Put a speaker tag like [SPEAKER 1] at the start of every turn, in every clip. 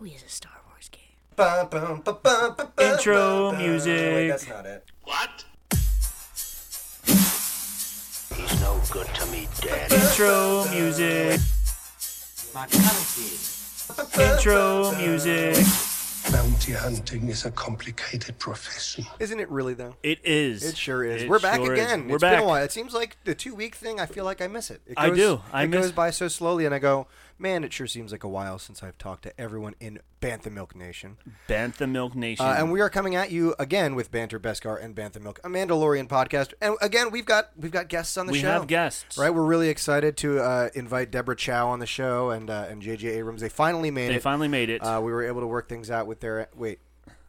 [SPEAKER 1] Oh, he has a Star Wars game.
[SPEAKER 2] Bum, bum, bum, bum, bum, bum,
[SPEAKER 3] Intro
[SPEAKER 2] bum, bum.
[SPEAKER 3] music.
[SPEAKER 2] Wait, that's not it.
[SPEAKER 4] What?
[SPEAKER 5] He's no good to me, Dad.
[SPEAKER 3] Intro music.
[SPEAKER 5] My country.
[SPEAKER 3] Intro music.
[SPEAKER 6] Bounty hunting is a complicated profession.
[SPEAKER 2] Isn't it really though?
[SPEAKER 3] It is.
[SPEAKER 2] It sure is. We're back
[SPEAKER 3] sure is.
[SPEAKER 2] again.
[SPEAKER 3] We're
[SPEAKER 2] It's
[SPEAKER 3] back.
[SPEAKER 2] Been a while. It seems like the two week thing. I feel like I miss it. it
[SPEAKER 3] I do. I
[SPEAKER 2] it
[SPEAKER 3] miss-
[SPEAKER 2] goes by so slowly, and I go, man, it sure seems like a while since I've talked to everyone in Bantha Milk Nation.
[SPEAKER 3] Bantha Milk Nation.
[SPEAKER 2] Uh, and we are coming at you again with Banter Beskar and Bantha Milk, a Mandalorian podcast. And again, we've got we've got guests on the
[SPEAKER 3] We
[SPEAKER 2] show.
[SPEAKER 3] have guests.
[SPEAKER 2] Right, we're really excited to uh, invite Deborah Chow on the show and uh, and JJ Abrams. They finally made
[SPEAKER 3] they
[SPEAKER 2] it.
[SPEAKER 3] finally made it.
[SPEAKER 2] Uh, we were able to work things out with their wait.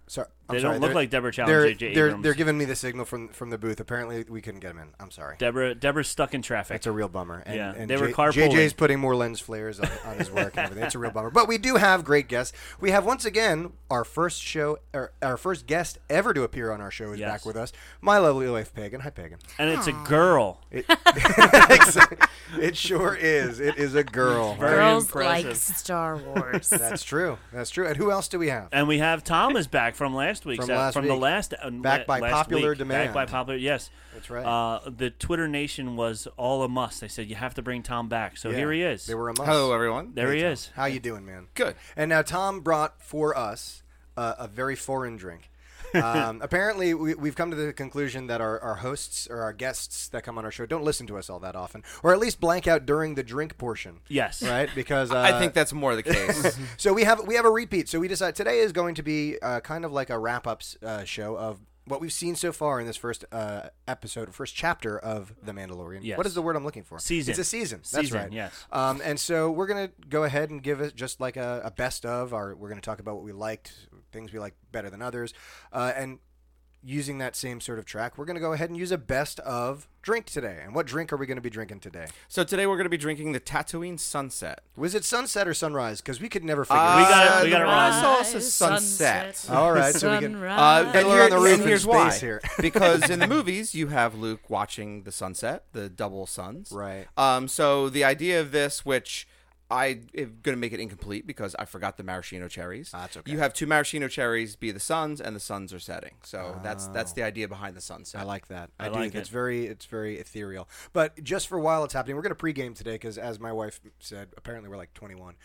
[SPEAKER 2] Sorry, I'm
[SPEAKER 3] They don't
[SPEAKER 2] sorry,
[SPEAKER 3] look
[SPEAKER 2] they're-
[SPEAKER 3] like Deborah Chow and
[SPEAKER 2] They're,
[SPEAKER 3] J.J.
[SPEAKER 2] they're
[SPEAKER 3] Abrams.
[SPEAKER 2] they're giving me the signal from from the booth. Apparently, we couldn't get them in. I'm sorry.
[SPEAKER 3] Deborah Deborah's stuck in traffic.
[SPEAKER 2] That's a real bummer. And,
[SPEAKER 3] Yeah,
[SPEAKER 2] and
[SPEAKER 3] they were
[SPEAKER 2] J-
[SPEAKER 3] carpooling.
[SPEAKER 2] JJ's putting more lens flares on, on his work and everything. It's a real bummer. But we do have great guests. We have once again our first show, our, our first guest ever to appear on our show is
[SPEAKER 3] Yes.
[SPEAKER 2] back with us. My lovely wife, Pagan. Hi, Pagan.
[SPEAKER 3] and it's a girl.
[SPEAKER 2] it sure is. It is a girl.
[SPEAKER 3] Very
[SPEAKER 1] Girls like
[SPEAKER 3] impressive.
[SPEAKER 1] Star Wars.
[SPEAKER 2] That's true. That's true. And who else do we have?
[SPEAKER 3] And we have Tom is back from last week.
[SPEAKER 2] From last
[SPEAKER 3] from the
[SPEAKER 2] week.
[SPEAKER 3] last uh,
[SPEAKER 2] Back
[SPEAKER 3] la-
[SPEAKER 2] by
[SPEAKER 3] last
[SPEAKER 2] popular
[SPEAKER 3] week.
[SPEAKER 2] demand.
[SPEAKER 3] Back by popular, yes.
[SPEAKER 2] That's right.
[SPEAKER 3] Uh, the Twitter Nation was all a must. They said you have to bring Tom back. So
[SPEAKER 2] Yeah,
[SPEAKER 3] here he is.
[SPEAKER 2] They were among us.
[SPEAKER 7] Hello, everyone.
[SPEAKER 3] there he is.
[SPEAKER 2] How you doing, man?
[SPEAKER 7] Good.
[SPEAKER 2] And now Tom brought for us uh, a very foreign drink. um, apparently, we, we've come to the conclusion that our, our hosts or our guests that come on our show don't listen to us all that often, or at least blank out during the drink portion.
[SPEAKER 3] Yes.
[SPEAKER 2] Right? Because uh,
[SPEAKER 7] I think that's more the case.
[SPEAKER 2] so we have we have a repeat. So we decide today is going to be uh, kind of like a wrap up uh, show of what we've seen so far in this first uh, episode, first chapter of The Mandalorian.
[SPEAKER 3] Yes.
[SPEAKER 2] What is the word I'm looking for?
[SPEAKER 3] Season.
[SPEAKER 2] It's a season. That's
[SPEAKER 3] Season,
[SPEAKER 2] right.
[SPEAKER 3] yes.
[SPEAKER 2] Um, and so we're gonna go ahead and give it just like a, a best of. Our we're gonna talk about what we liked, things we liked better than others, uh, and using that same sort of track, we're gonna go ahead and use a best of drink today. And what drink are we gonna be drinking today?
[SPEAKER 7] so today we're going to be drinking the Tatooine Sunset.
[SPEAKER 2] Was it sunset or sunrise? Because we could never figure.
[SPEAKER 3] Ah, We
[SPEAKER 2] it out.
[SPEAKER 3] got it- we got it wrong.
[SPEAKER 7] It's also sunset.
[SPEAKER 2] All right, so we can.
[SPEAKER 7] Uh,
[SPEAKER 1] Sunrise.
[SPEAKER 2] Then
[SPEAKER 7] and
[SPEAKER 2] we're on the
[SPEAKER 7] here-
[SPEAKER 2] roof
[SPEAKER 7] and
[SPEAKER 2] in
[SPEAKER 7] here's
[SPEAKER 2] space
[SPEAKER 7] why.
[SPEAKER 2] here.
[SPEAKER 7] because in the movies, you have Luke watching the sunset, the double suns.
[SPEAKER 2] Right.
[SPEAKER 7] Um. So the idea of this, which I am going to make it incomplete because I forgot the maraschino cherries.
[SPEAKER 2] that's Ah, okay.
[SPEAKER 7] You have two maraschino cherries be the suns, and the suns are setting. So that's that's the idea behind the sunset.
[SPEAKER 2] Oh. I like that. I,
[SPEAKER 3] I
[SPEAKER 2] do.
[SPEAKER 3] like
[SPEAKER 2] It's
[SPEAKER 3] it.
[SPEAKER 2] very, it's very ethereal. But just for while it's happening, we're gonna pregame today because, as my wife said, apparently we're like 21.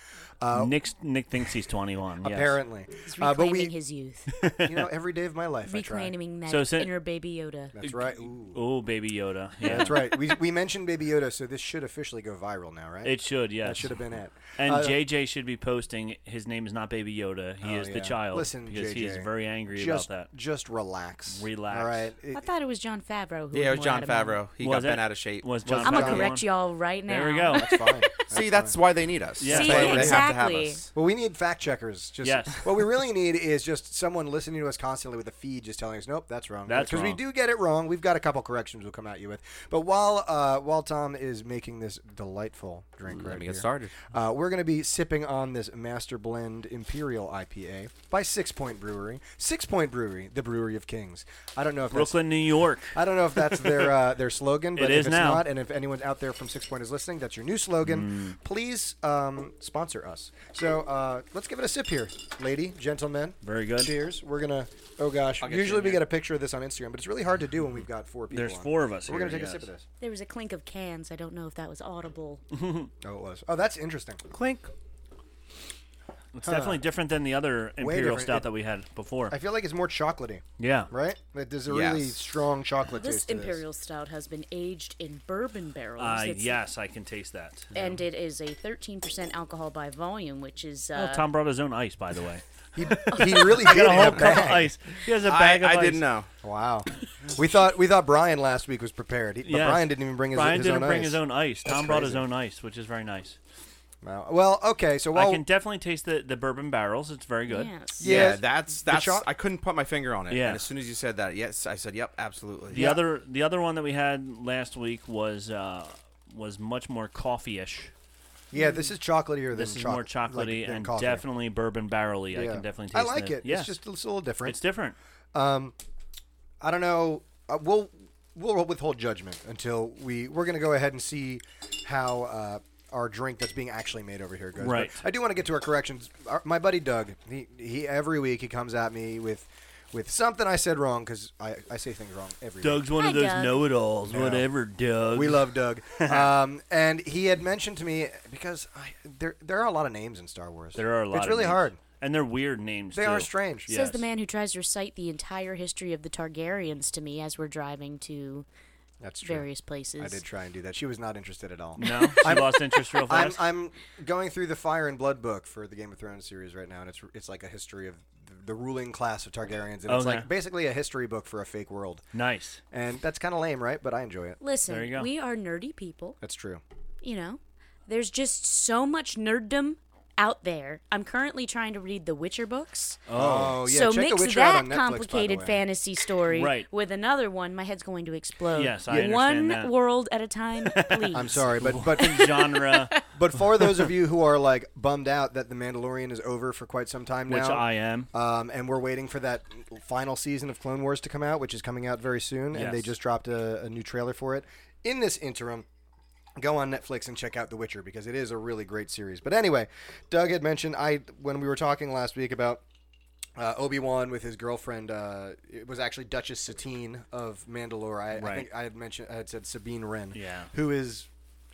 [SPEAKER 2] Uh,
[SPEAKER 3] Nick Nick thinks he's 21. yes.
[SPEAKER 2] Apparently,
[SPEAKER 1] He's
[SPEAKER 2] uh,
[SPEAKER 1] reclaiming
[SPEAKER 2] but we,
[SPEAKER 1] his youth.
[SPEAKER 2] you know, every day of my life, I try.
[SPEAKER 1] reclaiming that
[SPEAKER 3] So sin-
[SPEAKER 1] inner baby Yoda.
[SPEAKER 2] That's right. Ooh.
[SPEAKER 3] Oh, baby Yoda. Yeah.
[SPEAKER 2] That's right. We, we mentioned Baby Yoda, so this should officially go viral now, right?
[SPEAKER 3] It should, yes.
[SPEAKER 2] that should have been it.
[SPEAKER 3] And
[SPEAKER 2] Uh,
[SPEAKER 3] JJ should be posting. His name is not Baby Yoda. He
[SPEAKER 2] oh,
[SPEAKER 3] is
[SPEAKER 2] yeah.
[SPEAKER 3] the child.
[SPEAKER 2] Listen,
[SPEAKER 3] because
[SPEAKER 2] JJ,
[SPEAKER 3] he is very angry
[SPEAKER 2] just,
[SPEAKER 3] about that.
[SPEAKER 2] Just relax.
[SPEAKER 3] Relax.
[SPEAKER 2] All right.
[SPEAKER 1] I
[SPEAKER 2] It-
[SPEAKER 1] thought it was John Favreau. Who
[SPEAKER 7] yeah, it was
[SPEAKER 1] more
[SPEAKER 7] John
[SPEAKER 1] adamant.
[SPEAKER 7] Favreau. He
[SPEAKER 3] Was
[SPEAKER 7] got bent
[SPEAKER 3] it?
[SPEAKER 7] out of shape.
[SPEAKER 3] Was
[SPEAKER 2] John
[SPEAKER 3] John?
[SPEAKER 1] I'm
[SPEAKER 3] Favreau
[SPEAKER 1] gonna
[SPEAKER 2] Favreau.
[SPEAKER 3] one?
[SPEAKER 1] correct y'all right now.
[SPEAKER 3] There we go.
[SPEAKER 2] That's fine.
[SPEAKER 7] See,
[SPEAKER 2] fine.
[SPEAKER 7] that's why they need us.
[SPEAKER 3] Yeah.
[SPEAKER 7] That's
[SPEAKER 3] See,
[SPEAKER 7] why they have to
[SPEAKER 1] exactly.
[SPEAKER 7] have us.
[SPEAKER 2] Well, we need fact checkers. Just
[SPEAKER 3] Yes.
[SPEAKER 2] what we really need is just someone listening to us constantly with a feed, just telling us, "Nope, that's wrong."
[SPEAKER 3] That's
[SPEAKER 2] because we
[SPEAKER 3] wrong.
[SPEAKER 2] do get it wrong. We've got a couple corrections we'll come at you with. But while uh, while Tom is making this delightful drink right
[SPEAKER 7] Let me
[SPEAKER 2] here,
[SPEAKER 7] get started.
[SPEAKER 2] uh, we're going to be sipping on this Master Blend Imperial IPA by Six Point Brewery. Six Point Brewery, the brewery of kings. I don't know if that's
[SPEAKER 3] Brooklyn, New York.
[SPEAKER 2] I don't know if that's their uh, their slogan, but
[SPEAKER 3] It
[SPEAKER 2] if
[SPEAKER 3] is
[SPEAKER 2] it's
[SPEAKER 3] now.
[SPEAKER 2] not, and if anyone out there from Six Point is listening, that's your new slogan.
[SPEAKER 3] Mm.
[SPEAKER 2] Please um, sponsor us. So uh, let's give it a sip here, lady, gentlemen.
[SPEAKER 3] Very good.
[SPEAKER 2] Cheers. We're gonna. Oh gosh.
[SPEAKER 7] get you
[SPEAKER 2] Usually
[SPEAKER 7] in
[SPEAKER 2] we
[SPEAKER 7] here.
[SPEAKER 2] get a picture of this on Instagram, but it's really hard to do when we've got four people.
[SPEAKER 3] There's
[SPEAKER 2] on.
[SPEAKER 3] four of us
[SPEAKER 2] We're gonna
[SPEAKER 3] here,
[SPEAKER 2] take a sip of
[SPEAKER 3] yes.
[SPEAKER 2] this.
[SPEAKER 1] There was a clink of cans. I don't know if that was audible.
[SPEAKER 2] Oh, it was. Oh, that's interesting.
[SPEAKER 7] Clink.
[SPEAKER 3] It's definitely different than the other imperial
[SPEAKER 2] different.
[SPEAKER 3] stout
[SPEAKER 2] It-
[SPEAKER 3] that we had before.
[SPEAKER 2] I feel like it's more chocolatey,
[SPEAKER 3] yeah.
[SPEAKER 2] right? Like, there's a really
[SPEAKER 7] Yes.
[SPEAKER 2] strong chocolate
[SPEAKER 1] This
[SPEAKER 2] taste. to
[SPEAKER 1] imperial stout has been aged in bourbon barrels.
[SPEAKER 3] Uh,
[SPEAKER 1] It's-
[SPEAKER 3] yes, I can taste that.
[SPEAKER 1] And it is a 13% alcohol by volume, which is uh,
[SPEAKER 3] Oh, Tom brought his own ice, by the way.
[SPEAKER 2] He, he really did.
[SPEAKER 3] Got a
[SPEAKER 2] in a
[SPEAKER 3] whole cup of
[SPEAKER 2] Oh, bag.
[SPEAKER 3] ice. He has a
[SPEAKER 7] I,
[SPEAKER 3] bag of
[SPEAKER 7] I
[SPEAKER 3] ice.
[SPEAKER 7] didn't know.
[SPEAKER 2] Wow. We thought we thought Brian last week was prepared. He, but
[SPEAKER 3] Yes.
[SPEAKER 2] Brian didn't even bring his,
[SPEAKER 3] Brian
[SPEAKER 2] his
[SPEAKER 3] didn't
[SPEAKER 2] own
[SPEAKER 3] bring
[SPEAKER 2] ice.
[SPEAKER 3] his own ice. Tom brought his
[SPEAKER 2] crazy.
[SPEAKER 3] own ice, which is very nice.
[SPEAKER 2] Wow. Well, okay. So while
[SPEAKER 3] I can definitely taste the, the bourbon barrels. It's very good.
[SPEAKER 1] yes.
[SPEAKER 2] Yeah,
[SPEAKER 7] Yeah, that's that's.
[SPEAKER 2] cho-
[SPEAKER 7] I couldn't put my finger on it.
[SPEAKER 3] Yeah.
[SPEAKER 7] And as soon as you said that, yes, I said, "Yep, absolutely."
[SPEAKER 3] The other the other one that we had last week was uh, was much more coffee-ish.
[SPEAKER 2] yeah, this is chocolatier than
[SPEAKER 3] This is
[SPEAKER 2] choc-
[SPEAKER 3] more chocolatey
[SPEAKER 2] like, than
[SPEAKER 3] and
[SPEAKER 2] coffee.
[SPEAKER 3] definitely bourbon barrel-y. I
[SPEAKER 2] Yeah.
[SPEAKER 3] can definitely taste
[SPEAKER 2] I like
[SPEAKER 3] the-
[SPEAKER 2] it.
[SPEAKER 3] Yeah.
[SPEAKER 2] It's just a little different.
[SPEAKER 3] It's different.
[SPEAKER 2] I don't know. Uh, we'll we'll withhold judgment until we we're gonna go ahead and see how uh, our drink that's being actually made over here goes. But
[SPEAKER 3] Right.
[SPEAKER 2] I do want to get to our corrections. Our, my buddy Doug, he, he every week he comes at me with with something I said wrong because I, I say things wrong every week.
[SPEAKER 3] Doug's one
[SPEAKER 1] Hi,
[SPEAKER 3] of those
[SPEAKER 1] Doug.
[SPEAKER 3] know-it-alls. Whatever, Doug.
[SPEAKER 2] We love Doug. um, and he had mentioned to me because I, there there are a lot of names in Star Wars.
[SPEAKER 3] There are a lot.
[SPEAKER 2] It's
[SPEAKER 3] of
[SPEAKER 2] really
[SPEAKER 3] names.
[SPEAKER 2] hard.
[SPEAKER 3] and they're weird names.
[SPEAKER 2] They are
[SPEAKER 3] too.
[SPEAKER 2] strange.
[SPEAKER 1] Says
[SPEAKER 3] Yes.
[SPEAKER 1] the man who tries to recite the entire history of the Targaryens to me as we're driving to
[SPEAKER 2] That's true.
[SPEAKER 1] various places.
[SPEAKER 2] I did try and do that. She was not interested at all.
[SPEAKER 3] No, she lost interest real
[SPEAKER 2] I'm,
[SPEAKER 3] fast.
[SPEAKER 2] I'm going through the Fire and Blood book for the Game of Thrones series right now, and it's it's like a history of the, the ruling class of Targaryens, and it's
[SPEAKER 3] Okay.
[SPEAKER 2] like basically a history book for a fake world,
[SPEAKER 3] nice.
[SPEAKER 2] and that's kind of lame, right? But I enjoy it.
[SPEAKER 1] Listen,
[SPEAKER 3] There you go.
[SPEAKER 1] we are nerdy people,
[SPEAKER 2] That's true.
[SPEAKER 1] you know. There's just so much nerddom out there. I'm currently trying to read the Witcher books.
[SPEAKER 2] Oh, yeah,
[SPEAKER 1] so
[SPEAKER 2] check
[SPEAKER 1] mix
[SPEAKER 2] The Witcher out
[SPEAKER 1] that
[SPEAKER 2] on Netflix, by the
[SPEAKER 1] complicated
[SPEAKER 2] way.
[SPEAKER 1] fantasy story
[SPEAKER 3] Right.
[SPEAKER 1] with another one. My head's going to explode.
[SPEAKER 3] Yes, I understand
[SPEAKER 1] One
[SPEAKER 3] that.
[SPEAKER 1] world at a time, please.
[SPEAKER 2] I'm sorry, but but
[SPEAKER 3] Genre,
[SPEAKER 2] but for those of you who are like bummed out that the Mandalorian is over for quite some time now,
[SPEAKER 3] which I am.
[SPEAKER 2] Um, and we're waiting for that final season of Clone Wars to come out, which is coming out very soon. And they
[SPEAKER 3] Yes.
[SPEAKER 2] just dropped a, a new trailer for it. In this interim, go on Netflix and check out The Witcher because it is a really great series. But anyway, Doug had mentioned I when we were talking last week about uh, Obi Wan with his girlfriend. Uh, it was actually Duchess Satine of Mandalore. I, I
[SPEAKER 3] Right.
[SPEAKER 2] think I had mentioned I had said Sabine Wren,
[SPEAKER 3] Yeah.
[SPEAKER 2] who is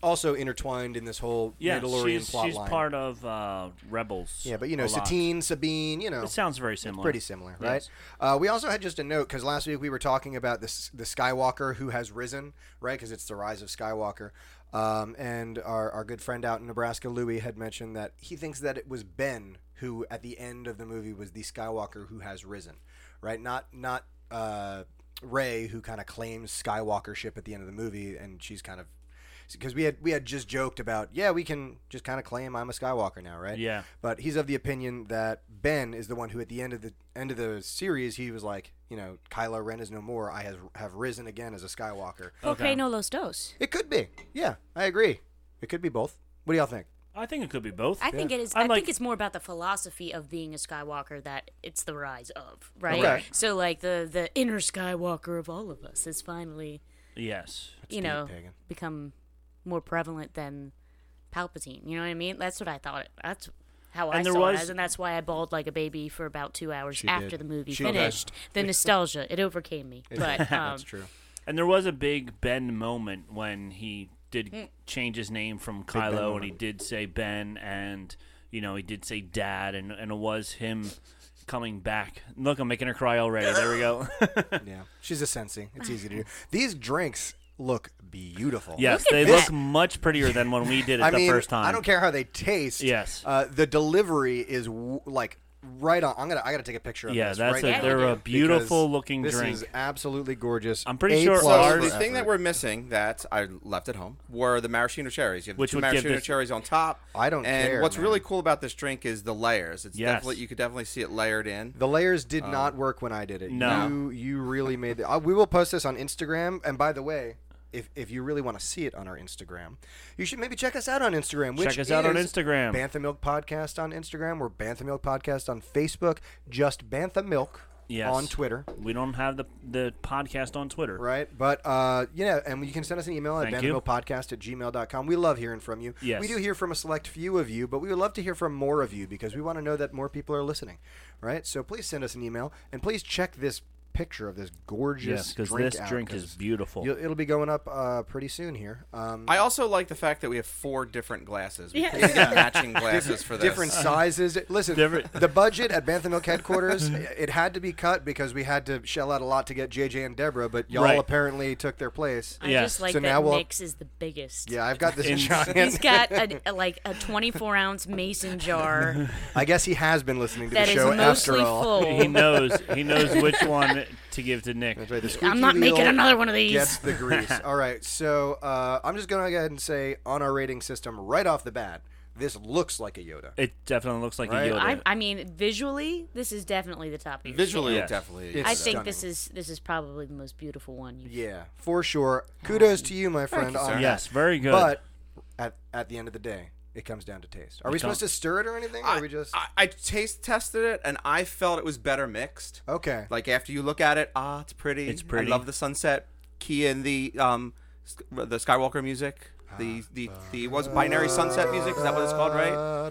[SPEAKER 2] also intertwined in this whole
[SPEAKER 3] Yeah,
[SPEAKER 2] Mandalorian
[SPEAKER 3] she's,
[SPEAKER 2] plot
[SPEAKER 3] she's
[SPEAKER 2] line.
[SPEAKER 3] part of uh, Rebels.
[SPEAKER 2] yeah, but you know
[SPEAKER 3] a lot.
[SPEAKER 2] Satine, Sabine, you know.
[SPEAKER 3] It sounds very similar.
[SPEAKER 2] Pretty similar,
[SPEAKER 3] Yes.
[SPEAKER 2] right? Uh, we also had just a note because last week we were talking about this the Skywalker who has risen, right? Because it's the rise of Skywalker. Um, and our, our good friend out in Nebraska, Louie, had mentioned that he thinks that it was Ben who, at the end of the movie, was the Skywalker who has risen, right? Not not uh, Ray who kind of claims Skywalkership at the end of the movie, and she's kind of because we had we had just joked about yeah we can just kind of claim I'm a Skywalker now, right?
[SPEAKER 3] Yeah.
[SPEAKER 2] But he's of the opinion that Ben is the one who, at the end of the end of the series, he was like, you know, Kylo Ren is no more. I has, have risen again as a Skywalker.
[SPEAKER 1] Porque
[SPEAKER 3] Okay.
[SPEAKER 1] no los dos.
[SPEAKER 2] It could be. Yeah, I agree. It could be both. What do y'all think?
[SPEAKER 3] I think it could be both.
[SPEAKER 1] I think it is.
[SPEAKER 3] I
[SPEAKER 1] I,
[SPEAKER 3] like-
[SPEAKER 1] think it's more about the philosophy of being a Skywalker that it's the rise of, right?
[SPEAKER 2] Okay.
[SPEAKER 1] So like the the inner Skywalker of all of us has finally,
[SPEAKER 3] yes.
[SPEAKER 1] you
[SPEAKER 2] deep,
[SPEAKER 1] know,
[SPEAKER 2] Pagan.
[SPEAKER 1] become more prevalent than Palpatine. You know what I mean? That's what I thought. It, that's how I
[SPEAKER 3] And there
[SPEAKER 1] saw
[SPEAKER 3] was-
[SPEAKER 1] it, as, and that's why I bawled like a baby for about two hours after
[SPEAKER 2] did.
[SPEAKER 1] the movie
[SPEAKER 2] She did.
[SPEAKER 1] finished. The nostalgia it overcame me, but um,
[SPEAKER 2] That's true.
[SPEAKER 3] And there was a big Ben moment when he
[SPEAKER 1] Hmm.
[SPEAKER 3] did change his name from Kylo, and he did say Ben, and you know he did say Dad, and and it was him coming back. Look, I'm making her cry already. There we go.
[SPEAKER 2] Yeah, she's a sensing. It's easy to do. These drinks look beautiful.
[SPEAKER 1] at
[SPEAKER 3] yes, they
[SPEAKER 1] that.
[SPEAKER 3] look much prettier than when we did it
[SPEAKER 2] I
[SPEAKER 3] the
[SPEAKER 2] mean,
[SPEAKER 3] first time.
[SPEAKER 2] I don't care how they taste.
[SPEAKER 3] Yes.
[SPEAKER 2] Uh, the delivery is w- like right on. I'm gonna. I gotta take a picture of
[SPEAKER 3] Yeah,
[SPEAKER 2] this.
[SPEAKER 3] that's
[SPEAKER 2] right
[SPEAKER 3] a-
[SPEAKER 2] now
[SPEAKER 1] they're a
[SPEAKER 2] because
[SPEAKER 3] beautiful looking
[SPEAKER 2] this
[SPEAKER 3] drink.
[SPEAKER 2] is absolutely gorgeous.
[SPEAKER 3] I'm pretty
[SPEAKER 2] A
[SPEAKER 3] sure
[SPEAKER 2] plus
[SPEAKER 3] ours-
[SPEAKER 2] for
[SPEAKER 7] the thing that
[SPEAKER 2] effort.
[SPEAKER 7] we're missing that I left at home were the maraschino cherries. You have
[SPEAKER 3] Which
[SPEAKER 7] the two
[SPEAKER 3] would give
[SPEAKER 7] maraschino
[SPEAKER 3] this-
[SPEAKER 7] cherries on top.
[SPEAKER 2] I don't
[SPEAKER 7] and
[SPEAKER 2] care,
[SPEAKER 7] what's
[SPEAKER 2] man.
[SPEAKER 7] really cool about this drink is the layers. It's
[SPEAKER 3] Yes.
[SPEAKER 7] definitely you could definitely see it layered in.
[SPEAKER 2] The layers did not work when I did it.
[SPEAKER 3] Oh. No.
[SPEAKER 2] you, you really made the. Uh, we will post this on Instagram. And by the way, if if you really want to see it on our Instagram, you should maybe check us out on Instagram. Which
[SPEAKER 3] Check us out on
[SPEAKER 2] is
[SPEAKER 3] Instagram.
[SPEAKER 2] Bantha Milk Podcast on Instagram. We're Bantha Milk Podcast on Facebook. Just Bantha Milk
[SPEAKER 3] Yes.
[SPEAKER 2] on Twitter.
[SPEAKER 3] We don't have the the podcast on Twitter.
[SPEAKER 2] Right. But, uh, yeah, and you can send us an email at
[SPEAKER 3] Thank you.
[SPEAKER 2] podcast at gmail.com. We love hearing from you.
[SPEAKER 3] Yes.
[SPEAKER 2] We do hear from a select few of you, but we would love to hear from more of you because we want to know that more people are listening. Right. So please send us an email and please check this picture of this
[SPEAKER 3] Yes,
[SPEAKER 2] gorgeous
[SPEAKER 3] because
[SPEAKER 2] drink.
[SPEAKER 3] this
[SPEAKER 2] out,
[SPEAKER 3] drink
[SPEAKER 2] 'cause
[SPEAKER 3] is beautiful.
[SPEAKER 2] you'll- It'll be going up uh, pretty soon here. Um,
[SPEAKER 7] I also like the fact that we have four different glasses. We couldn't get matching glasses for this.
[SPEAKER 2] different sizes. Listen,
[SPEAKER 3] Different-
[SPEAKER 2] the budget at Bantha Milk headquarters, it had to be cut because we had to shell out a lot to get JJ and Deborah, but y'all
[SPEAKER 3] Right.
[SPEAKER 2] apparently took their place.
[SPEAKER 1] I
[SPEAKER 3] Yes.
[SPEAKER 1] just like
[SPEAKER 2] So now
[SPEAKER 1] that
[SPEAKER 2] we'll-
[SPEAKER 1] Nick's is the biggest.
[SPEAKER 2] Yeah, I've got this giant.
[SPEAKER 1] He's got a, a- like a 24 ounce mason jar
[SPEAKER 2] I guess he has been listening to
[SPEAKER 1] that
[SPEAKER 2] the
[SPEAKER 1] is
[SPEAKER 2] show after
[SPEAKER 1] mostly
[SPEAKER 2] all.
[SPEAKER 3] He
[SPEAKER 1] full.
[SPEAKER 3] knows. He knows which one to give to Nick.
[SPEAKER 2] That's right, the squeaky
[SPEAKER 1] I'm not making
[SPEAKER 2] wheel
[SPEAKER 1] another one of these.
[SPEAKER 2] Gets the grease. All right, so uh, I'm just gonna go ahead and say on our rating system right off the bat, this looks like a Yoda.
[SPEAKER 3] It definitely looks like
[SPEAKER 2] Right?
[SPEAKER 3] a Yoda.
[SPEAKER 1] I, I mean, visually, this is definitely the top of your
[SPEAKER 7] Visually,
[SPEAKER 3] Yes.
[SPEAKER 7] definitely.
[SPEAKER 2] It's
[SPEAKER 1] I think this
[SPEAKER 2] stunning.
[SPEAKER 1] is this is probably the most beautiful one. You've
[SPEAKER 2] Yeah, for sure. Kudos to you, my friend.
[SPEAKER 7] you,
[SPEAKER 2] on
[SPEAKER 7] sir.
[SPEAKER 2] that.
[SPEAKER 3] yes, very good.
[SPEAKER 2] But at at the end of the day, it comes down to taste. Are we
[SPEAKER 3] comes-
[SPEAKER 2] supposed to stir it or anything? or
[SPEAKER 7] I,
[SPEAKER 2] are we just
[SPEAKER 7] I, I taste tested it and I felt it was better mixed.
[SPEAKER 2] okay?
[SPEAKER 7] Like after you look at it, ah, it's pretty.
[SPEAKER 3] It's pretty.
[SPEAKER 7] I love the sunset key and the um s- the Skywalker music. The the the was it binary sunset music. Is that what it's called, right?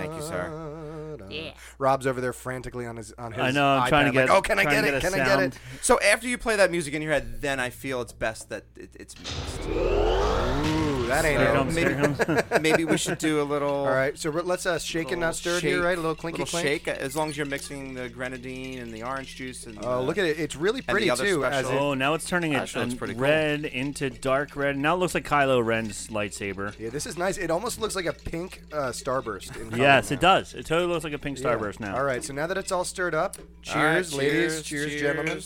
[SPEAKER 7] Thank you,
[SPEAKER 2] sir.
[SPEAKER 1] Yeah.
[SPEAKER 2] Rob's over there frantically on his on his.
[SPEAKER 3] I know. I'm trying to
[SPEAKER 2] iPad,
[SPEAKER 3] get.
[SPEAKER 2] Like, oh, can I
[SPEAKER 3] trying
[SPEAKER 2] get
[SPEAKER 3] to
[SPEAKER 2] it?
[SPEAKER 3] a
[SPEAKER 2] can I get it?
[SPEAKER 3] sound.
[SPEAKER 7] So after you play that music in your head, then I feel it's best that it, it's mixed.
[SPEAKER 2] Ooh, that ain't
[SPEAKER 3] Here it
[SPEAKER 7] So
[SPEAKER 2] it.
[SPEAKER 3] comes, here it comes.
[SPEAKER 7] maybe, maybe we should do a little.
[SPEAKER 2] All right, so let's uh, shake and not stir it here, right? A little clinky
[SPEAKER 7] little
[SPEAKER 2] clink. Uh,
[SPEAKER 7] shake. As long as you're mixing the grenadine and the orange juice and.
[SPEAKER 2] Oh, look at it. It's really
[SPEAKER 7] the
[SPEAKER 2] pretty
[SPEAKER 7] other
[SPEAKER 2] too. As
[SPEAKER 7] special-
[SPEAKER 2] it,
[SPEAKER 3] Oh, now it's turning it
[SPEAKER 7] Actually, it's
[SPEAKER 3] um,
[SPEAKER 7] pretty cool.
[SPEAKER 3] red into dark red. Now it looks like Kylo Ren's lightsaber.
[SPEAKER 2] yeah, this is nice. It almost looks like a pink uh, starburst. In color
[SPEAKER 3] Yes, it
[SPEAKER 2] now.
[SPEAKER 3] does. It totally looks like a pink
[SPEAKER 2] Yeah.
[SPEAKER 3] starburst now.
[SPEAKER 2] All right, so now that it's all stirred up, cheers,
[SPEAKER 7] All right,
[SPEAKER 2] ladies. Cheers, gentlemen.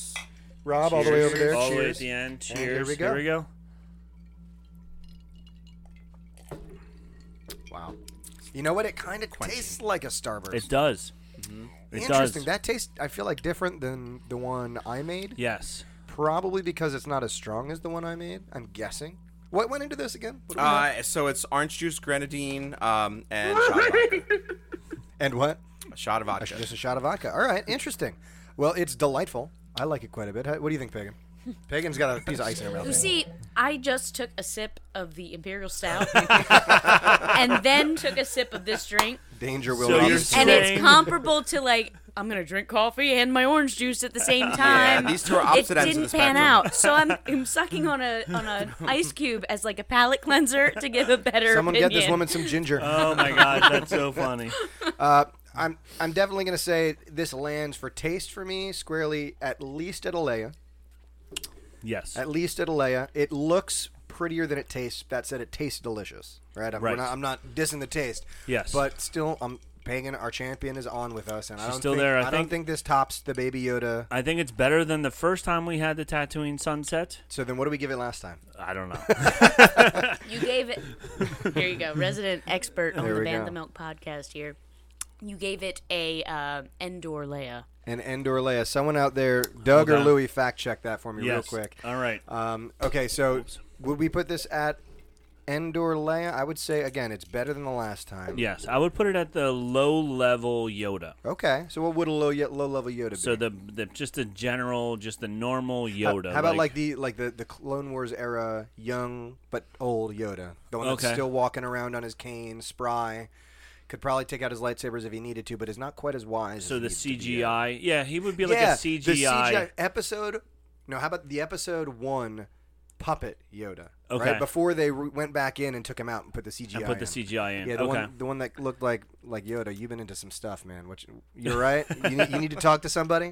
[SPEAKER 2] Rob, all the way
[SPEAKER 7] Cheers.
[SPEAKER 2] over there.
[SPEAKER 3] All the way at
[SPEAKER 2] cheers.
[SPEAKER 3] the end. Cheers.
[SPEAKER 2] And here we go.
[SPEAKER 3] Here we go.
[SPEAKER 2] Wow. You know what? It kind of tastes like a starburst.
[SPEAKER 3] It does. It does.
[SPEAKER 2] Mm-hmm. Interesting. That tastes, I feel like, different than the one I made.
[SPEAKER 3] yes.
[SPEAKER 2] Probably because it's not as strong as the one I made. I'm guessing. What went into this again? What do we have?
[SPEAKER 7] Uh, so it's orange juice, grenadine, um, and shot of vodka.
[SPEAKER 2] and what?
[SPEAKER 7] A shot of
[SPEAKER 2] I
[SPEAKER 7] vodka.
[SPEAKER 2] should just a shot of vodka. All right, interesting. Well, it's delightful. I like it quite a bit. How- What do you think, Pagan? Pagan's got a piece of ice in her mouth.
[SPEAKER 1] You see, I just took a sip of the imperial stout, and then took a sip of this drink,
[SPEAKER 2] Danger will
[SPEAKER 3] So
[SPEAKER 2] not
[SPEAKER 3] you're
[SPEAKER 2] escape.
[SPEAKER 1] and
[SPEAKER 3] Dang.
[SPEAKER 1] it's comparable to like I'm gonna drink coffee and my orange juice at the same time.
[SPEAKER 7] these two are opposite
[SPEAKER 1] It
[SPEAKER 7] ends of
[SPEAKER 1] didn't
[SPEAKER 7] the
[SPEAKER 1] pan
[SPEAKER 7] spectrum.
[SPEAKER 1] out, so I'm, I'm sucking on a on an ice cube as like a palate cleanser to give a better.
[SPEAKER 2] Someone
[SPEAKER 1] opinion.
[SPEAKER 2] get this woman some ginger.
[SPEAKER 3] Oh my God, that's so funny.
[SPEAKER 2] I'm I'm definitely gonna say this lands for taste for me squarely at least at Alea.
[SPEAKER 3] Yes.
[SPEAKER 2] At least at Alea. It looks prettier than it tastes. That said, it tastes delicious. Right. I'm, we're
[SPEAKER 3] Right.
[SPEAKER 2] Not, I'm not dissing the taste.
[SPEAKER 3] Yes.
[SPEAKER 2] But still, I'm. Pagan, our champion, is on with us, and I
[SPEAKER 3] She's
[SPEAKER 2] don't
[SPEAKER 3] still
[SPEAKER 2] think,
[SPEAKER 3] there. I
[SPEAKER 2] don't
[SPEAKER 3] think-
[SPEAKER 2] think this tops the Baby Yoda.
[SPEAKER 3] I think it's better than the first time we had the Tatooine sunset.
[SPEAKER 2] So then, what do we give it last time?
[SPEAKER 3] I don't know.
[SPEAKER 1] You gave it. Here you go, resident expert on
[SPEAKER 2] There
[SPEAKER 1] the
[SPEAKER 2] we
[SPEAKER 1] Bantha
[SPEAKER 2] go.
[SPEAKER 1] Milk podcast. Here, you gave it a uh, Endor Leia.
[SPEAKER 2] And Endor Leia. Someone out there, Doug or
[SPEAKER 3] on.
[SPEAKER 2] Louie, fact check that for me real
[SPEAKER 3] yes.
[SPEAKER 2] quick.
[SPEAKER 3] All right.
[SPEAKER 2] Um, okay, so would we put this at Endor Leia? I would say again, it's better than the last time.
[SPEAKER 3] yes, I would put it at the low level Yoda.
[SPEAKER 2] Okay, so what would a low yet low level Yoda be?
[SPEAKER 3] So the, the just the general, just the normal
[SPEAKER 2] How-
[SPEAKER 3] Yoda.
[SPEAKER 2] How about like, the like the, the Clone Wars era, young but old Yoda, the one that's
[SPEAKER 3] Okay.
[SPEAKER 2] still walking around on his cane, spry, could probably take out his lightsabers if he needed to, but is not quite as wise.
[SPEAKER 3] so
[SPEAKER 2] as
[SPEAKER 3] the
[SPEAKER 2] he needs to be. uh,
[SPEAKER 3] CGI? Yeah, he would be like
[SPEAKER 2] yeah,
[SPEAKER 3] a CGI.
[SPEAKER 2] The CGI episode. No, how about the episode one puppet Yoda?
[SPEAKER 3] Okay.
[SPEAKER 2] Right before they re- went back in and took him out and put the CGI.
[SPEAKER 3] and put the
[SPEAKER 2] in.
[SPEAKER 3] CGI in.
[SPEAKER 2] Yeah, the
[SPEAKER 3] okay.
[SPEAKER 2] one the one that looked like like Yoda. You've been into some stuff, man. Which you're right. you, need, you need to talk to somebody.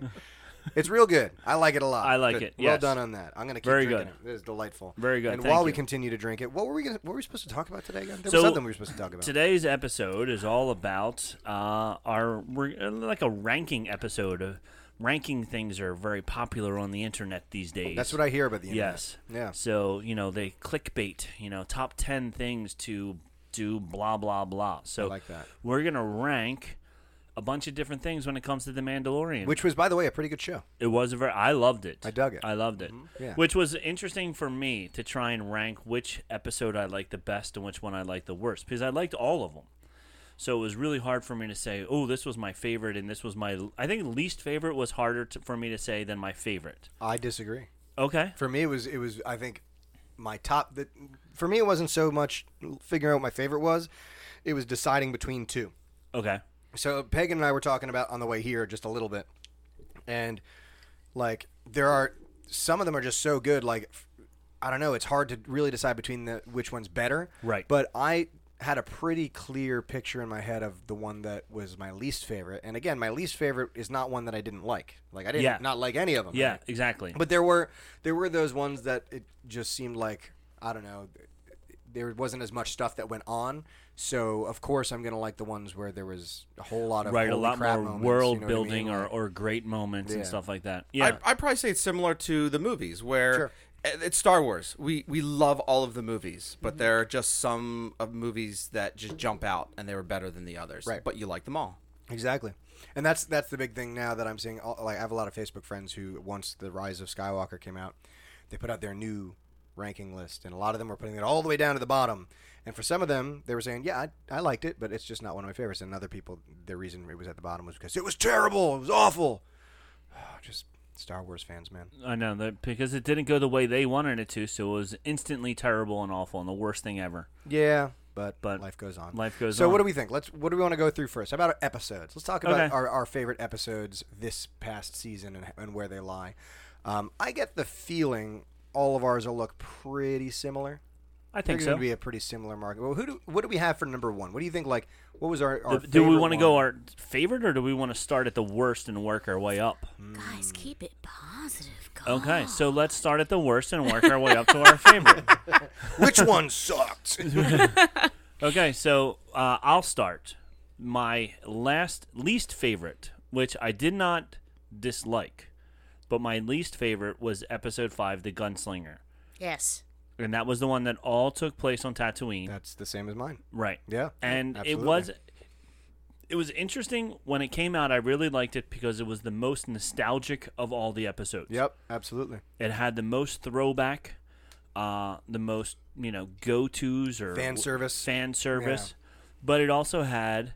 [SPEAKER 2] It's real good. I like it a lot.
[SPEAKER 3] I like
[SPEAKER 2] Good.
[SPEAKER 3] it,
[SPEAKER 2] Well
[SPEAKER 3] yes.
[SPEAKER 2] done on that. I'm gonna keep
[SPEAKER 3] Very
[SPEAKER 2] drinking
[SPEAKER 3] good.
[SPEAKER 2] it. It is delightful.
[SPEAKER 3] Very good,
[SPEAKER 2] And
[SPEAKER 3] thank
[SPEAKER 2] while we
[SPEAKER 3] you.
[SPEAKER 2] continue to drink it, what were we gonna, what were we supposed to talk about today? Again? There
[SPEAKER 3] So,
[SPEAKER 2] was something we were supposed to talk about.
[SPEAKER 3] Today's episode is all about uh, our we're uh, like a ranking episode. Of, ranking things are very popular on the internet these days.
[SPEAKER 2] Oh, That's what I hear about the internet.
[SPEAKER 3] Yes.
[SPEAKER 2] Yeah.
[SPEAKER 3] So you know they clickbait. You know top ten things to do. Blah blah blah. So
[SPEAKER 2] like that.
[SPEAKER 3] We're gonna rank a bunch of different things when it comes to the Mandalorian.
[SPEAKER 2] Which was, by the way, a pretty good show.
[SPEAKER 3] It was a very. I loved it.
[SPEAKER 2] I dug it. Mm-hmm.
[SPEAKER 3] I loved it.
[SPEAKER 2] Yeah.
[SPEAKER 3] Which was interesting for me to try and rank which episode I liked the best and which one I liked the worst because I liked all of them. So it was really hard for me to say, oh, this was my favorite and this was my. I think least favorite was harder to, for me to say than my favorite.
[SPEAKER 2] I disagree.
[SPEAKER 3] Okay.
[SPEAKER 2] For me, it was it was I think my top. The, for me, it wasn't so much figuring out what my favorite was. It was deciding between two.
[SPEAKER 3] Okay.
[SPEAKER 2] So Pagan and I were talking about on the way here just a little bit, and like there are some of them are just so good. Like f- I don't know, it's hard to really decide between the which one's better.
[SPEAKER 3] Right.
[SPEAKER 2] But I had a pretty clear picture in my head of the one that was my least favorite. And again, my least favorite is not one that I didn't like. Like I didn't
[SPEAKER 3] Yeah.
[SPEAKER 2] not like any of them.
[SPEAKER 3] Yeah. Exactly.
[SPEAKER 2] But there were there were those ones that it just seemed like I don't know there wasn't as much stuff that went on. So of course I'm gonna like the ones where there was a whole lot of
[SPEAKER 3] right. A
[SPEAKER 2] holy
[SPEAKER 3] lot
[SPEAKER 2] crap
[SPEAKER 3] more
[SPEAKER 2] moments,
[SPEAKER 3] world
[SPEAKER 2] you know what I mean?
[SPEAKER 3] building
[SPEAKER 2] Like-
[SPEAKER 3] or, or great moments
[SPEAKER 2] Yeah.
[SPEAKER 3] and stuff like that. Yeah.
[SPEAKER 7] I, I'd probably say it's similar to the movies where
[SPEAKER 2] Sure.
[SPEAKER 7] it- it's Star Wars. We we love all of the movies, but
[SPEAKER 3] Mm-hmm.
[SPEAKER 7] there are just some of movies that just jump out and they were better than the others.
[SPEAKER 2] Right.
[SPEAKER 7] But you like them all.
[SPEAKER 2] Exactly, and that's that's the big thing now that I'm seeing. all- Like I have a lot of Facebook friends who, once the Rise of Skywalker came out, they put out their new ranking list, and a lot of them were putting it all the way down to the bottom. And for some of them, they were saying, "Yeah, I, I liked it, but it's just not one of my favorites." And other people, the reason it was at the bottom was because it was terrible, it was awful. just Star Wars fans, man.
[SPEAKER 3] I know that because it didn't go the way they wanted it to, so it was instantly terrible and awful and the worst thing ever.
[SPEAKER 2] Yeah, but,
[SPEAKER 3] But
[SPEAKER 2] life goes on.
[SPEAKER 3] life goes
[SPEAKER 2] so So what
[SPEAKER 3] on.
[SPEAKER 2] do we think? Let's what do we want to go through first? How about episodes? Let's talk about
[SPEAKER 3] Okay.
[SPEAKER 2] our, our favorite episodes this past season and, and where they lie. Um, I get the feeling all of ours will look pretty similar.
[SPEAKER 3] I
[SPEAKER 2] They're
[SPEAKER 3] think
[SPEAKER 2] going
[SPEAKER 3] so.
[SPEAKER 2] to be a pretty similar market. Well, who do what do we have for number one? What do you think? Like, what was our, our
[SPEAKER 3] Do- do we
[SPEAKER 2] favorite
[SPEAKER 3] want to go
[SPEAKER 2] one?
[SPEAKER 3] our favorite or do we want to start at the worst and work our way up?
[SPEAKER 2] Mm.
[SPEAKER 1] Guys, keep it positive. God.
[SPEAKER 3] Okay, so let's start at the worst and work our way up to our favorite.
[SPEAKER 2] Which one sucked?
[SPEAKER 3] Okay, so uh, I'll start. My last, least favorite, which I did not dislike, but my least favorite was episode five, The Gunslinger.
[SPEAKER 1] Yes.
[SPEAKER 3] And that was the one that all took place on Tatooine.
[SPEAKER 2] That's the same as mine.
[SPEAKER 3] Right.
[SPEAKER 2] Yeah,
[SPEAKER 3] And
[SPEAKER 2] absolutely.
[SPEAKER 3] it was it was interesting when it came out. I really liked it because it was the most nostalgic of all the episodes.
[SPEAKER 2] Yep, absolutely.
[SPEAKER 3] It had the most throwback, uh, the most you know go tos or
[SPEAKER 2] Fan service.
[SPEAKER 3] fan service, but it also had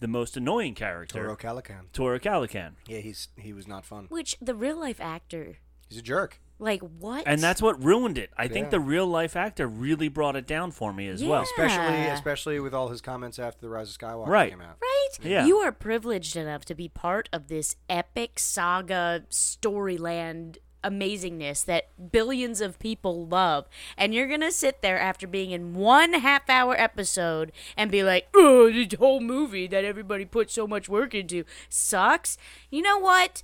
[SPEAKER 3] the most annoying
[SPEAKER 2] Toro
[SPEAKER 3] character,
[SPEAKER 2] Calican.
[SPEAKER 3] Toro Calican,
[SPEAKER 2] Yeah, he's he was not fun.
[SPEAKER 1] Which the real life actor,
[SPEAKER 2] He's a jerk.
[SPEAKER 1] like what?
[SPEAKER 3] and that's what ruined it. I
[SPEAKER 2] Yeah.
[SPEAKER 3] think the real life actor really brought it down for me as well.
[SPEAKER 1] Yeah.
[SPEAKER 2] Especially especially with all his comments after the Rise of Skywalker
[SPEAKER 3] Right.
[SPEAKER 2] came out.
[SPEAKER 1] right.
[SPEAKER 3] Yeah.
[SPEAKER 1] You are privileged enough to be part of this epic saga storyland amazingness that billions of people love, and you're gonna sit there after being in one half hour episode and be like, "Oh, this whole movie that everybody put so much work into sucks." You know what?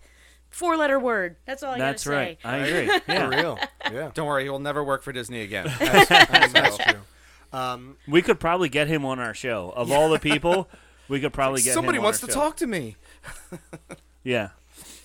[SPEAKER 1] Four letter word. That's all I
[SPEAKER 3] That's
[SPEAKER 1] gotta
[SPEAKER 3] right.
[SPEAKER 1] say.
[SPEAKER 3] I agree.
[SPEAKER 2] For
[SPEAKER 3] Yeah.
[SPEAKER 2] real. Yeah.
[SPEAKER 7] Don't worry, he will never work for Disney again.
[SPEAKER 2] That's true.
[SPEAKER 3] we could probably get him on our show. Of all the people, we could probably get him
[SPEAKER 7] Somebody
[SPEAKER 3] on
[SPEAKER 7] wants
[SPEAKER 3] our
[SPEAKER 7] to
[SPEAKER 3] show.
[SPEAKER 7] talk to me.
[SPEAKER 3] Yeah.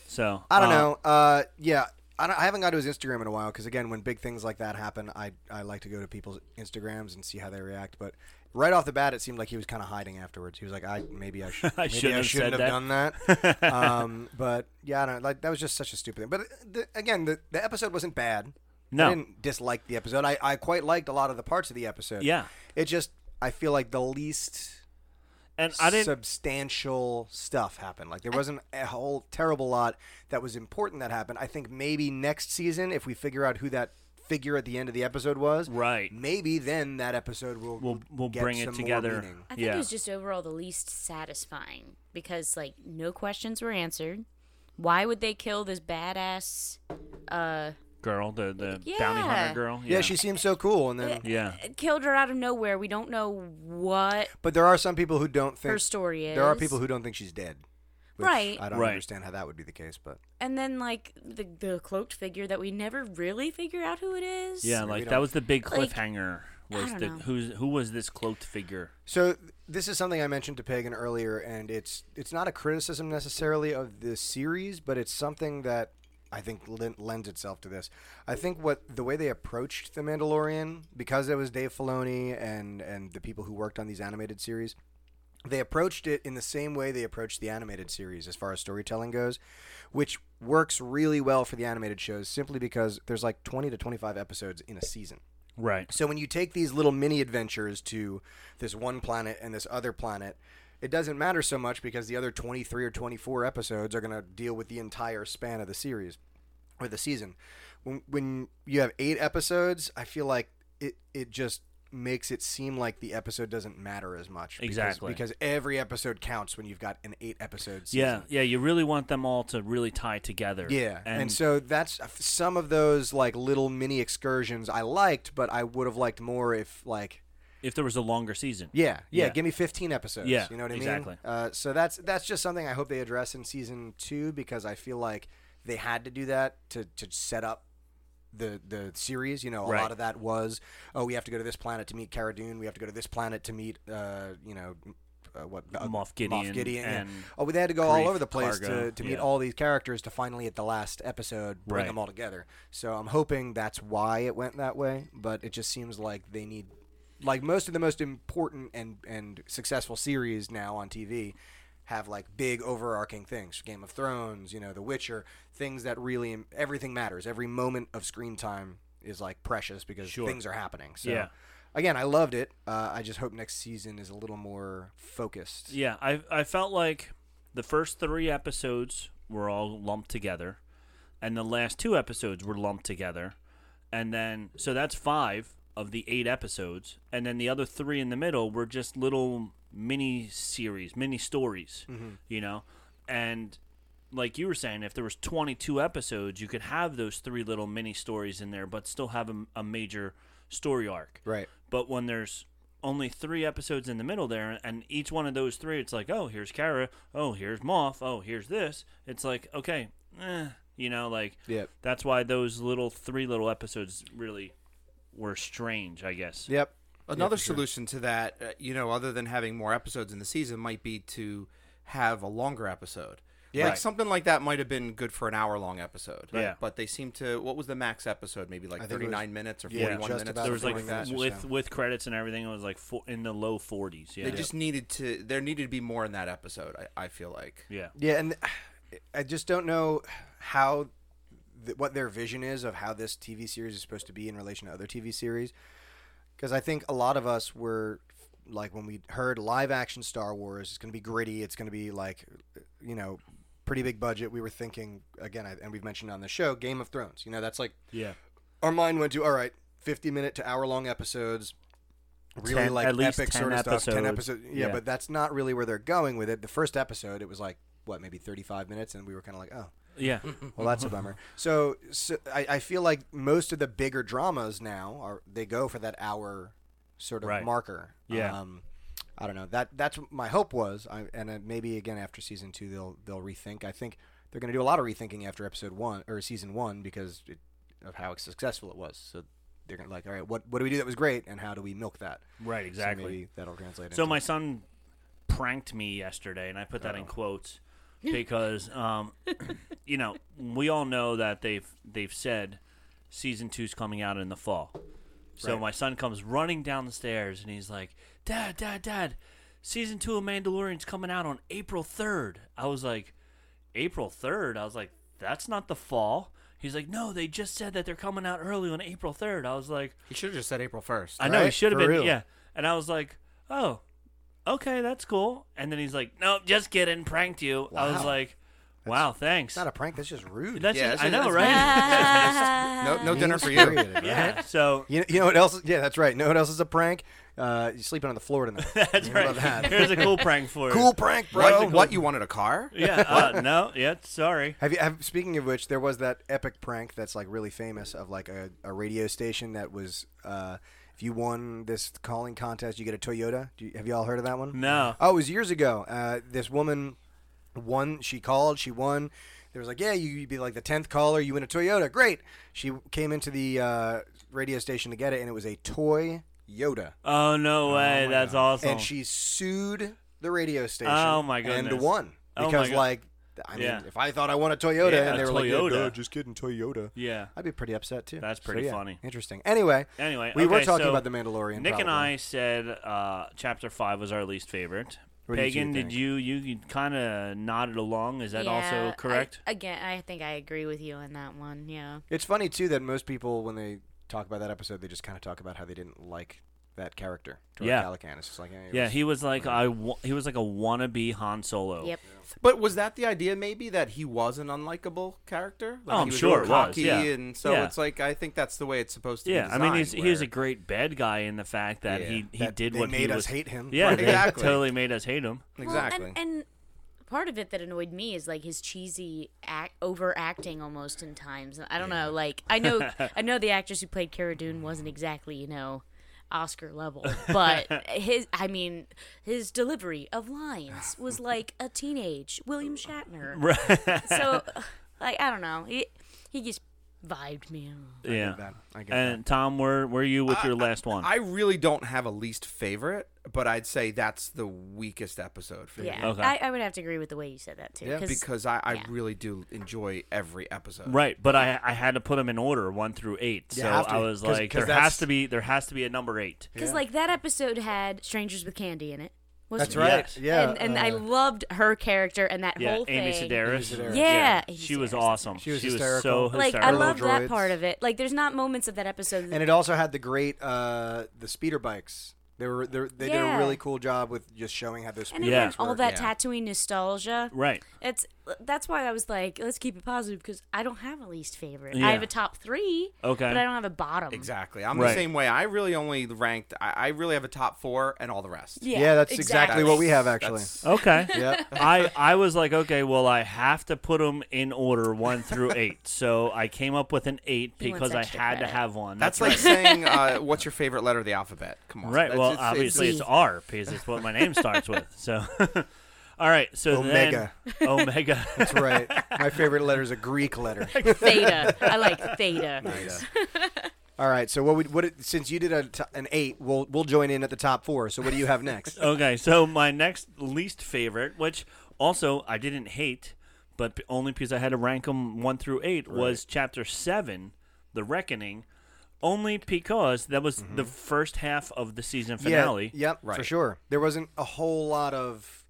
[SPEAKER 3] So
[SPEAKER 2] I don't
[SPEAKER 3] uh,
[SPEAKER 2] know. Uh, yeah, I, don't, I haven't got to his Instagram in a while because again, when big things like that happen, I I like to go to people's Instagrams and see how they react. But right off the bat, it seemed like he was kind of hiding afterwards. He was like, I maybe I, should,
[SPEAKER 3] I
[SPEAKER 2] maybe
[SPEAKER 3] shouldn't
[SPEAKER 2] I
[SPEAKER 3] have
[SPEAKER 2] shouldn't
[SPEAKER 3] said
[SPEAKER 2] have done that. um, but yeah, I don't like that was just such a stupid thing. But uh, the, again, the the episode wasn't bad.
[SPEAKER 3] No.
[SPEAKER 2] I didn't dislike the episode. I I quite liked a lot of the parts of the episode.
[SPEAKER 3] Yeah.
[SPEAKER 2] it just I feel like the least
[SPEAKER 3] And I didn't.
[SPEAKER 2] substantial stuff happened. Like there wasn't a whole terrible lot that was important that happened. I think maybe next season, if we figure out who that figure at the end of the episode was,
[SPEAKER 3] Right.
[SPEAKER 2] Maybe then that episode will
[SPEAKER 3] We'll we'll
[SPEAKER 2] get
[SPEAKER 3] bring
[SPEAKER 2] some
[SPEAKER 3] it
[SPEAKER 2] more
[SPEAKER 3] together.
[SPEAKER 2] meaning.
[SPEAKER 1] I think
[SPEAKER 3] yeah.
[SPEAKER 1] it was just overall the least satisfying because like no questions were answered. Why would they kill this badass? Uh,
[SPEAKER 3] girl, the the bounty
[SPEAKER 1] Yeah.
[SPEAKER 3] hunter girl.
[SPEAKER 2] Yeah. she seems so cool, and then.
[SPEAKER 3] Yeah.
[SPEAKER 1] uh, killed her out of nowhere. We don't know what
[SPEAKER 2] But there are some people who don't think
[SPEAKER 1] her story is.
[SPEAKER 2] There are people who don't think she's dead. which
[SPEAKER 1] Right.
[SPEAKER 2] I don't
[SPEAKER 3] Right.
[SPEAKER 2] understand how that would be the case, but
[SPEAKER 1] and then like the the cloaked figure that we never really figure out who it is.
[SPEAKER 3] Yeah,
[SPEAKER 2] we
[SPEAKER 3] like that
[SPEAKER 2] don't-
[SPEAKER 3] was the big
[SPEAKER 1] Like,
[SPEAKER 3] cliffhanger. was
[SPEAKER 1] don't
[SPEAKER 3] the
[SPEAKER 1] know.
[SPEAKER 3] who's who was this cloaked figure?
[SPEAKER 2] So th- this is something I mentioned to Pagan earlier, and it's it's not a criticism necessarily of the series, but it's something that I think lend, lends itself to this. I think what the way they approached the Mandalorian, because it was Dave Filoni and and the people who worked on these animated series, they approached it in the same way they approached the animated series as far as storytelling goes, which works really well for the animated shows simply because there's like 20 to 25 episodes in a season.
[SPEAKER 3] Right.
[SPEAKER 2] So when you take these little mini adventures to this one planet and this other planet, it doesn't matter so much because the other 23 or 24 episodes are going to deal with the entire span of the series or the season. When, when you have eight episodes, I feel like it, it just makes it seem like the episode doesn't matter as much. because-
[SPEAKER 3] Exactly.
[SPEAKER 2] Because, every episode counts when you've got an eight episode season.
[SPEAKER 3] Yeah, yeah. You really want them all to really tie together.
[SPEAKER 2] Yeah, and,
[SPEAKER 3] and,
[SPEAKER 2] so that's some of those like little mini excursions I liked, but I would have liked more if like
[SPEAKER 3] if there was a longer season.
[SPEAKER 2] yeah, yeah,
[SPEAKER 3] Yeah.
[SPEAKER 2] Give me 15 episodes.
[SPEAKER 3] Yeah,
[SPEAKER 2] you know what I
[SPEAKER 3] exactly.
[SPEAKER 2] mean. Uh, so that's that's just something I hope they address in season two because I feel like they had to do that to to set up the the series. You know, a lot
[SPEAKER 3] Right.
[SPEAKER 2] of that was oh, we have to go to this planet to meet Cara Dune. We have to go to this planet to meet uh, you know. Uh, what uh,
[SPEAKER 3] Moff Gideon
[SPEAKER 2] yeah.
[SPEAKER 3] and
[SPEAKER 2] oh, but they had to go all
[SPEAKER 3] Grief
[SPEAKER 2] over the place to,
[SPEAKER 3] Karga,
[SPEAKER 2] to meet
[SPEAKER 3] yeah.
[SPEAKER 2] all these characters to finally at the last episode bring
[SPEAKER 3] Right.
[SPEAKER 2] them all together. So I'm hoping that's why it went that way. But it just seems like they need like most of the most important and and successful series now on TV have like big overarching things game of thrones you know the witcher things that really everything matters every moment of screen time is like precious because things are happening so
[SPEAKER 3] Yeah.
[SPEAKER 2] again i loved it uh, i just hope next season is a little more focused
[SPEAKER 3] Yeah, I I felt like the first three episodes were all lumped together. and the last two episodes were lumped together, and then so that's five of the eight episodes, and then the other three in the middle were just little mini series, mini stories, you know, and like you were saying, if there was 22 episodes, you could have those three little mini stories in there, but still have a, a major story arc.
[SPEAKER 2] Right.
[SPEAKER 3] But when there's only three episodes in the middle there, and each one of those three, it's like, oh, here's Kara, oh, here's Moth, oh, here's this. It's like, okay, eh, you know, like
[SPEAKER 2] Yep.
[SPEAKER 3] that's why those little three little episodes really were strange, I guess.
[SPEAKER 2] Yep.
[SPEAKER 7] Another solution to that, uh, you know, other than having more episodes in the season, might be to have a longer episode.
[SPEAKER 2] Yeah.
[SPEAKER 7] Like something like that might have been good for an hour long episode.
[SPEAKER 3] Yeah.
[SPEAKER 7] But they seem to, what was the max episode? Maybe like
[SPEAKER 2] think it was-
[SPEAKER 7] 39 minutes or
[SPEAKER 2] yeah,
[SPEAKER 7] 41
[SPEAKER 2] just
[SPEAKER 7] minutes?
[SPEAKER 2] about
[SPEAKER 3] There was like
[SPEAKER 2] Something like that.
[SPEAKER 3] with with credits and everything, it was like four, in the low 40s. Yeah.
[SPEAKER 7] They just needed to, there needed to be more in that episode, I, I feel like.
[SPEAKER 3] yeah.
[SPEAKER 2] Yeah, and I just don't know how th- what their vision is of how this TV series is supposed to be in relation to other TV series. Because I think a lot of us were like when we heard live action Star Wars, it's going to be gritty, it's going to be like, you know, pretty big budget. We were thinking again, I, and we've mentioned on the show, Game of Thrones. You know, that's like
[SPEAKER 3] Yeah.
[SPEAKER 2] our mind went to all right, fifty minute to hour long episodes. Really
[SPEAKER 3] 10
[SPEAKER 2] like
[SPEAKER 3] at least
[SPEAKER 2] epic
[SPEAKER 3] 10
[SPEAKER 2] sort of stuff. Ten
[SPEAKER 3] episodes.
[SPEAKER 2] episodes. Yeah,
[SPEAKER 3] Yeah.
[SPEAKER 2] but that's not really where they're going with it. The first episode, it was like what maybe thirty five minutes, and we were kind of like, oh,
[SPEAKER 3] Yeah.
[SPEAKER 2] well, that's a bummer. So, so I, I feel like most of the bigger dramas now are they go for that hour sort of
[SPEAKER 3] Right.
[SPEAKER 2] marker.
[SPEAKER 3] Yeah.
[SPEAKER 2] Um, I don't know. That that's what my hope was, I, and uh, maybe again after season two they'll they'll rethink. I think they're going to do a lot of rethinking after episode one or season one because it, of how successful it was. So they're going to like, all right, what what do we do that was great, and how do we milk that?
[SPEAKER 3] Right, exactly.
[SPEAKER 2] So maybe that'll translate.
[SPEAKER 3] So
[SPEAKER 2] into-
[SPEAKER 3] my son pranked me yesterday, and I put that in quotes because, um, you know, we all know that they've they've said season two's coming out in the fall. So my son comes running down the stairs, and he's like, "Dad, Dad, Dad, season two of Mandalorian's coming out on April 3rd. I was like, April 3rd. I was like, that's not the fall. He's like, no, they just said that they're coming out early on April 3rd. I was like,
[SPEAKER 7] You should have just said April 1st.
[SPEAKER 3] I know he
[SPEAKER 2] right?
[SPEAKER 3] should have
[SPEAKER 2] For
[SPEAKER 3] been.
[SPEAKER 2] real.
[SPEAKER 3] Yeah. And I was like, oh, okay, that's cool. And then he's like, no, just kidding, pranked you. I was
[SPEAKER 2] Wow.
[SPEAKER 3] like, wow, thanks.
[SPEAKER 2] it's not a prank. That's just rude.
[SPEAKER 3] that's
[SPEAKER 7] Yeah,
[SPEAKER 3] just-
[SPEAKER 7] that's-
[SPEAKER 3] I know,
[SPEAKER 7] that's
[SPEAKER 3] right?
[SPEAKER 7] no no dinner for you.
[SPEAKER 2] Period, right?
[SPEAKER 3] yeah. So
[SPEAKER 2] You, you know what else? Yeah, that's right. You know what else is a prank? Uh, you sleeping on the floor tonight.
[SPEAKER 3] that's
[SPEAKER 2] You know
[SPEAKER 3] right.
[SPEAKER 2] about that.
[SPEAKER 3] Here's a cool prank for you.
[SPEAKER 2] cool prank, bro.
[SPEAKER 7] What, what, you wanted a car?
[SPEAKER 3] Yeah. Uh, no. Yeah. Sorry.
[SPEAKER 2] Have you? Have, speaking of which, there was that epic prank that's like really famous of like a, a radio station that was. Uh, if you won this calling contest, you get a Toyota. Do you, have you all heard of that one?
[SPEAKER 3] No.
[SPEAKER 2] Oh, it was years ago. Uh, this woman won. She called. She won. There was like, yeah, you- you'd be like the tenth caller. You win a Toyota. Great. She came into the uh, radio station to get it, and it was a toy Yoda.
[SPEAKER 3] Oh no way. that's awesome.
[SPEAKER 2] and she sued the radio station.
[SPEAKER 3] Oh, my
[SPEAKER 2] And
[SPEAKER 3] goodness.
[SPEAKER 2] won
[SPEAKER 3] Oh, my
[SPEAKER 2] because
[SPEAKER 3] God.
[SPEAKER 2] like I mean,
[SPEAKER 3] Yeah.
[SPEAKER 2] if I thought I won a Toyota
[SPEAKER 3] Yeah,
[SPEAKER 2] and they
[SPEAKER 3] a
[SPEAKER 2] were like, yeah,
[SPEAKER 3] Toyota.
[SPEAKER 2] duh, just kidding, Toyota.
[SPEAKER 3] yeah.
[SPEAKER 2] I'd be pretty upset too.
[SPEAKER 3] That's
[SPEAKER 2] So,
[SPEAKER 3] pretty
[SPEAKER 2] yeah,
[SPEAKER 3] funny.
[SPEAKER 2] Interesting. Anyway,
[SPEAKER 3] Anyway,
[SPEAKER 2] we were
[SPEAKER 3] okay,
[SPEAKER 2] talking
[SPEAKER 3] so
[SPEAKER 2] about the Mandalorian.
[SPEAKER 3] Nick and
[SPEAKER 2] probably.
[SPEAKER 3] I said uh, chapter five was our least favorite.
[SPEAKER 2] What did you
[SPEAKER 3] Pagan, did
[SPEAKER 2] think?
[SPEAKER 3] you you, kind of nodded along? Is that also correct?
[SPEAKER 1] I, again, I think I agree with you on that one. Yeah.
[SPEAKER 2] It's funny too that most people when they talk about that episode, they just kind of talk about how they didn't like that character. Jordan
[SPEAKER 3] Yeah.
[SPEAKER 2] Calican. It's just like eh, it
[SPEAKER 3] yeah,
[SPEAKER 2] was-
[SPEAKER 3] he was like I wa- he was like a wannabe Han Solo.
[SPEAKER 1] Yep.
[SPEAKER 7] But was that the idea, maybe, that he was an unlikable character? Like,
[SPEAKER 3] Oh, I'm
[SPEAKER 7] he was
[SPEAKER 3] sure
[SPEAKER 7] all
[SPEAKER 3] it was,
[SPEAKER 7] cocky,
[SPEAKER 3] yeah.
[SPEAKER 7] And so
[SPEAKER 3] Yeah.
[SPEAKER 7] it's like, I think that's the way it's supposed to
[SPEAKER 3] Yeah,
[SPEAKER 7] be.
[SPEAKER 3] I mean he's he was a
[SPEAKER 7] designed,
[SPEAKER 3] great bad guy in the fact that
[SPEAKER 7] Yeah.
[SPEAKER 3] he he
[SPEAKER 2] That
[SPEAKER 3] did
[SPEAKER 2] they
[SPEAKER 3] what he
[SPEAKER 2] made us
[SPEAKER 3] was-
[SPEAKER 2] hate him.
[SPEAKER 3] Yeah,
[SPEAKER 7] Right,
[SPEAKER 3] they
[SPEAKER 7] exactly.
[SPEAKER 3] totally made us hate him.
[SPEAKER 7] where- Exactly.
[SPEAKER 1] Well, and, and part of it that annoyed me is like his cheesy act, overacting almost in times. And I don't know, like I know I know the actress who played Cara Dune wasn't exactly you know Oscar level, but his I mean his delivery of lines was like a teenage William Shatner. so like I don't know, he he just vibed me. out.
[SPEAKER 3] yeah.
[SPEAKER 2] that. I get
[SPEAKER 3] and Tom, where were you with your last one?
[SPEAKER 7] I really don't have a least favorite, but I'd say that's the weakest episode for me
[SPEAKER 1] Yeah,
[SPEAKER 3] Okay.
[SPEAKER 1] I, I would have to agree with the way you said that too.
[SPEAKER 2] Yeah,
[SPEAKER 7] because I, I
[SPEAKER 1] yeah.
[SPEAKER 7] really do enjoy every episode.
[SPEAKER 3] right, but I I had to put them in order one through eight, so
[SPEAKER 2] You have to,
[SPEAKER 3] I was
[SPEAKER 2] 'cause-
[SPEAKER 3] like
[SPEAKER 2] 'cause
[SPEAKER 3] there has
[SPEAKER 2] that's-
[SPEAKER 3] to be there has to be a number eight.
[SPEAKER 1] Because like that episode had strangers with candy in it. Wasn't
[SPEAKER 2] That's
[SPEAKER 1] it?
[SPEAKER 2] right.
[SPEAKER 3] Yes.
[SPEAKER 2] Yeah.
[SPEAKER 1] and, and
[SPEAKER 2] uh,
[SPEAKER 1] I loved her character and that
[SPEAKER 3] Yeah,
[SPEAKER 1] whole thing.
[SPEAKER 3] Amy Sedaris.
[SPEAKER 2] Sedaris.
[SPEAKER 1] Yeah, Amy
[SPEAKER 3] she was
[SPEAKER 1] Sedaris.
[SPEAKER 3] awesome.
[SPEAKER 2] She was
[SPEAKER 3] so
[SPEAKER 2] hysterical.
[SPEAKER 1] Like I
[SPEAKER 3] hysterical.
[SPEAKER 1] love
[SPEAKER 2] Little
[SPEAKER 1] that
[SPEAKER 2] droids.
[SPEAKER 1] part of it. Like there's not moments of that episode.
[SPEAKER 2] And it also had the great uh, the speeder bikes. They were they, they did
[SPEAKER 1] Yeah.
[SPEAKER 2] a really cool job with just showing how those
[SPEAKER 1] and
[SPEAKER 2] speeder
[SPEAKER 1] again,
[SPEAKER 3] Yeah.
[SPEAKER 2] bikes
[SPEAKER 1] all
[SPEAKER 2] work.
[SPEAKER 1] that
[SPEAKER 7] Yeah.
[SPEAKER 1] tattooing nostalgia.
[SPEAKER 3] right.
[SPEAKER 1] It's that's why I was like, let's keep it positive because I don't have a least favorite.
[SPEAKER 3] Yeah.
[SPEAKER 1] I have a top three,
[SPEAKER 3] Okay.
[SPEAKER 1] but I don't have a bottom.
[SPEAKER 7] Exactly. I'm
[SPEAKER 3] Right.
[SPEAKER 7] the same way. I really only ranked. I, I really have a top four and all the rest.
[SPEAKER 1] Yeah,
[SPEAKER 2] that's exactly, what we have actually.
[SPEAKER 7] That's-
[SPEAKER 3] Okay.
[SPEAKER 2] Yep.
[SPEAKER 3] I, I was like, okay, well, I have to put them in order one through eight. So I came up with an eight
[SPEAKER 1] He wants
[SPEAKER 3] because I
[SPEAKER 1] extra
[SPEAKER 3] had to
[SPEAKER 1] credit.
[SPEAKER 3] have one.
[SPEAKER 7] That's like saying, uh, "What's your favorite letter of the alphabet?" Come on.
[SPEAKER 3] Right.
[SPEAKER 7] That's-
[SPEAKER 3] Well,
[SPEAKER 7] it's- it's-
[SPEAKER 3] obviously it's,
[SPEAKER 1] Z.
[SPEAKER 3] R because it's what my name starts with. So, all right. So
[SPEAKER 2] Omega.
[SPEAKER 3] then Omega.
[SPEAKER 2] That's right. My favorite letter is a Greek letter.
[SPEAKER 1] Theta. I like Theta.
[SPEAKER 2] All right. So what would what it, since you did a t- an eight, we'll we'll join in at the top four. So what do you have next?
[SPEAKER 3] okay. So my next least favorite, which also I didn't hate, but b- only because I had to rank them one through eight, was Chapter Seven, The Reckoning. Only because that was
[SPEAKER 7] Mm-hmm.
[SPEAKER 3] the first half of the season finale.
[SPEAKER 2] Yeah, yep. For
[SPEAKER 7] Right.
[SPEAKER 2] sure. There wasn't a whole lot of.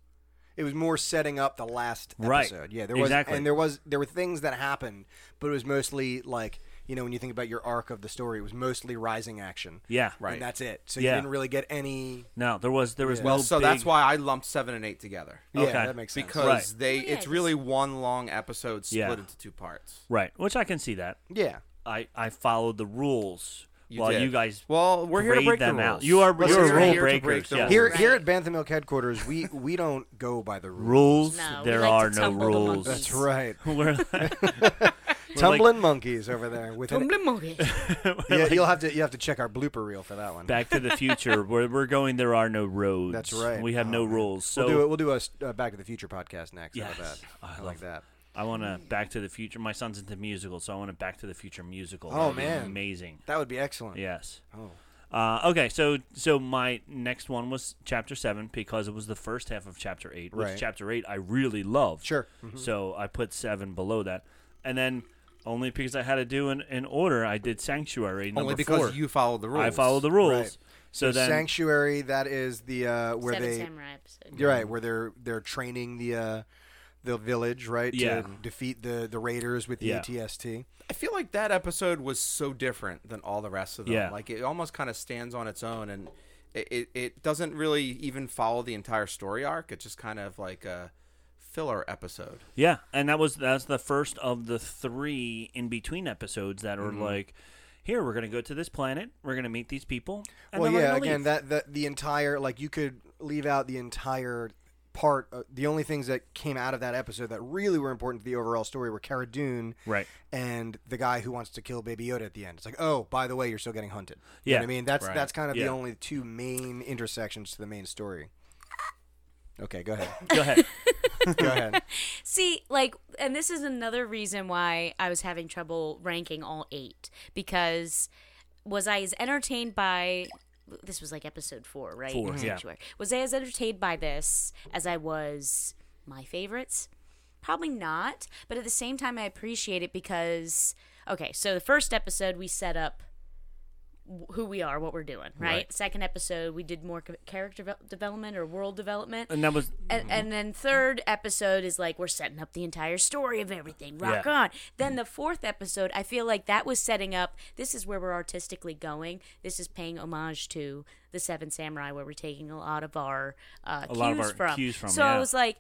[SPEAKER 2] It was more setting up the last
[SPEAKER 3] Right.
[SPEAKER 2] episode. Yeah. There was
[SPEAKER 3] Exactly.
[SPEAKER 2] and there was there were things that happened, but it was mostly like you know when you think about your arc of the story, it was mostly rising action.
[SPEAKER 3] Yeah.
[SPEAKER 7] Right.
[SPEAKER 2] And that's it. So
[SPEAKER 3] Yeah.
[SPEAKER 2] you didn't really get any.
[SPEAKER 3] No, there was there was no
[SPEAKER 7] well, so
[SPEAKER 3] big-
[SPEAKER 7] that's why I lumped seven and eight together
[SPEAKER 2] Yeah,
[SPEAKER 3] Okay.
[SPEAKER 2] that makes sense.
[SPEAKER 7] because
[SPEAKER 3] Right.
[SPEAKER 7] they
[SPEAKER 1] Yeah,
[SPEAKER 7] it's really one long episode split
[SPEAKER 3] Yeah.
[SPEAKER 7] into two parts.
[SPEAKER 3] right, which I can see that.
[SPEAKER 2] yeah.
[SPEAKER 3] I I followed the rules
[SPEAKER 7] You
[SPEAKER 3] while
[SPEAKER 7] did.
[SPEAKER 3] you guys
[SPEAKER 7] Well, we're here to
[SPEAKER 3] grade
[SPEAKER 7] break the
[SPEAKER 3] them out.
[SPEAKER 7] rules.
[SPEAKER 3] You are
[SPEAKER 7] Listen,
[SPEAKER 3] you're
[SPEAKER 7] we're
[SPEAKER 3] rule
[SPEAKER 7] here to break
[SPEAKER 3] breakers.
[SPEAKER 7] the
[SPEAKER 3] yes.
[SPEAKER 7] rules.
[SPEAKER 2] Here, here at Bantham Hill headquarters, we, we don't go by the rules.
[SPEAKER 3] rules.
[SPEAKER 1] No, we
[SPEAKER 3] there
[SPEAKER 1] like to
[SPEAKER 3] are no
[SPEAKER 1] tumble the
[SPEAKER 3] rules.
[SPEAKER 1] monkeys.
[SPEAKER 2] That's right.
[SPEAKER 3] We're like-
[SPEAKER 2] Tumbling monkeys over there. With an,
[SPEAKER 3] we're
[SPEAKER 2] yeah,
[SPEAKER 3] like
[SPEAKER 2] you'll have to you have to check our blooper reel for that one.
[SPEAKER 3] Back to the Future. Where we're going, there are no roads.
[SPEAKER 2] That's right.
[SPEAKER 3] We have
[SPEAKER 2] Oh,
[SPEAKER 3] no
[SPEAKER 2] man.
[SPEAKER 3] rules. So
[SPEAKER 2] we'll do it. We'll do a s- uh, Back to the Future podcast next. How about
[SPEAKER 3] Yes.
[SPEAKER 2] that?
[SPEAKER 3] I
[SPEAKER 2] I
[SPEAKER 3] love
[SPEAKER 2] like that.
[SPEAKER 3] I want to Back to the Future. My son's into musicals, so I want a Back to the Future musical.
[SPEAKER 2] Oh,
[SPEAKER 3] That'd be
[SPEAKER 2] man.
[SPEAKER 3] amazing.
[SPEAKER 2] That would be excellent.
[SPEAKER 3] Yes.
[SPEAKER 2] Oh.
[SPEAKER 3] Uh, okay, so so my next one was chapter seven because it was the first half of chapter eight, which
[SPEAKER 2] Right.
[SPEAKER 3] chapter eight I really loved.
[SPEAKER 2] Sure.
[SPEAKER 3] So I put seven below that, and then only because I had to do in, in order, I did sanctuary.
[SPEAKER 7] Only
[SPEAKER 3] number
[SPEAKER 7] because
[SPEAKER 3] four.
[SPEAKER 7] you followed the rules.
[SPEAKER 3] I followed the rules.
[SPEAKER 2] Right.
[SPEAKER 3] So then,
[SPEAKER 2] Sanctuary. That is the uh, where
[SPEAKER 1] Seven
[SPEAKER 2] they.
[SPEAKER 1] Samurai episode.
[SPEAKER 2] You're right. Where they're they're training the. Uh, the village, right?
[SPEAKER 3] Yeah.
[SPEAKER 2] To defeat the, the raiders with the
[SPEAKER 3] Yeah.
[SPEAKER 2] ATST.
[SPEAKER 7] I feel like that episode was so different than all the rest of them.
[SPEAKER 3] Yeah.
[SPEAKER 7] Like it almost kind of stands on its own and it, it, it doesn't really even follow the entire story arc. It's just kind of like a filler episode.
[SPEAKER 3] yeah, and that was that's the first of the three in between episodes that
[SPEAKER 2] Mm-hmm.
[SPEAKER 3] are like, here we're gonna go to this planet, we're gonna meet these people. And
[SPEAKER 2] well,
[SPEAKER 3] then we're
[SPEAKER 2] yeah.
[SPEAKER 3] gonna
[SPEAKER 2] Again,
[SPEAKER 3] leave.
[SPEAKER 2] that that the entire like you could leave out the entire part. Uh, the only things that came out of that episode that really were important to the overall story were Cara Dune,
[SPEAKER 3] Right.
[SPEAKER 2] and the guy who wants to kill Baby Yoda at the end. It's like, oh, by the way, you're still getting hunted. You know
[SPEAKER 3] Yeah.
[SPEAKER 2] what I mean, that's
[SPEAKER 7] Right.
[SPEAKER 2] that's kind of
[SPEAKER 3] Yeah.
[SPEAKER 2] the only two main intersections to the main story. Okay, go ahead.
[SPEAKER 3] Go ahead.
[SPEAKER 2] go ahead.
[SPEAKER 1] See, like, and this is another reason why I was having trouble ranking all eight because was I as entertained by this was like episode four, right?
[SPEAKER 3] Four,
[SPEAKER 1] In
[SPEAKER 3] yeah.
[SPEAKER 1] Sanctuary. Was I as entertained by this as I was my favorites? Probably not, but at the same time, I appreciate it because okay, so the first episode we set up wh- who we are, what we're doing, right?
[SPEAKER 3] Right.
[SPEAKER 1] Second episode we did more c- character ve- development or world development,
[SPEAKER 3] and that was
[SPEAKER 1] and, and then third episode is like we're setting up the entire story of everything. Rock
[SPEAKER 3] Yeah.
[SPEAKER 1] on. Then the fourth episode, I feel like that was setting up. This is where we're artistically going. This is paying homage to the Seven Samurai, where we're taking a lot of our uh,
[SPEAKER 3] A
[SPEAKER 1] cues
[SPEAKER 3] lot of our
[SPEAKER 1] from.
[SPEAKER 3] cues from,
[SPEAKER 1] So
[SPEAKER 3] yeah.
[SPEAKER 1] I was like,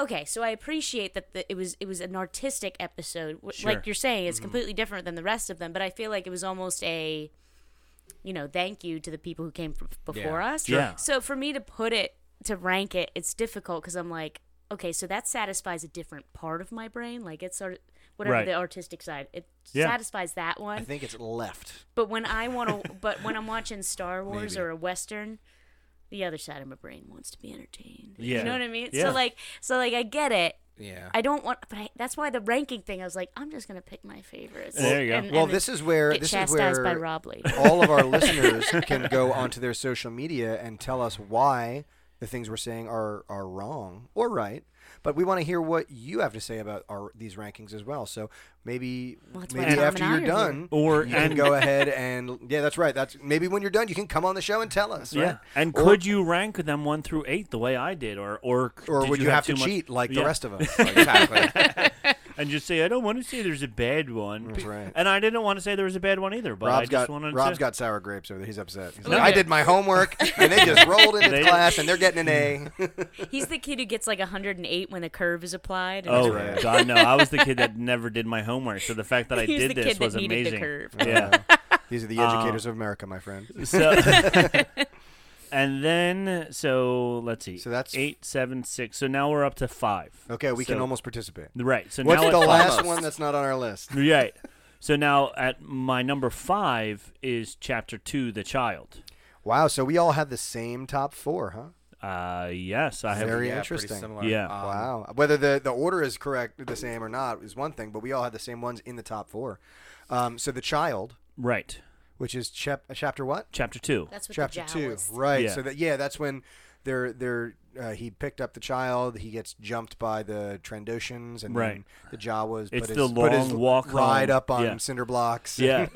[SPEAKER 1] okay, so I appreciate that the, it was it was an artistic episode. Wh-
[SPEAKER 3] Sure. Mm-hmm.
[SPEAKER 1] Like you're saying, it's completely different than the rest of them. But I feel like it was almost a you know, thank you to the people who came f- before
[SPEAKER 7] Yeah.
[SPEAKER 1] us.
[SPEAKER 3] Sure. Yeah.
[SPEAKER 1] So for me to put it to rank it, it's difficult because I'm like, okay, so that satisfies a different part of my brain. Like it's sort of whatever
[SPEAKER 3] Right.
[SPEAKER 1] the artistic side, it
[SPEAKER 3] Yeah.
[SPEAKER 1] satisfies that
[SPEAKER 2] I
[SPEAKER 1] one.
[SPEAKER 2] think it's left.
[SPEAKER 1] but when I want to, but when I'm watching Star Wars or a western. The other side of my brain wants to be entertained.
[SPEAKER 3] Yeah.
[SPEAKER 1] You know what I mean?
[SPEAKER 3] Yeah.
[SPEAKER 1] So like, so like, I get it.
[SPEAKER 7] Yeah.
[SPEAKER 1] I don't want, but I, that's why the ranking thing. I was like, I'm just gonna pick my favorites.
[SPEAKER 3] There you go.
[SPEAKER 1] And-
[SPEAKER 2] well,
[SPEAKER 1] and
[SPEAKER 2] this is where
[SPEAKER 1] get
[SPEAKER 2] this is
[SPEAKER 1] chastised by
[SPEAKER 2] where
[SPEAKER 1] Rob later.
[SPEAKER 2] all of our listeners can go onto their social media and tell us why the things we're saying are are wrong or right. But we want to hear what you have to say about our these rankings as well. So maybe
[SPEAKER 1] Well, that's why
[SPEAKER 2] maybe
[SPEAKER 1] Tom
[SPEAKER 2] after
[SPEAKER 1] and I
[SPEAKER 2] you're
[SPEAKER 1] are here.
[SPEAKER 2] done,
[SPEAKER 3] Or-
[SPEAKER 2] you
[SPEAKER 3] and-
[SPEAKER 2] can go ahead and yeah, that's right. That's maybe when you're done, you can come on the show and tell us.
[SPEAKER 3] Yeah,
[SPEAKER 2] right?
[SPEAKER 3] and
[SPEAKER 2] Or-
[SPEAKER 3] could you rank them one through eight the way I did, or or
[SPEAKER 2] or
[SPEAKER 3] did
[SPEAKER 2] would you, have, to
[SPEAKER 3] too much-
[SPEAKER 2] cheat like
[SPEAKER 3] Yeah.
[SPEAKER 2] the rest of us?
[SPEAKER 7] Exactly.
[SPEAKER 3] and just say I don't want to say there's a bad one.
[SPEAKER 2] That's right.
[SPEAKER 3] And I didn't want to say there was a bad one either, but I
[SPEAKER 2] Rob's
[SPEAKER 3] just
[SPEAKER 2] got
[SPEAKER 3] wanted
[SPEAKER 2] Rob's
[SPEAKER 3] to.
[SPEAKER 2] got sour grapes over there. He's upset. He's
[SPEAKER 3] No,
[SPEAKER 2] like, I
[SPEAKER 3] yeah.
[SPEAKER 2] did my homework, and they just rolled into
[SPEAKER 3] They-
[SPEAKER 2] class, and they're getting an A.
[SPEAKER 1] He's the kid who gets like 108 when a curve is applied. and
[SPEAKER 3] Oh
[SPEAKER 2] That's right.
[SPEAKER 3] God, no! I was the kid that never did my homework, so the fact that I
[SPEAKER 1] He was
[SPEAKER 3] did
[SPEAKER 1] the
[SPEAKER 3] this
[SPEAKER 1] kid that
[SPEAKER 3] was
[SPEAKER 1] needed the
[SPEAKER 3] amazing.
[SPEAKER 1] curve.
[SPEAKER 3] Yeah. Um,
[SPEAKER 2] These are the educators of America, my friend.
[SPEAKER 3] So, and then so let's see.
[SPEAKER 2] So that's-
[SPEAKER 3] eight, seven, six. So now we're up to five.
[SPEAKER 2] Okay, we can
[SPEAKER 3] So-
[SPEAKER 2] almost participate.
[SPEAKER 3] right. So
[SPEAKER 2] What's
[SPEAKER 3] now
[SPEAKER 2] the
[SPEAKER 3] it's
[SPEAKER 2] last
[SPEAKER 7] almost.
[SPEAKER 2] one that's not on our list?
[SPEAKER 3] right. So now at my number five is chapter two, the child.
[SPEAKER 2] Wow, so we all had the same top four, huh?
[SPEAKER 3] Uh, yes, I have.
[SPEAKER 2] Very
[SPEAKER 7] yeah,
[SPEAKER 2] interesting.
[SPEAKER 7] Pretty similar.
[SPEAKER 3] Yeah.
[SPEAKER 7] Um,
[SPEAKER 2] wow. Whether the, the order is correct, the same or not, is one thing, but we all had the same ones in the top four. Um, so the child,
[SPEAKER 3] Right,
[SPEAKER 2] which is chap- chapter what?
[SPEAKER 3] chapter two.
[SPEAKER 1] That's what
[SPEAKER 2] chapter
[SPEAKER 1] the
[SPEAKER 2] two,
[SPEAKER 1] joust-
[SPEAKER 2] right?
[SPEAKER 3] Yeah.
[SPEAKER 2] So that yeah, that's when they're they're uh, he picked up the child. He gets jumped by the Trandoshans and
[SPEAKER 3] Right.
[SPEAKER 2] then the Jawas.
[SPEAKER 3] It's
[SPEAKER 2] put
[SPEAKER 3] the
[SPEAKER 2] his, put his
[SPEAKER 3] long walk
[SPEAKER 2] ride
[SPEAKER 3] home.
[SPEAKER 2] up on
[SPEAKER 3] Yeah.
[SPEAKER 2] cinder blocks.
[SPEAKER 3] Yeah.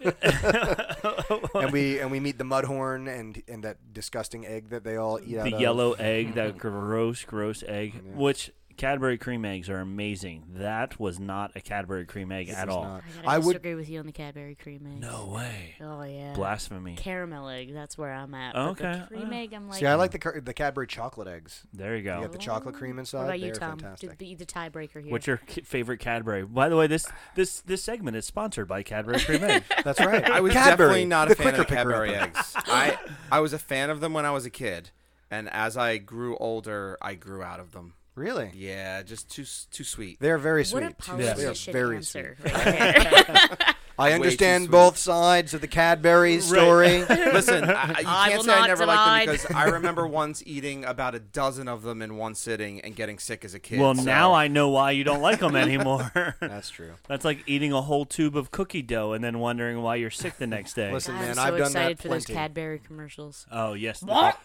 [SPEAKER 2] and we and we meet the Mudhorn and and that disgusting egg that they all eat.
[SPEAKER 3] the
[SPEAKER 2] out
[SPEAKER 3] yellow egg, that gross, gross egg, which Cadbury cream eggs are amazing. That was not a Cadbury cream egg at
[SPEAKER 2] Of.
[SPEAKER 3] all.
[SPEAKER 2] Not-
[SPEAKER 1] I gotta
[SPEAKER 2] I would.
[SPEAKER 1] disagree with you on the Cadbury cream egg.
[SPEAKER 3] No way.
[SPEAKER 1] Oh yeah.
[SPEAKER 3] Blasphemy.
[SPEAKER 1] Caramel egg. That's where I'm at. But
[SPEAKER 3] Okay,
[SPEAKER 1] The cream
[SPEAKER 3] uh.
[SPEAKER 1] egg. I'm like.
[SPEAKER 2] See, I like the Cur- the Cadbury chocolate eggs.
[SPEAKER 3] There you
[SPEAKER 2] You
[SPEAKER 3] go.
[SPEAKER 2] got the
[SPEAKER 7] Oh.
[SPEAKER 2] chocolate cream inside.
[SPEAKER 1] What about you,
[SPEAKER 2] They're
[SPEAKER 1] Tom?
[SPEAKER 2] fantastic.
[SPEAKER 1] To be the tiebreaker here.
[SPEAKER 3] What's your ki- favorite Cadbury? By the way, this this this segment is sponsored by Cadbury cream egg.
[SPEAKER 2] That's right.
[SPEAKER 7] I was
[SPEAKER 2] Cadbury,
[SPEAKER 7] definitely not
[SPEAKER 2] the
[SPEAKER 7] a fan
[SPEAKER 2] quicker
[SPEAKER 7] of
[SPEAKER 2] picker
[SPEAKER 7] Cadbury
[SPEAKER 2] upper.
[SPEAKER 7] eggs. I I was a fan of them when I was a kid, and as I grew older, I grew out of them.
[SPEAKER 2] Really?
[SPEAKER 7] Yeah, just too s- too sweet.
[SPEAKER 2] They're very sweet.
[SPEAKER 1] what a
[SPEAKER 2] too. They are
[SPEAKER 1] politician
[SPEAKER 2] very sweet.
[SPEAKER 1] answer right there.
[SPEAKER 2] I
[SPEAKER 7] Way too
[SPEAKER 2] understand
[SPEAKER 7] sweet.
[SPEAKER 2] both sides of the Cadbury story.
[SPEAKER 7] Listen, I, I- you
[SPEAKER 1] I
[SPEAKER 7] can't
[SPEAKER 1] will
[SPEAKER 7] say I
[SPEAKER 1] not
[SPEAKER 7] never liked them
[SPEAKER 1] deny.
[SPEAKER 7] because I remember once eating about a dozen of them in one sitting and getting sick as a kid.
[SPEAKER 3] well,
[SPEAKER 7] so-
[SPEAKER 2] uh,
[SPEAKER 3] now I know why you don't like them anymore.
[SPEAKER 2] That's true.
[SPEAKER 3] That's like eating a whole tube of cookie dough and then wondering why you're sick the next day.
[SPEAKER 2] Listen,
[SPEAKER 1] I'm
[SPEAKER 2] man,
[SPEAKER 1] so
[SPEAKER 2] I've done
[SPEAKER 1] excited
[SPEAKER 2] that
[SPEAKER 1] for those
[SPEAKER 2] plenty.
[SPEAKER 1] Cadbury commercials.
[SPEAKER 3] Oh yes. What?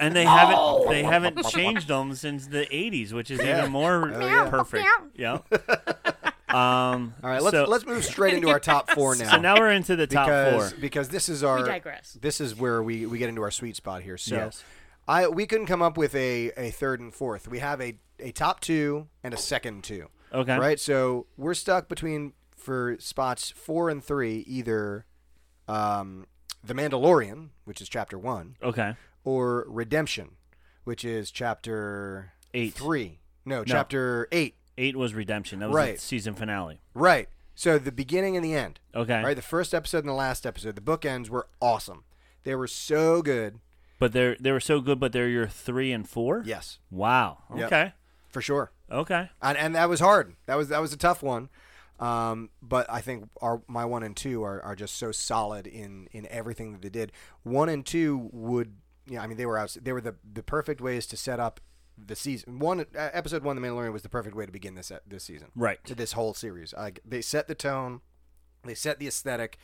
[SPEAKER 3] And they haven't they haven't changed them since the 80s, which is even more
[SPEAKER 2] yeah.
[SPEAKER 3] perfect. yeah. Um,
[SPEAKER 2] All right, let's
[SPEAKER 3] so,
[SPEAKER 2] let's move straight into our top four now.
[SPEAKER 3] so now we're into the top
[SPEAKER 2] because,
[SPEAKER 3] four.
[SPEAKER 2] because this is our
[SPEAKER 1] digress.
[SPEAKER 2] this is where we, we get into our sweet spot here. So
[SPEAKER 3] Yes.
[SPEAKER 2] I we couldn't come up with a, a third and fourth. We have a, a top two and a second two.
[SPEAKER 3] Okay.
[SPEAKER 2] Right? So we're stuck between for spots four and three, either um, The Mandalorian, which is chapter one,
[SPEAKER 3] Okay.
[SPEAKER 2] or Redemption, which is chapter
[SPEAKER 3] Eight.
[SPEAKER 2] three. No, chapter eight.
[SPEAKER 3] Eight was Redemption. That was
[SPEAKER 2] Right.
[SPEAKER 3] the season finale.
[SPEAKER 2] Right. So the beginning and the end.
[SPEAKER 3] Okay.
[SPEAKER 2] Right. The first episode and the last episode. The bookends were awesome. They were so good.
[SPEAKER 3] But they're they were so good, but they're your three and four?
[SPEAKER 2] Yes,
[SPEAKER 3] Wow.
[SPEAKER 2] Yep.
[SPEAKER 3] Okay.
[SPEAKER 2] for sure.
[SPEAKER 3] Okay.
[SPEAKER 2] And, and that was hard. That was that was a tough one. Um, but I think our my one and two are, are just so solid in in everything that they did. One and two would yeah. I mean they were outs- they were the the perfect ways to set up the season. One uh, episode one, The Mandalorian was the perfect way to begin this uh, this season.
[SPEAKER 3] Right.
[SPEAKER 2] to this whole series. Like they set the tone, they set the aesthetic,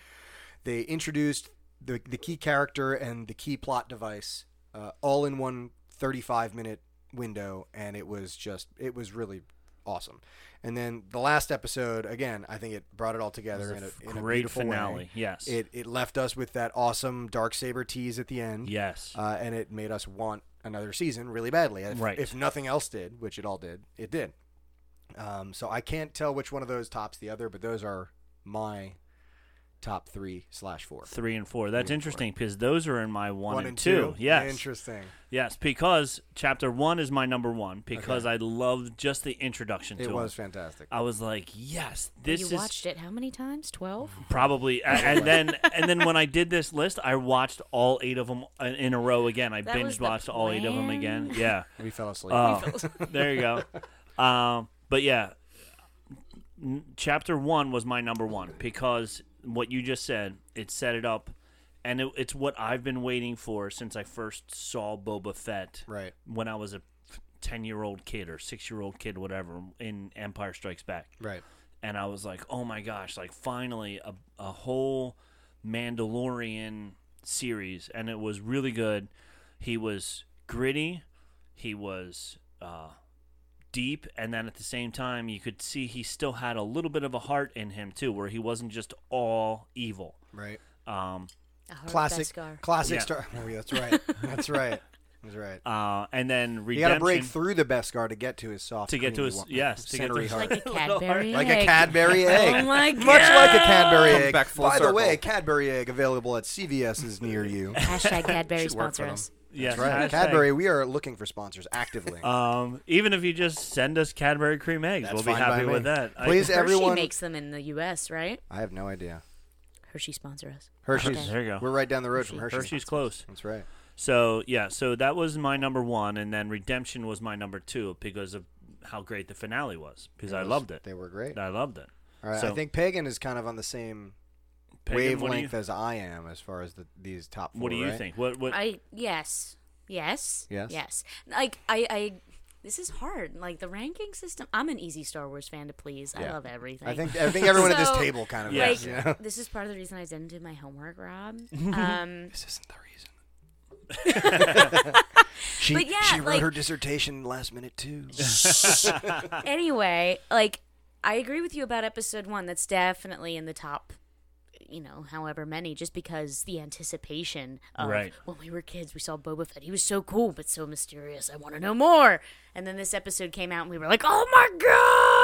[SPEAKER 2] they introduced the the key character and the key plot device uh, all in one 35 minute window, and it was just it was really awesome. And then the last episode, again, I think it brought it all together
[SPEAKER 3] It was a
[SPEAKER 2] in a, in a
[SPEAKER 3] great
[SPEAKER 2] beautiful
[SPEAKER 3] finale,
[SPEAKER 2] way.
[SPEAKER 3] yes.
[SPEAKER 2] it it left us with that awesome dark saber tease at the end.
[SPEAKER 3] Yes.
[SPEAKER 2] Uh, and it made us want another season really badly. If,
[SPEAKER 3] Right.
[SPEAKER 2] if nothing else did, which it all did, it did. Um, so I can't tell which one of those tops the other, but those are my top three slash four.
[SPEAKER 3] Three and four. That's interesting because those are in my one,
[SPEAKER 2] and
[SPEAKER 3] two. Yes.
[SPEAKER 2] Interesting.
[SPEAKER 3] Yes, because chapter one is my number one because I loved just the introduction to
[SPEAKER 2] It
[SPEAKER 3] him.
[SPEAKER 2] was fantastic.
[SPEAKER 3] I was like, yes, this
[SPEAKER 1] you
[SPEAKER 3] is Mm.
[SPEAKER 1] watched it how many times? Twelve.
[SPEAKER 3] probably. a- and then and then when I did this list, I watched all eight of them in a row again. I
[SPEAKER 1] That was
[SPEAKER 3] binge
[SPEAKER 1] the
[SPEAKER 3] watched all eight of them again.
[SPEAKER 1] plan?
[SPEAKER 3] Yeah.
[SPEAKER 2] We fell asleep.
[SPEAKER 3] Oh, there you go. Um, but yeah, n- chapter one was my number one because what you just said, it set it up, and it, it's what I've been waiting for since I first saw Boba Fett.
[SPEAKER 2] Right.
[SPEAKER 3] When I was a ten-year-old kid or six-year-old kid, whatever, in Empire Strikes Back
[SPEAKER 2] right.
[SPEAKER 3] and I was like, oh my gosh, like finally a, a whole Mandalorian series, and it was really good. He was gritty, he was uh, deep, and then at the same time, you could see he still had a little bit of a heart in him too, where he wasn't just all evil.
[SPEAKER 2] Right.
[SPEAKER 3] Um,
[SPEAKER 1] A hard
[SPEAKER 2] Classic.
[SPEAKER 1] Beskar.
[SPEAKER 2] Classic
[SPEAKER 3] Yeah.
[SPEAKER 2] Star. Oh, yeah, that's right. That's right. That's right.
[SPEAKER 3] Uh, and then
[SPEAKER 2] You got
[SPEAKER 3] redemption
[SPEAKER 2] to break through the Beskar to get to his soft.
[SPEAKER 3] to get to
[SPEAKER 2] creamy
[SPEAKER 3] his
[SPEAKER 2] wa-
[SPEAKER 3] yes to get to
[SPEAKER 2] centery
[SPEAKER 3] his,
[SPEAKER 2] heart.
[SPEAKER 1] Like a Cadbury
[SPEAKER 2] like
[SPEAKER 1] egg.
[SPEAKER 2] a Cadbury egg.
[SPEAKER 1] Oh my god.
[SPEAKER 2] Much like a Cadbury
[SPEAKER 7] Comes
[SPEAKER 2] egg.
[SPEAKER 7] back full
[SPEAKER 2] By the
[SPEAKER 7] circle.
[SPEAKER 2] way, Cadbury egg available at CVS's near you.
[SPEAKER 1] Hashtag Cadbury
[SPEAKER 7] Should work for
[SPEAKER 1] sponsor
[SPEAKER 7] them.
[SPEAKER 1] us.
[SPEAKER 3] yes,
[SPEAKER 2] Right,
[SPEAKER 3] hashtag.
[SPEAKER 2] Cadbury. We are looking for sponsors actively.
[SPEAKER 3] Um, even if you just send us Cadbury cream eggs,
[SPEAKER 2] That's
[SPEAKER 3] we'll be
[SPEAKER 2] fine by
[SPEAKER 3] happy
[SPEAKER 2] me.
[SPEAKER 3] with that. I-
[SPEAKER 2] Please,
[SPEAKER 1] Hershey
[SPEAKER 2] everyone.
[SPEAKER 1] makes them in the U.S., right?
[SPEAKER 2] I have no idea.
[SPEAKER 1] Hershey sponsor us.
[SPEAKER 2] Hershey's.
[SPEAKER 3] There you go.
[SPEAKER 2] We're right down the road from Hershey's.
[SPEAKER 3] Hershey's close.
[SPEAKER 2] That's right.
[SPEAKER 3] So yeah, so that was my number one, and then Redemption was my number two because of how great the finale was. Because I loved it.
[SPEAKER 2] They were great.
[SPEAKER 3] I loved it.
[SPEAKER 2] All right, I
[SPEAKER 3] so-
[SPEAKER 2] think Pagan is kind of on the same
[SPEAKER 3] Pagan, what do you-
[SPEAKER 2] wavelength as I am as far as the, these top four.
[SPEAKER 3] What do you
[SPEAKER 2] right?
[SPEAKER 3] think? What what?
[SPEAKER 1] I yes, yes,
[SPEAKER 2] Yes?
[SPEAKER 1] yes. Like I, I, this is hard. Like the ranking system. I'm an easy Star Wars fan to please. I
[SPEAKER 2] Yeah.
[SPEAKER 1] love everything.
[SPEAKER 2] I think I think everyone at this
[SPEAKER 1] So,
[SPEAKER 2] table kind of
[SPEAKER 3] Yeah.
[SPEAKER 1] Like
[SPEAKER 2] is. You know?
[SPEAKER 1] this is part of the reason I didn't do my homework, Rob. Um,
[SPEAKER 2] This isn't the reason. she
[SPEAKER 1] But yeah,
[SPEAKER 2] she wrote
[SPEAKER 1] like-
[SPEAKER 2] her dissertation last minute too.
[SPEAKER 1] anyway, like I agree with you about episode one. That's definitely in the top. You know, however many, just because the anticipation of
[SPEAKER 3] Right.
[SPEAKER 1] when we were kids, we saw Boba Fett. He was so cool, but so mysterious. I want to know more. And then this episode came out, and we were like, "Oh my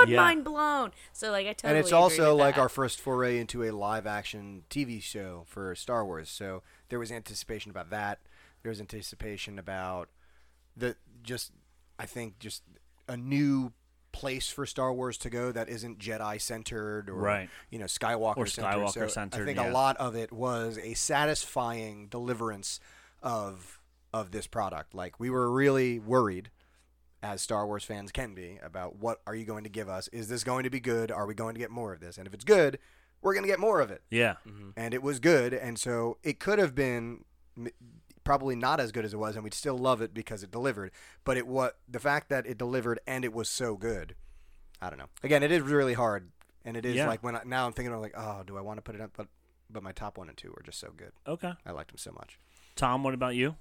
[SPEAKER 1] god,
[SPEAKER 3] Yeah.
[SPEAKER 1] mind blown!" So like, I totally.
[SPEAKER 2] and it's
[SPEAKER 1] agree
[SPEAKER 2] also
[SPEAKER 1] with
[SPEAKER 2] like
[SPEAKER 1] that.
[SPEAKER 2] our first foray into a live action TV show for Star Wars. So there was anticipation about that. There was anticipation about the just I think just a new place for Star Wars to go that isn't Jedi centered or
[SPEAKER 3] Right.
[SPEAKER 2] you know Skywalker
[SPEAKER 3] Or
[SPEAKER 2] centered. So I
[SPEAKER 3] Skywalker-centered,
[SPEAKER 2] think
[SPEAKER 3] yeah.
[SPEAKER 2] a lot of it was a satisfying deliverance of of this product. Like we were really worried as Star Wars fans can be about what are you going to give us? Is this going to be good? Are we going to get more of this? And if it's good, we're going to get more of it.
[SPEAKER 3] yeah,
[SPEAKER 2] And it was good, and so it could have been m- probably not as good as it was, and we'd still love it because it delivered. But it what the fact that it delivered and it was so good, I don't know. Again, it is really hard, and it is
[SPEAKER 3] Yeah.
[SPEAKER 2] like when I, now I'm thinking I'm like, oh, do I want to put it up? But but my top one and two were just so good.
[SPEAKER 3] okay.
[SPEAKER 2] I liked them so much.
[SPEAKER 3] Tom, what about you?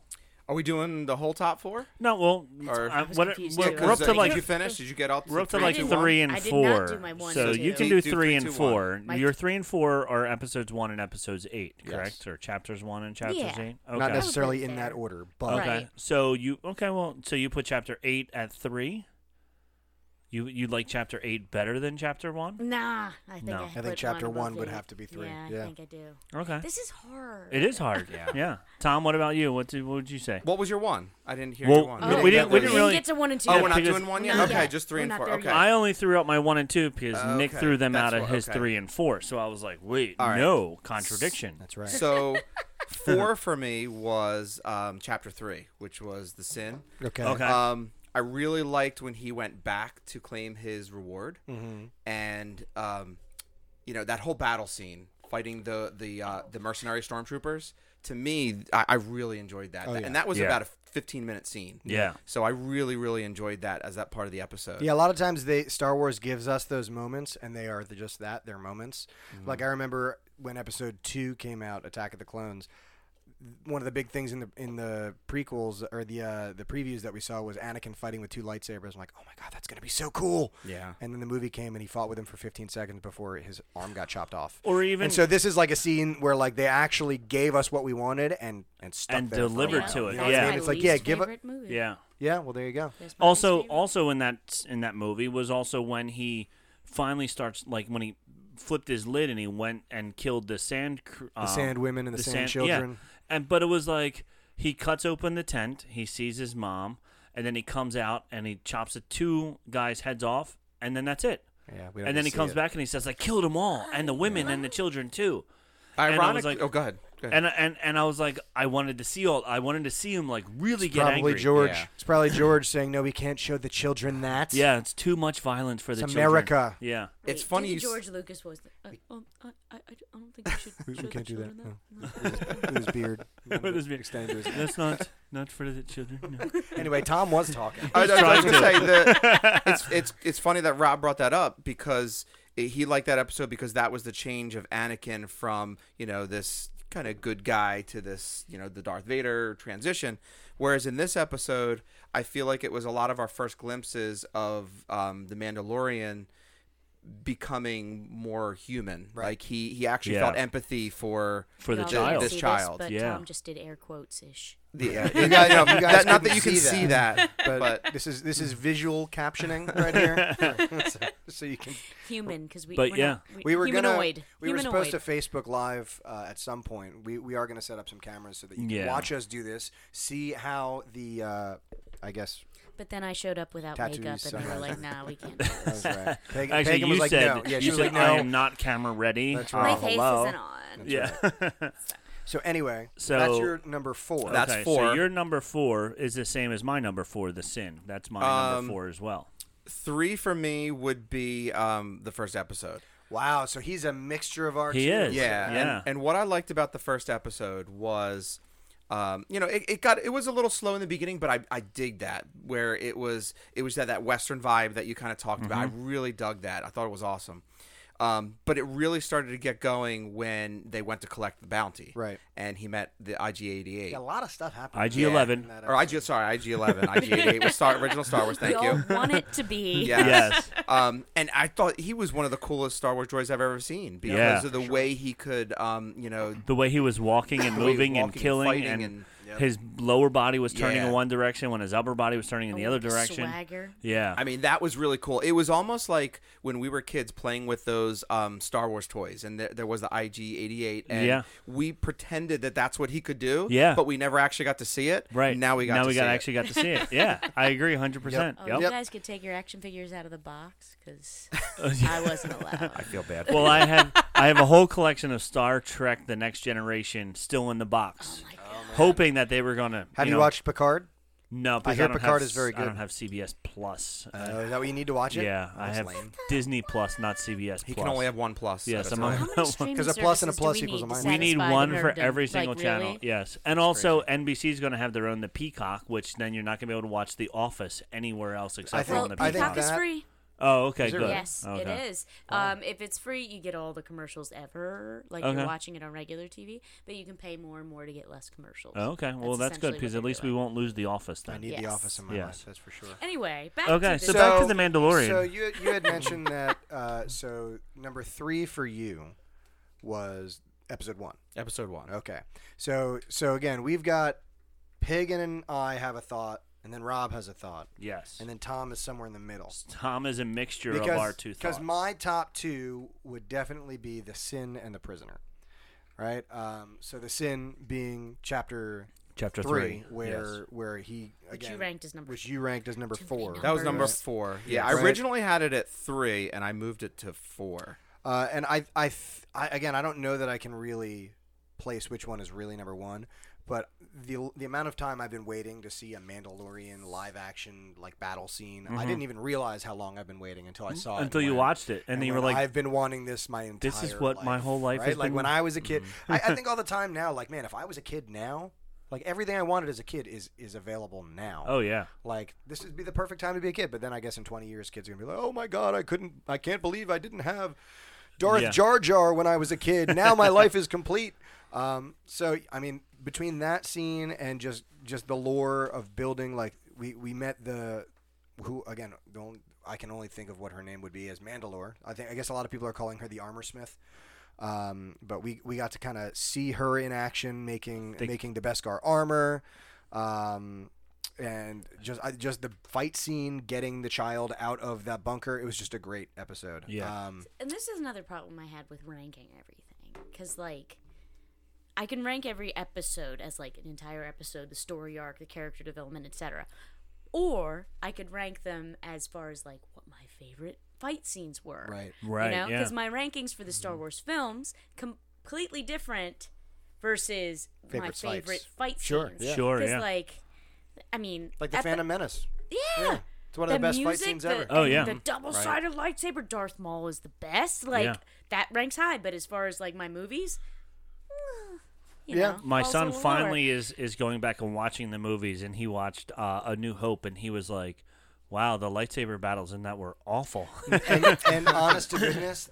[SPEAKER 7] Are we doing the whole top four?
[SPEAKER 3] No, well,
[SPEAKER 7] Or-
[SPEAKER 3] I-
[SPEAKER 7] I
[SPEAKER 1] was
[SPEAKER 3] what-
[SPEAKER 1] confused
[SPEAKER 3] we're,
[SPEAKER 1] too.
[SPEAKER 3] we're up to
[SPEAKER 1] Because, uh,
[SPEAKER 3] like
[SPEAKER 7] Did you finish? Did you get all? to
[SPEAKER 3] we're up to
[SPEAKER 7] three,
[SPEAKER 3] like
[SPEAKER 7] two,
[SPEAKER 1] did
[SPEAKER 3] three
[SPEAKER 1] one.
[SPEAKER 3] and
[SPEAKER 1] I did
[SPEAKER 3] four.
[SPEAKER 1] not do my one
[SPEAKER 3] so
[SPEAKER 1] and
[SPEAKER 3] you
[SPEAKER 1] two.
[SPEAKER 3] can
[SPEAKER 7] Do
[SPEAKER 3] do
[SPEAKER 7] three,
[SPEAKER 3] three
[SPEAKER 7] two,
[SPEAKER 3] and
[SPEAKER 7] one.
[SPEAKER 3] four.
[SPEAKER 1] My-
[SPEAKER 3] Your three and four are episodes one and episodes eight,
[SPEAKER 2] Yes.
[SPEAKER 3] correct? Or chapters one and chapters
[SPEAKER 1] Yeah.
[SPEAKER 3] eight? Okay.
[SPEAKER 2] Not necessarily
[SPEAKER 1] bit
[SPEAKER 2] in that
[SPEAKER 1] fair.
[SPEAKER 2] order, but
[SPEAKER 3] Okay.
[SPEAKER 1] Right.
[SPEAKER 3] So you okay? Well, so you put chapter eight at three. You you like chapter eight better than chapter one?
[SPEAKER 1] Nah, I think
[SPEAKER 3] No.
[SPEAKER 1] I,
[SPEAKER 3] I
[SPEAKER 2] think
[SPEAKER 1] put
[SPEAKER 2] chapter
[SPEAKER 1] above
[SPEAKER 2] one would
[SPEAKER 1] eight.
[SPEAKER 2] have to be three.
[SPEAKER 1] Yeah,
[SPEAKER 2] Yeah.
[SPEAKER 1] I think I do.
[SPEAKER 3] Okay.
[SPEAKER 1] This is hard.
[SPEAKER 3] It is hard.
[SPEAKER 2] Yeah.
[SPEAKER 3] Yeah. Tom, what about you? What did, what would you say?
[SPEAKER 7] What was your one? I didn't hear
[SPEAKER 3] Well,
[SPEAKER 7] your one.
[SPEAKER 3] we Oh. didn't- we
[SPEAKER 1] We
[SPEAKER 3] didn't
[SPEAKER 1] didn't
[SPEAKER 3] really-
[SPEAKER 1] get to one and two.
[SPEAKER 7] Oh, we're not
[SPEAKER 3] because-
[SPEAKER 7] doing one
[SPEAKER 1] We're
[SPEAKER 7] yet.
[SPEAKER 1] not
[SPEAKER 7] okay,
[SPEAKER 1] yet.
[SPEAKER 7] just three
[SPEAKER 1] We're
[SPEAKER 7] and
[SPEAKER 1] not
[SPEAKER 7] four.
[SPEAKER 1] there
[SPEAKER 7] Okay.
[SPEAKER 1] yet.
[SPEAKER 3] I only threw out my one and two because
[SPEAKER 7] Uh,
[SPEAKER 3] Nick
[SPEAKER 7] okay.
[SPEAKER 3] threw them
[SPEAKER 7] That's
[SPEAKER 3] out of
[SPEAKER 7] what-
[SPEAKER 3] his
[SPEAKER 7] okay.
[SPEAKER 3] three and four. So I was like, wait,
[SPEAKER 7] All right.
[SPEAKER 3] no contradiction.
[SPEAKER 2] that's right.
[SPEAKER 7] So four for me was um, chapter three, which was the sin.
[SPEAKER 2] Okay.
[SPEAKER 3] Okay.
[SPEAKER 7] Um, I really liked when he went back to claim his reward,
[SPEAKER 3] Mm-hmm.
[SPEAKER 7] and um, you know that whole battle scene fighting the the uh, the mercenary stormtroopers. To me, I, I really enjoyed that,
[SPEAKER 2] Oh, yeah.
[SPEAKER 7] and that was
[SPEAKER 3] Yeah.
[SPEAKER 7] about a fifteen minute scene.
[SPEAKER 3] Yeah.
[SPEAKER 7] So I really really enjoyed that as that part of the episode.
[SPEAKER 2] Yeah, a lot of times they Star Wars gives us those moments, and they are the, just that they're moments. Like I remember when Episode Two came out, Attack of the Clones. One of the big things in the in the prequels or the uh, the previews that we saw was Anakin fighting with two lightsabers. I'm like, oh my god, that's gonna be so cool.
[SPEAKER 7] Yeah.
[SPEAKER 2] And then the movie came and he fought with him for 15 seconds before his arm got chopped off.
[SPEAKER 3] Or even-
[SPEAKER 2] And so this is like a scene where like they actually gave us what we wanted and and stuck
[SPEAKER 3] And
[SPEAKER 2] there for a
[SPEAKER 3] delivered
[SPEAKER 2] while.
[SPEAKER 3] to it,
[SPEAKER 2] You know
[SPEAKER 1] That's
[SPEAKER 2] what I
[SPEAKER 3] yeah.
[SPEAKER 2] mean?
[SPEAKER 1] my
[SPEAKER 2] It's like yeah,
[SPEAKER 1] least
[SPEAKER 2] give it.
[SPEAKER 1] favorite movie.
[SPEAKER 3] yeah.
[SPEAKER 2] Yeah, well there you go.
[SPEAKER 1] That's my least
[SPEAKER 3] Also,
[SPEAKER 1] favorite.
[SPEAKER 3] also in that in that movie was also when he finally starts like when he flipped his lid and he went and killed the sand cr- uh,
[SPEAKER 2] sand women and the sand children.
[SPEAKER 3] Yeah. And but it was like he cuts open the tent, he sees his mom, and then he comes out and he chops the two guys' heads off, and then that's it.
[SPEAKER 2] Yeah, we don't need
[SPEAKER 3] And then he
[SPEAKER 2] to see
[SPEAKER 3] comes
[SPEAKER 2] it.
[SPEAKER 3] back and he says, "I killed them all, and the women and the children too." And I was
[SPEAKER 7] Ironically,
[SPEAKER 3] like-
[SPEAKER 7] oh, go ahead. Go ahead.
[SPEAKER 3] And and and I was like, I wanted to see all, I wanted to see him like really get
[SPEAKER 2] probably
[SPEAKER 3] angry.
[SPEAKER 2] George.
[SPEAKER 7] Yeah.
[SPEAKER 2] It's probably George saying, "No, we can't show the children that."
[SPEAKER 3] Yeah, it's too much violence for the
[SPEAKER 2] It's
[SPEAKER 3] children.
[SPEAKER 2] America.
[SPEAKER 3] Yeah.
[SPEAKER 7] it's
[SPEAKER 1] Wait,
[SPEAKER 7] funny.
[SPEAKER 1] do
[SPEAKER 7] you
[SPEAKER 1] the
[SPEAKER 7] s-
[SPEAKER 1] George Lucas was. The, uh, um, I, I, I don't think we should.
[SPEAKER 2] we, we
[SPEAKER 1] show the
[SPEAKER 2] can't do that.
[SPEAKER 1] children
[SPEAKER 2] No. With his beard.
[SPEAKER 3] With his beard.
[SPEAKER 2] Extend to his-
[SPEAKER 3] That's not not for the children. No.
[SPEAKER 2] Anyway, Tom was talking.
[SPEAKER 7] I, I- I was
[SPEAKER 3] trying
[SPEAKER 7] gonna say that it's it's it's funny that Rob brought that up because it, he liked that episode because that was the change of Anakin from you know this kind of good guy to this you know the Darth Vader transition. Whereas in this episode, I feel like it was a lot of our first glimpses of um, the Mandalorian becoming more human. Like he he actually
[SPEAKER 3] Yeah.
[SPEAKER 7] felt empathy for
[SPEAKER 3] For the
[SPEAKER 1] Y'all
[SPEAKER 7] child.
[SPEAKER 1] can't
[SPEAKER 7] This
[SPEAKER 1] see
[SPEAKER 7] child,
[SPEAKER 1] This, but
[SPEAKER 3] yeah.
[SPEAKER 1] Tom just did air quotes ish.
[SPEAKER 7] Yeah,
[SPEAKER 2] You guys-
[SPEAKER 7] no,
[SPEAKER 2] you guys
[SPEAKER 7] that-
[SPEAKER 2] couldn't
[SPEAKER 7] not that you can
[SPEAKER 2] see
[SPEAKER 7] see that,
[SPEAKER 2] but,
[SPEAKER 7] but
[SPEAKER 2] this is this is visual captioning right here, so, so you can.
[SPEAKER 1] Human, because we.
[SPEAKER 3] But
[SPEAKER 1] we're
[SPEAKER 3] yeah.
[SPEAKER 1] not- we,
[SPEAKER 2] We were
[SPEAKER 1] humanoid.
[SPEAKER 2] gonna. We
[SPEAKER 1] humanoid.
[SPEAKER 2] were supposed to Facebook Live uh, at some point. We we are gonna set up some cameras so that you can
[SPEAKER 3] Yeah.
[SPEAKER 2] watch us do this, see how the. Uh, I guess
[SPEAKER 1] But then I showed up without
[SPEAKER 2] Tattoos
[SPEAKER 1] makeup, and they were
[SPEAKER 2] sunrise.
[SPEAKER 1] like, "Nah, we can't." do
[SPEAKER 2] that was right. Peg,
[SPEAKER 3] Actually,
[SPEAKER 2] Peggy
[SPEAKER 3] you
[SPEAKER 2] was like,
[SPEAKER 3] said
[SPEAKER 2] no. Yeah, she
[SPEAKER 3] you
[SPEAKER 2] was
[SPEAKER 3] said
[SPEAKER 2] like, no.
[SPEAKER 3] I am not camera ready.
[SPEAKER 2] That's
[SPEAKER 3] Uh,
[SPEAKER 2] right.
[SPEAKER 1] My
[SPEAKER 2] Oh,
[SPEAKER 1] face
[SPEAKER 3] hello.
[SPEAKER 1] isn't on.
[SPEAKER 3] Yeah.
[SPEAKER 2] So anyway,
[SPEAKER 3] So-
[SPEAKER 2] that's your number four.
[SPEAKER 7] That's
[SPEAKER 3] okay, So
[SPEAKER 7] four.
[SPEAKER 3] your number four is the same as my number four, the sin. That's my
[SPEAKER 7] Um,
[SPEAKER 3] number four as well.
[SPEAKER 7] three for me would be um, the first episode.
[SPEAKER 2] wow. So he's a mixture of our.
[SPEAKER 3] He
[SPEAKER 2] two.
[SPEAKER 3] is.
[SPEAKER 7] Yeah, and-
[SPEAKER 3] yeah.
[SPEAKER 7] And, what I liked about the first episode was, um, you know, it, it got it was a little slow in the beginning, but I I dig that where it was it was that that western vibe that you kind of talked about. I really dug that. I thought it was awesome. Um, but it really started to get going when they went to collect the bounty,
[SPEAKER 2] Right.
[SPEAKER 7] And he met the IG88
[SPEAKER 2] Yeah, a lot of stuff happened.
[SPEAKER 3] IG11.
[SPEAKER 7] or IG. Sorry, IG11, IG88 was Star original Star Wars. Thank
[SPEAKER 1] We all
[SPEAKER 7] you.
[SPEAKER 1] want it to be.
[SPEAKER 7] Yeah.
[SPEAKER 3] Yes.
[SPEAKER 7] um, and I thought he was one of the coolest Star Wars droids I've ever seen because
[SPEAKER 3] Yeah.
[SPEAKER 7] of the way he could, um, you know,
[SPEAKER 3] the way he was walking and
[SPEAKER 7] The way he was
[SPEAKER 3] moving and
[SPEAKER 7] walking and
[SPEAKER 3] killing
[SPEAKER 7] fighting
[SPEAKER 3] and,
[SPEAKER 7] and- Yep.
[SPEAKER 3] his lower body was turning
[SPEAKER 7] Yeah.
[SPEAKER 3] in one direction when his upper body was turning in
[SPEAKER 1] Oh,
[SPEAKER 3] the other direction.
[SPEAKER 1] swagger.
[SPEAKER 3] Yeah.
[SPEAKER 7] I mean, that was really cool. It was almost like when we were kids playing with those um, Star Wars toys, and there, there was the IG88, and
[SPEAKER 3] Yeah.
[SPEAKER 7] we pretended that that's what he could do.
[SPEAKER 3] Yeah.
[SPEAKER 7] but we never actually got to see it.
[SPEAKER 3] right.
[SPEAKER 7] now, we got
[SPEAKER 3] now
[SPEAKER 7] to
[SPEAKER 3] we
[SPEAKER 7] see
[SPEAKER 3] got
[SPEAKER 7] it.
[SPEAKER 3] actually got to see it. Yeah. I agree 100%.
[SPEAKER 1] Oh,
[SPEAKER 3] Yep.
[SPEAKER 1] you guys could take your action figures out of the box because I wasn't allowed.
[SPEAKER 7] feel bad.
[SPEAKER 3] Well, I have I have a whole collection of Star Trek: The Next Generation still in the box,
[SPEAKER 1] Oh
[SPEAKER 3] hoping that they were gonna.
[SPEAKER 2] Oh, Have you,
[SPEAKER 3] know-
[SPEAKER 2] watched Picard?
[SPEAKER 3] No, because I,
[SPEAKER 2] hear
[SPEAKER 3] don't have
[SPEAKER 2] Picard
[SPEAKER 3] s-
[SPEAKER 2] is very
[SPEAKER 3] I
[SPEAKER 2] good.
[SPEAKER 3] don't have CBS Plus. Uh,
[SPEAKER 2] Uh, is that what you need to watch it?
[SPEAKER 3] yeah, I
[SPEAKER 2] That's
[SPEAKER 3] have
[SPEAKER 2] lame.
[SPEAKER 3] Disney Plus, not CBS.
[SPEAKER 7] He can only have one plus.
[SPEAKER 3] Yes,
[SPEAKER 7] at a
[SPEAKER 3] I'm
[SPEAKER 7] time.
[SPEAKER 3] on-
[SPEAKER 1] How many streaming
[SPEAKER 2] 'Cause a plus and a
[SPEAKER 1] services do
[SPEAKER 2] plus
[SPEAKER 1] we
[SPEAKER 2] equals
[SPEAKER 1] need
[SPEAKER 2] a minus.
[SPEAKER 1] to
[SPEAKER 3] We need
[SPEAKER 1] satisfy the
[SPEAKER 3] one for
[SPEAKER 1] nerddom?
[SPEAKER 3] every
[SPEAKER 1] Like,
[SPEAKER 3] single channel.
[SPEAKER 1] really?
[SPEAKER 3] Yes, and also NBC is going to have their own the Peacock, which then you're not going to be able to watch The Office anywhere else except for
[SPEAKER 2] think-
[SPEAKER 1] Well,
[SPEAKER 3] on the
[SPEAKER 2] I think
[SPEAKER 1] Peacock is
[SPEAKER 2] that-
[SPEAKER 1] free.
[SPEAKER 3] Oh, okay,
[SPEAKER 2] it
[SPEAKER 3] good.
[SPEAKER 2] really?
[SPEAKER 1] Yes,
[SPEAKER 3] Okay.
[SPEAKER 1] it is. Um, if it's free, you get all the commercials ever. Like
[SPEAKER 3] Okay.
[SPEAKER 1] you're watching it on regular TV, but you can pay more and more to get less commercials.
[SPEAKER 3] Oh, okay, well that's,
[SPEAKER 1] essentially
[SPEAKER 3] good
[SPEAKER 1] what
[SPEAKER 3] because
[SPEAKER 1] they're
[SPEAKER 3] at least we
[SPEAKER 1] doing.
[SPEAKER 3] won't lose The Office
[SPEAKER 2] I
[SPEAKER 3] then.
[SPEAKER 2] need The
[SPEAKER 1] Yes.
[SPEAKER 2] Office in my
[SPEAKER 3] Yes.
[SPEAKER 2] life. That's for sure.
[SPEAKER 1] Anyway, back
[SPEAKER 3] Okay,
[SPEAKER 1] to
[SPEAKER 3] so
[SPEAKER 1] this.
[SPEAKER 3] back to The Mandalorian.
[SPEAKER 2] So you you had mentioned that. Uh, so number three for you was episode one.
[SPEAKER 7] Episode one.
[SPEAKER 2] Okay. So so again, we've got Pig and I have a thought, and then Rob has a thought,
[SPEAKER 3] yes,
[SPEAKER 2] and then Tom is somewhere in the middle.
[SPEAKER 3] Tom is a mixture of our two thoughts.
[SPEAKER 2] Because my top two would definitely be the sin and the prisoner, right? Um, so the sin being chapter
[SPEAKER 3] Chapter
[SPEAKER 2] three,
[SPEAKER 3] three,
[SPEAKER 2] where
[SPEAKER 3] yes.
[SPEAKER 2] where he again,
[SPEAKER 1] you ranked as number
[SPEAKER 2] which you ranked as number four.
[SPEAKER 7] That was number
[SPEAKER 1] Numbers.
[SPEAKER 7] four.
[SPEAKER 2] Yes.
[SPEAKER 7] Yeah, I
[SPEAKER 2] Right.
[SPEAKER 7] originally had it at three, and I moved it to four.
[SPEAKER 2] Uh, and I, I, th- I, again, I don't know that I can really place which one is really number one, but the the amount of time I've been waiting to see a Mandalorian live action like battle scene, I didn't even realize how long I've been waiting until I saw it.
[SPEAKER 3] Mm-hmm. Until you
[SPEAKER 2] when-
[SPEAKER 3] watched it, and then you were
[SPEAKER 2] when
[SPEAKER 3] like,
[SPEAKER 2] I've been wanting this my entire.
[SPEAKER 3] This is what my whole life
[SPEAKER 2] Right?
[SPEAKER 3] has
[SPEAKER 2] like
[SPEAKER 3] been-
[SPEAKER 2] when I was a kid, I, I think all the time now. Like man, if I was a kid now, like everything I wanted as a kid is is available now.
[SPEAKER 3] "Oh yeah,
[SPEAKER 2] Like this would be the perfect time to be a kid, but then I guess in 20 years, kids are gonna be like, "Oh my god, I couldn't, I can't believe I didn't have Darth
[SPEAKER 3] Yeah.
[SPEAKER 2] Jar Jar when I was a kid. Now my life is complete." Um, so I mean, between that scene and just just the lore of building, like we we met the who again the only, I can only think of what her name would be as Mandalore. I think I guess a lot of people are calling her the Armor Smith. Um, but we, we got to kind of see her in action, making making the Beskar armor, um, and just I, just the fight scene, getting the child out of that bunker. It was just a great episode.
[SPEAKER 3] Yeah.
[SPEAKER 2] Um,
[SPEAKER 1] and this is another problem I had with ranking everything because like I can rank every episode as like an entire episode, the story arc, the character development, etc. Or I could rank them as far as like what my favorite fight scenes were.
[SPEAKER 2] right.
[SPEAKER 3] right,
[SPEAKER 1] you know,
[SPEAKER 3] yeah, Mm-hmm.
[SPEAKER 1] because my rankings for the Star Wars films completely different versus my
[SPEAKER 2] Favorite fights.
[SPEAKER 1] favorite fight
[SPEAKER 2] Sure,
[SPEAKER 1] scenes.
[SPEAKER 2] yeah.
[SPEAKER 3] sure,
[SPEAKER 1] Because
[SPEAKER 3] yeah,
[SPEAKER 1] like, I mean,
[SPEAKER 2] Like the
[SPEAKER 1] at
[SPEAKER 2] Phantom Menace.
[SPEAKER 1] Yeah,
[SPEAKER 2] Yeah. It's one of the, best fight
[SPEAKER 1] music,
[SPEAKER 2] scenes
[SPEAKER 1] the-
[SPEAKER 2] ever.
[SPEAKER 3] Oh,
[SPEAKER 1] and
[SPEAKER 3] yeah.
[SPEAKER 1] the double-sided lightsaber. Darth Maul is the best. Like
[SPEAKER 3] Yeah.
[SPEAKER 1] that ranks high. But as far as like my movies, you
[SPEAKER 2] Yeah.
[SPEAKER 1] know,
[SPEAKER 3] my
[SPEAKER 1] falls a
[SPEAKER 3] son
[SPEAKER 1] little
[SPEAKER 3] finally is is going back and watching the movies and he watched uh, a new hope and he was like wow the lightsaber battles in that were awful
[SPEAKER 2] and, and honest to goodness,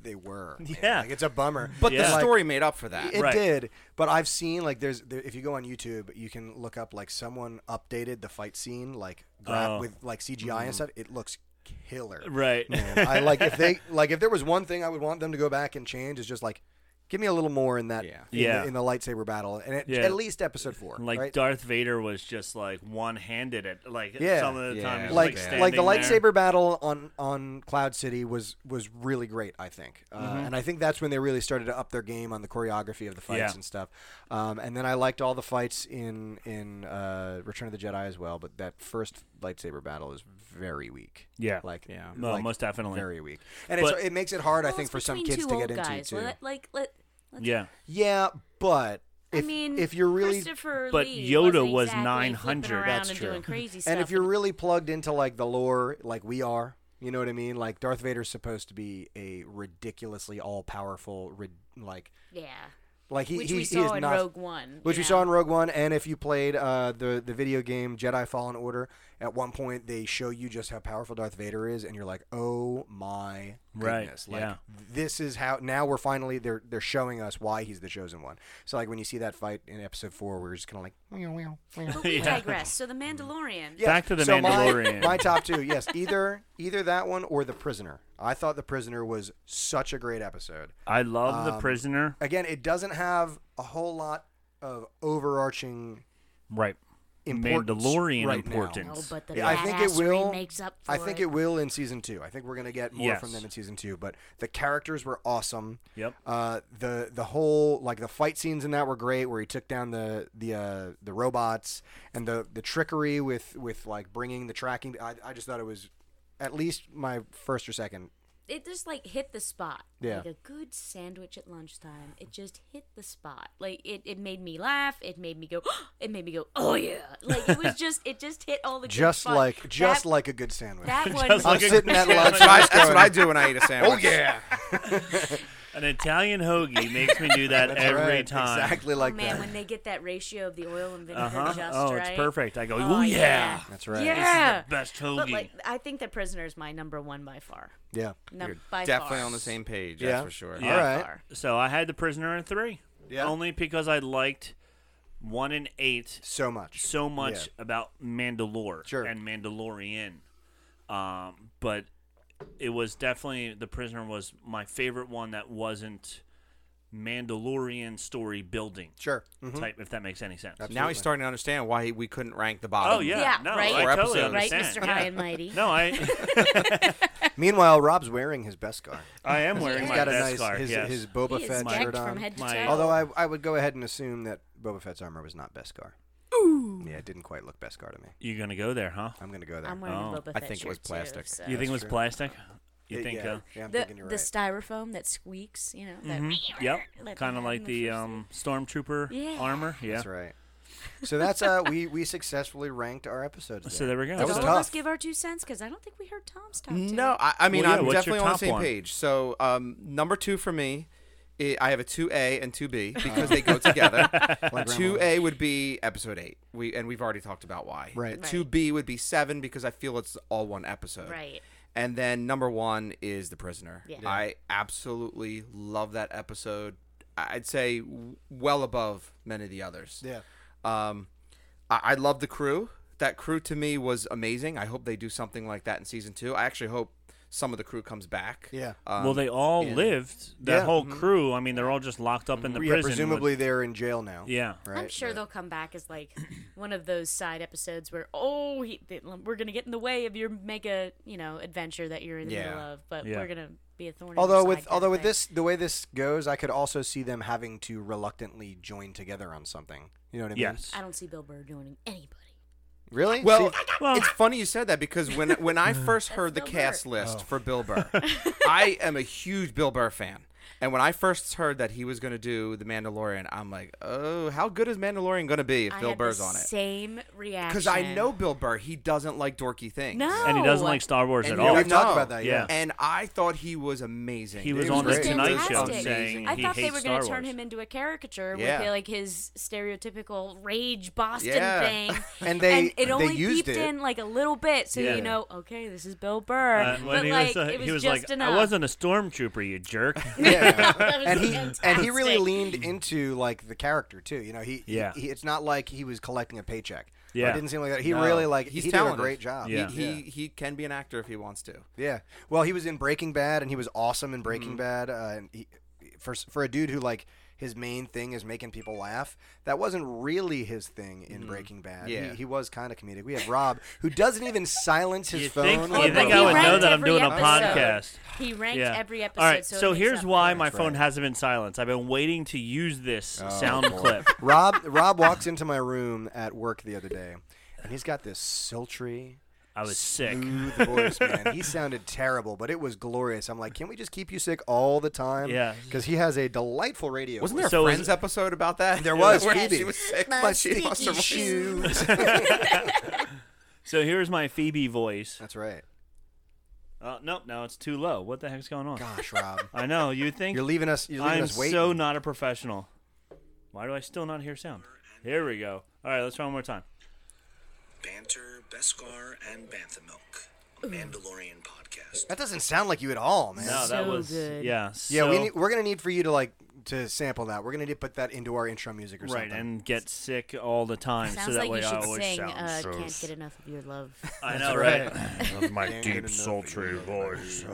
[SPEAKER 2] they were. man.
[SPEAKER 3] Yeah.
[SPEAKER 2] Like it's a bummer.
[SPEAKER 7] But
[SPEAKER 3] Yeah.
[SPEAKER 7] the
[SPEAKER 2] Like,
[SPEAKER 7] story made up for that.
[SPEAKER 2] It
[SPEAKER 3] Right.
[SPEAKER 2] did, but I've seen like there's there, if you go on YouTube, you can look up like someone updated the fight scene like gra-
[SPEAKER 3] Oh.
[SPEAKER 2] with like CGI and stuff. It looks killer.
[SPEAKER 3] right
[SPEAKER 2] I like if they like if there was one thing I would want them to go back and change is just like Give me a little more in that.
[SPEAKER 7] Yeah.
[SPEAKER 2] In,
[SPEAKER 3] Yeah.
[SPEAKER 2] The, in the lightsaber battle, and at,
[SPEAKER 3] Yeah.
[SPEAKER 2] at least episode four.
[SPEAKER 3] Like
[SPEAKER 2] right?
[SPEAKER 3] Darth Vader was just like one-handed at like
[SPEAKER 2] Yeah.
[SPEAKER 3] some of the
[SPEAKER 7] Yeah.
[SPEAKER 3] time, he was,
[SPEAKER 2] like
[SPEAKER 3] like,
[SPEAKER 2] like,
[SPEAKER 3] standing
[SPEAKER 2] the lightsaber
[SPEAKER 3] there.
[SPEAKER 2] battle on on Cloud City was was really great. I think, uh,
[SPEAKER 3] Mm-hmm.
[SPEAKER 2] and I think that's when they really started to up their game on the choreography of the fights
[SPEAKER 3] Yeah.
[SPEAKER 2] and stuff. Um, and then I liked all the fights in in uh, Return of the Jedi as well. But that first lightsaber battle is very weak.
[SPEAKER 3] Yeah.
[SPEAKER 2] like
[SPEAKER 7] Yeah.
[SPEAKER 3] No,
[SPEAKER 2] like,
[SPEAKER 3] most definitely.
[SPEAKER 2] very weak. And it's,
[SPEAKER 3] But-
[SPEAKER 2] it makes it hard, I
[SPEAKER 1] Well,
[SPEAKER 2] think,
[SPEAKER 1] it's
[SPEAKER 2] for some
[SPEAKER 1] between
[SPEAKER 2] kids
[SPEAKER 1] two
[SPEAKER 2] to
[SPEAKER 1] old
[SPEAKER 2] get into
[SPEAKER 1] guys.
[SPEAKER 2] too.
[SPEAKER 1] Let, like, let, let's,
[SPEAKER 3] Yeah,
[SPEAKER 2] yeah, but if
[SPEAKER 1] I mean,
[SPEAKER 2] if you're really
[SPEAKER 1] Christopher
[SPEAKER 3] But
[SPEAKER 1] Lee
[SPEAKER 3] Yoda
[SPEAKER 1] wasn't
[SPEAKER 3] was
[SPEAKER 1] exactly
[SPEAKER 3] 900.
[SPEAKER 1] flipping around
[SPEAKER 3] That's
[SPEAKER 1] and
[SPEAKER 3] true.
[SPEAKER 1] Doing crazy stuff
[SPEAKER 2] and if you're really plugged into like the lore like we are you know what i mean like darth vader's supposed to be a ridiculously all-powerful rid- like
[SPEAKER 1] yeah,
[SPEAKER 2] like he,
[SPEAKER 1] which
[SPEAKER 2] he,
[SPEAKER 1] we
[SPEAKER 2] he
[SPEAKER 1] saw
[SPEAKER 2] is
[SPEAKER 1] in
[SPEAKER 2] not
[SPEAKER 1] Rogue One,
[SPEAKER 2] which
[SPEAKER 1] you
[SPEAKER 2] we saw
[SPEAKER 1] know?
[SPEAKER 2] in Rogue One, and if you played uh, the the video game Jedi Fallen Order, at one point they show you just how powerful Darth Vader is, and you're like, "Oh my
[SPEAKER 3] Right,
[SPEAKER 2] goodness!" Like
[SPEAKER 3] yeah.
[SPEAKER 2] this is how now we're finally they're they're showing us why he's the chosen one. So like when you see that fight in Episode Four, we're just kind of like, "Meow, meow, meow."
[SPEAKER 1] But we
[SPEAKER 3] Yeah.
[SPEAKER 1] digress. So the Mandalorian.
[SPEAKER 2] Yeah,
[SPEAKER 3] Back to The
[SPEAKER 2] so my-
[SPEAKER 3] Mandalorian.
[SPEAKER 2] My, top two, yes, either either that one or The Prisoner. I thought The Prisoner was such a great episode.
[SPEAKER 3] I love the
[SPEAKER 2] Um,
[SPEAKER 3] prisoner.
[SPEAKER 2] Again, it doesn't have a whole lot of overarching
[SPEAKER 3] Right,
[SPEAKER 2] importance
[SPEAKER 3] Mandalorian
[SPEAKER 2] right now.
[SPEAKER 3] importance.
[SPEAKER 1] Oh, but the
[SPEAKER 2] I think it
[SPEAKER 1] badassery
[SPEAKER 2] will.
[SPEAKER 1] makes up for
[SPEAKER 2] I think it. will in season two. I think we're gonna get more
[SPEAKER 3] Yes.
[SPEAKER 2] from them in season two. But the characters were awesome.
[SPEAKER 3] Yep.
[SPEAKER 2] Uh, the the whole like the fight scenes in that were great, where he took down the the uh, the robots and the the trickery with with like bringing the tracking. I, I just thought it was at least my first or second.
[SPEAKER 1] it just like hit the spot.
[SPEAKER 2] Yeah.
[SPEAKER 1] Like a good sandwich at lunchtime. It just hit the spot. Like it, it made me laugh. It made me go it made me go, Oh yeah. Like it was just it just hit all the good
[SPEAKER 2] Just
[SPEAKER 1] spots.
[SPEAKER 2] like just
[SPEAKER 1] that,
[SPEAKER 2] like a good sandwich.
[SPEAKER 1] that one
[SPEAKER 3] Just
[SPEAKER 2] I'm
[SPEAKER 3] like a-
[SPEAKER 2] sitting at lunch.
[SPEAKER 7] That's what, I,
[SPEAKER 2] just
[SPEAKER 7] that's what I
[SPEAKER 2] going,
[SPEAKER 7] do when I eat a sandwich. oh yeah.
[SPEAKER 3] An Italian hoagie makes me do that
[SPEAKER 2] "That's
[SPEAKER 3] every
[SPEAKER 2] right,
[SPEAKER 3] time.
[SPEAKER 2] Exactly like
[SPEAKER 1] oh, man,
[SPEAKER 2] that.
[SPEAKER 1] when they get that ratio of the oil and vinegar
[SPEAKER 3] Uh-huh.
[SPEAKER 1] just
[SPEAKER 3] oh,
[SPEAKER 1] right.
[SPEAKER 3] it's perfect. I go,
[SPEAKER 1] Oh,
[SPEAKER 3] oh, yeah.
[SPEAKER 1] yeah.
[SPEAKER 2] That's right.
[SPEAKER 1] Yeah.
[SPEAKER 3] This is the best hoagie.
[SPEAKER 1] But like I think the prisoner is my number one by far.
[SPEAKER 2] Yeah.
[SPEAKER 1] Num- by
[SPEAKER 7] Definitely
[SPEAKER 1] far.
[SPEAKER 7] on the same page.
[SPEAKER 2] Yeah.
[SPEAKER 7] That's for sure.
[SPEAKER 3] Yeah.
[SPEAKER 2] All right.
[SPEAKER 1] Far.
[SPEAKER 3] so I had the prisoner in three.
[SPEAKER 2] Yeah.
[SPEAKER 3] Only because I liked one and eight
[SPEAKER 2] So much.
[SPEAKER 3] so much about Mandalore
[SPEAKER 2] Sure.
[SPEAKER 3] and Mandalorian. Um, but it was definitely The Prisoner was my favorite one that wasn't Mandalorian story building
[SPEAKER 2] Sure. Mhm.
[SPEAKER 3] type, if that makes any sense.
[SPEAKER 7] Now he's starting to understand why we couldn't rank the bottom.
[SPEAKER 3] Oh yeah,
[SPEAKER 1] Yeah,
[SPEAKER 3] no,
[SPEAKER 1] right?
[SPEAKER 3] I
[SPEAKER 7] Four
[SPEAKER 3] totally
[SPEAKER 7] episodes.
[SPEAKER 1] Right,
[SPEAKER 3] understand.
[SPEAKER 1] Mr.
[SPEAKER 3] Yeah.
[SPEAKER 1] High and Mighty.
[SPEAKER 3] No, I
[SPEAKER 2] Meanwhile, Rob's wearing his best scar.
[SPEAKER 3] I am wearing
[SPEAKER 2] He's
[SPEAKER 3] my
[SPEAKER 2] got a
[SPEAKER 3] best
[SPEAKER 2] nice
[SPEAKER 3] scarf.
[SPEAKER 2] his,
[SPEAKER 3] yes.
[SPEAKER 2] his Boba
[SPEAKER 1] he is
[SPEAKER 2] Fett
[SPEAKER 1] decked
[SPEAKER 2] shirt
[SPEAKER 1] from
[SPEAKER 2] on.
[SPEAKER 1] head to
[SPEAKER 3] My- Oh.
[SPEAKER 1] toe.
[SPEAKER 2] Although I, I would go ahead and assume that Boba Fett's armor was not Beskar. Ooh. Yeah, it didn't quite look Beskar to me.
[SPEAKER 3] You're gonna go there, huh?
[SPEAKER 2] I'm gonna go there.
[SPEAKER 1] I'm wearing
[SPEAKER 3] Oh.
[SPEAKER 1] a Boba Fett
[SPEAKER 7] I think it was
[SPEAKER 1] shirt, too,
[SPEAKER 7] plastic.
[SPEAKER 1] so-
[SPEAKER 3] you think it was plastic? You
[SPEAKER 2] Yeah,
[SPEAKER 3] think?
[SPEAKER 2] Yeah,
[SPEAKER 3] Uh, hmm?
[SPEAKER 2] yeah, I'm
[SPEAKER 1] the,
[SPEAKER 2] thinking you're
[SPEAKER 1] the
[SPEAKER 2] right.
[SPEAKER 1] styrofoam that squeaks, you know. That
[SPEAKER 3] Mm-hmm. yep.
[SPEAKER 1] Let
[SPEAKER 3] Kind of
[SPEAKER 1] them
[SPEAKER 3] like
[SPEAKER 1] have
[SPEAKER 3] the
[SPEAKER 1] first
[SPEAKER 3] um, stormtrooper
[SPEAKER 1] Yeah.
[SPEAKER 3] armor. Yeah.
[SPEAKER 2] That's right. So that's uh, we we successfully ranked our episodes.
[SPEAKER 3] So there we go.
[SPEAKER 2] That was
[SPEAKER 1] All
[SPEAKER 2] tough.
[SPEAKER 1] of us give our two cents because I don't think we heard Tom's top two.
[SPEAKER 7] No, I, I mean
[SPEAKER 3] Well, yeah,
[SPEAKER 7] I'm
[SPEAKER 3] what's your
[SPEAKER 7] definitely on the
[SPEAKER 3] top
[SPEAKER 7] same
[SPEAKER 3] one?
[SPEAKER 7] page. So um, number two for me, i I have a two A and two B because they go together. Two A would be episode eight. We and we've already talked about why.
[SPEAKER 2] Right.
[SPEAKER 1] Right.
[SPEAKER 7] Two B would be seven because I feel it's all one episode.
[SPEAKER 1] Right.
[SPEAKER 7] And then number one is the prisoner.
[SPEAKER 1] Yeah.
[SPEAKER 7] I absolutely love that episode. I'd say w- well above many of the others.
[SPEAKER 2] Yeah.
[SPEAKER 7] Um, I, I love the crew. That crew to me was amazing. I hope they do something like that in season two. I actually hope some of the crew comes back.
[SPEAKER 2] Yeah.
[SPEAKER 7] Um,
[SPEAKER 3] well, they all lived. That
[SPEAKER 2] Yeah. Mm-hmm.
[SPEAKER 3] whole crew. I mean, they're all just locked up in the
[SPEAKER 2] yeah,
[SPEAKER 3] prison. with-
[SPEAKER 2] presumably they're in jail now.
[SPEAKER 3] yeah.
[SPEAKER 2] Right.
[SPEAKER 1] I'm sure they'll come back as like one of those side episodes where oh he, they- we're gonna get in the way of your mega you know adventure that you're in the
[SPEAKER 7] Yeah.
[SPEAKER 1] middle of, but
[SPEAKER 3] Yeah.
[SPEAKER 1] we're gonna be a thorn. in your
[SPEAKER 2] Although
[SPEAKER 1] side
[SPEAKER 2] with
[SPEAKER 1] kind of
[SPEAKER 2] although with
[SPEAKER 1] thing.
[SPEAKER 2] this the way this goes, I could also see them having to reluctantly join together on something. You know what I mean?
[SPEAKER 3] Yes.
[SPEAKER 1] I don't see Bill Burr joining anybody.
[SPEAKER 2] Really?
[SPEAKER 7] Well,
[SPEAKER 2] See,
[SPEAKER 3] Well-
[SPEAKER 7] it's funny you said that because when when I first heard the
[SPEAKER 1] Bill
[SPEAKER 7] cast
[SPEAKER 1] Burr.
[SPEAKER 7] list
[SPEAKER 2] Oh.
[SPEAKER 7] for Bill Burr, I am a huge Bill Burr fan. And when I first heard that he was going to do The Mandalorian, I'm like, oh, how good is Mandalorian going to be if
[SPEAKER 1] I
[SPEAKER 7] Bill
[SPEAKER 1] had the
[SPEAKER 7] Burr's on it?
[SPEAKER 1] Same reaction.
[SPEAKER 7] Because I know Bill Burr, he doesn't like dorky things.
[SPEAKER 1] No.
[SPEAKER 3] and he doesn't
[SPEAKER 1] No.
[SPEAKER 3] like Star Wars
[SPEAKER 7] And
[SPEAKER 3] at
[SPEAKER 7] you
[SPEAKER 3] all. Uh,
[SPEAKER 2] we've
[SPEAKER 7] know-
[SPEAKER 2] talked about that.
[SPEAKER 3] Yeah.
[SPEAKER 7] And I thought he was amazing.
[SPEAKER 3] He was
[SPEAKER 2] It
[SPEAKER 3] on
[SPEAKER 2] was
[SPEAKER 3] the
[SPEAKER 2] great.
[SPEAKER 3] Tonight Show
[SPEAKER 1] Fantastic.
[SPEAKER 3] saying
[SPEAKER 1] I
[SPEAKER 3] he
[SPEAKER 1] thought they
[SPEAKER 3] hates
[SPEAKER 1] were
[SPEAKER 3] Star
[SPEAKER 1] gonna
[SPEAKER 3] Wars.
[SPEAKER 1] turn him into a caricature
[SPEAKER 7] Yeah.
[SPEAKER 1] with like his stereotypical rage Boston
[SPEAKER 7] Yeah.
[SPEAKER 1] thing.
[SPEAKER 2] And they-
[SPEAKER 1] it
[SPEAKER 2] they
[SPEAKER 1] only
[SPEAKER 2] used
[SPEAKER 1] beeped
[SPEAKER 2] it.
[SPEAKER 1] in like a little bit, so
[SPEAKER 3] Yeah.
[SPEAKER 1] you know, okay, this is Bill Burr.
[SPEAKER 3] Uh, when
[SPEAKER 1] but
[SPEAKER 3] he
[SPEAKER 1] like
[SPEAKER 3] was, uh,
[SPEAKER 1] it was,
[SPEAKER 3] he was
[SPEAKER 1] just
[SPEAKER 3] like,
[SPEAKER 1] enough.
[SPEAKER 3] I wasn't a stormtrooper, you jerk.
[SPEAKER 2] yeah.
[SPEAKER 1] That was
[SPEAKER 2] and he and he really
[SPEAKER 1] fantastic.
[SPEAKER 2] leaned into like the character too. You know, he he-
[SPEAKER 3] Yeah.
[SPEAKER 2] He, it's not like he was collecting a paycheck.
[SPEAKER 3] Yeah.
[SPEAKER 2] it didn't seem like that. He
[SPEAKER 7] No.
[SPEAKER 2] really like
[SPEAKER 7] He's
[SPEAKER 2] he did a
[SPEAKER 7] talented.
[SPEAKER 2] great job.
[SPEAKER 3] um, Yeah.
[SPEAKER 7] He, he, he can be an actor if he wants to.
[SPEAKER 3] Mm-hmm.
[SPEAKER 2] yeah. Well, he was in Breaking Bad, and he was awesome in Breaking Bad. Uh, and he, for s- for a dude who like his main thing is making people laugh. That wasn't really his thing
[SPEAKER 3] Mm-hmm.
[SPEAKER 2] in Breaking Bad. He-
[SPEAKER 7] Yeah.
[SPEAKER 2] He, was kind of comedic. We have Rob who doesn't even silence his
[SPEAKER 3] You
[SPEAKER 2] phone.
[SPEAKER 3] think,
[SPEAKER 2] on
[SPEAKER 3] you
[SPEAKER 2] the
[SPEAKER 1] He
[SPEAKER 3] think I would
[SPEAKER 2] road.
[SPEAKER 3] know
[SPEAKER 1] ranked
[SPEAKER 3] that I'm doing a
[SPEAKER 1] every episode.
[SPEAKER 3] podcast?
[SPEAKER 1] He ranked every episode.
[SPEAKER 3] All right,
[SPEAKER 1] so,
[SPEAKER 3] so,
[SPEAKER 1] it makes
[SPEAKER 3] here's
[SPEAKER 1] up
[SPEAKER 3] why
[SPEAKER 1] for it.
[SPEAKER 3] my phone
[SPEAKER 2] right. Oh,
[SPEAKER 3] hasn't been silenced. I've been waiting to use this sound
[SPEAKER 2] boy.
[SPEAKER 3] clip.
[SPEAKER 2] Rob Rob walks into my room at work the other day, and he's got this sultry,
[SPEAKER 3] I was sick.
[SPEAKER 2] smooth voice, man. He sounded terrible, but it was glorious. I'm like, can we just keep you sick all the time?
[SPEAKER 3] Yeah.
[SPEAKER 2] because he has a delightful radio.
[SPEAKER 7] Wasn't there a
[SPEAKER 3] So is-
[SPEAKER 7] Friends episode about that?
[SPEAKER 2] There was,
[SPEAKER 7] Where
[SPEAKER 2] Phoebe.
[SPEAKER 7] She was sick.
[SPEAKER 1] My
[SPEAKER 7] but she lost her
[SPEAKER 1] sticky
[SPEAKER 7] voice.
[SPEAKER 1] shoes.
[SPEAKER 3] So here's my Phoebe voice.
[SPEAKER 2] That's right.
[SPEAKER 3] Uh, nope, now it's too low. What the heck's going on?
[SPEAKER 2] Gosh, Rob,
[SPEAKER 3] I know. You think
[SPEAKER 2] you're leaving us. You're leaving
[SPEAKER 3] I'm
[SPEAKER 2] us waiting.
[SPEAKER 3] so not a professional. Why do I still not hear sound? Here we go. All right, let's try one more time.
[SPEAKER 4] Banter, Beskar, and Banthamilk. A Mandalorian podcast.
[SPEAKER 2] that doesn't sound like you at all, man.
[SPEAKER 3] No, that
[SPEAKER 1] So
[SPEAKER 3] was
[SPEAKER 1] good.
[SPEAKER 3] yeah.
[SPEAKER 2] Yeah, we
[SPEAKER 3] so-
[SPEAKER 2] need, we're gonna need for you to like to sample that. We're gonna need to put that into our intro music or
[SPEAKER 3] right
[SPEAKER 2] something.
[SPEAKER 3] and get sick all the time. so
[SPEAKER 1] Sounds
[SPEAKER 3] that
[SPEAKER 1] like
[SPEAKER 3] way
[SPEAKER 1] you
[SPEAKER 3] I
[SPEAKER 1] should
[SPEAKER 3] always
[SPEAKER 1] sing.
[SPEAKER 3] sound.
[SPEAKER 1] Uh, can't get enough of your love.
[SPEAKER 3] I know, right?
[SPEAKER 8] my
[SPEAKER 2] Can't get
[SPEAKER 8] deep,
[SPEAKER 2] enough of
[SPEAKER 8] sultry
[SPEAKER 2] you.
[SPEAKER 8] voice.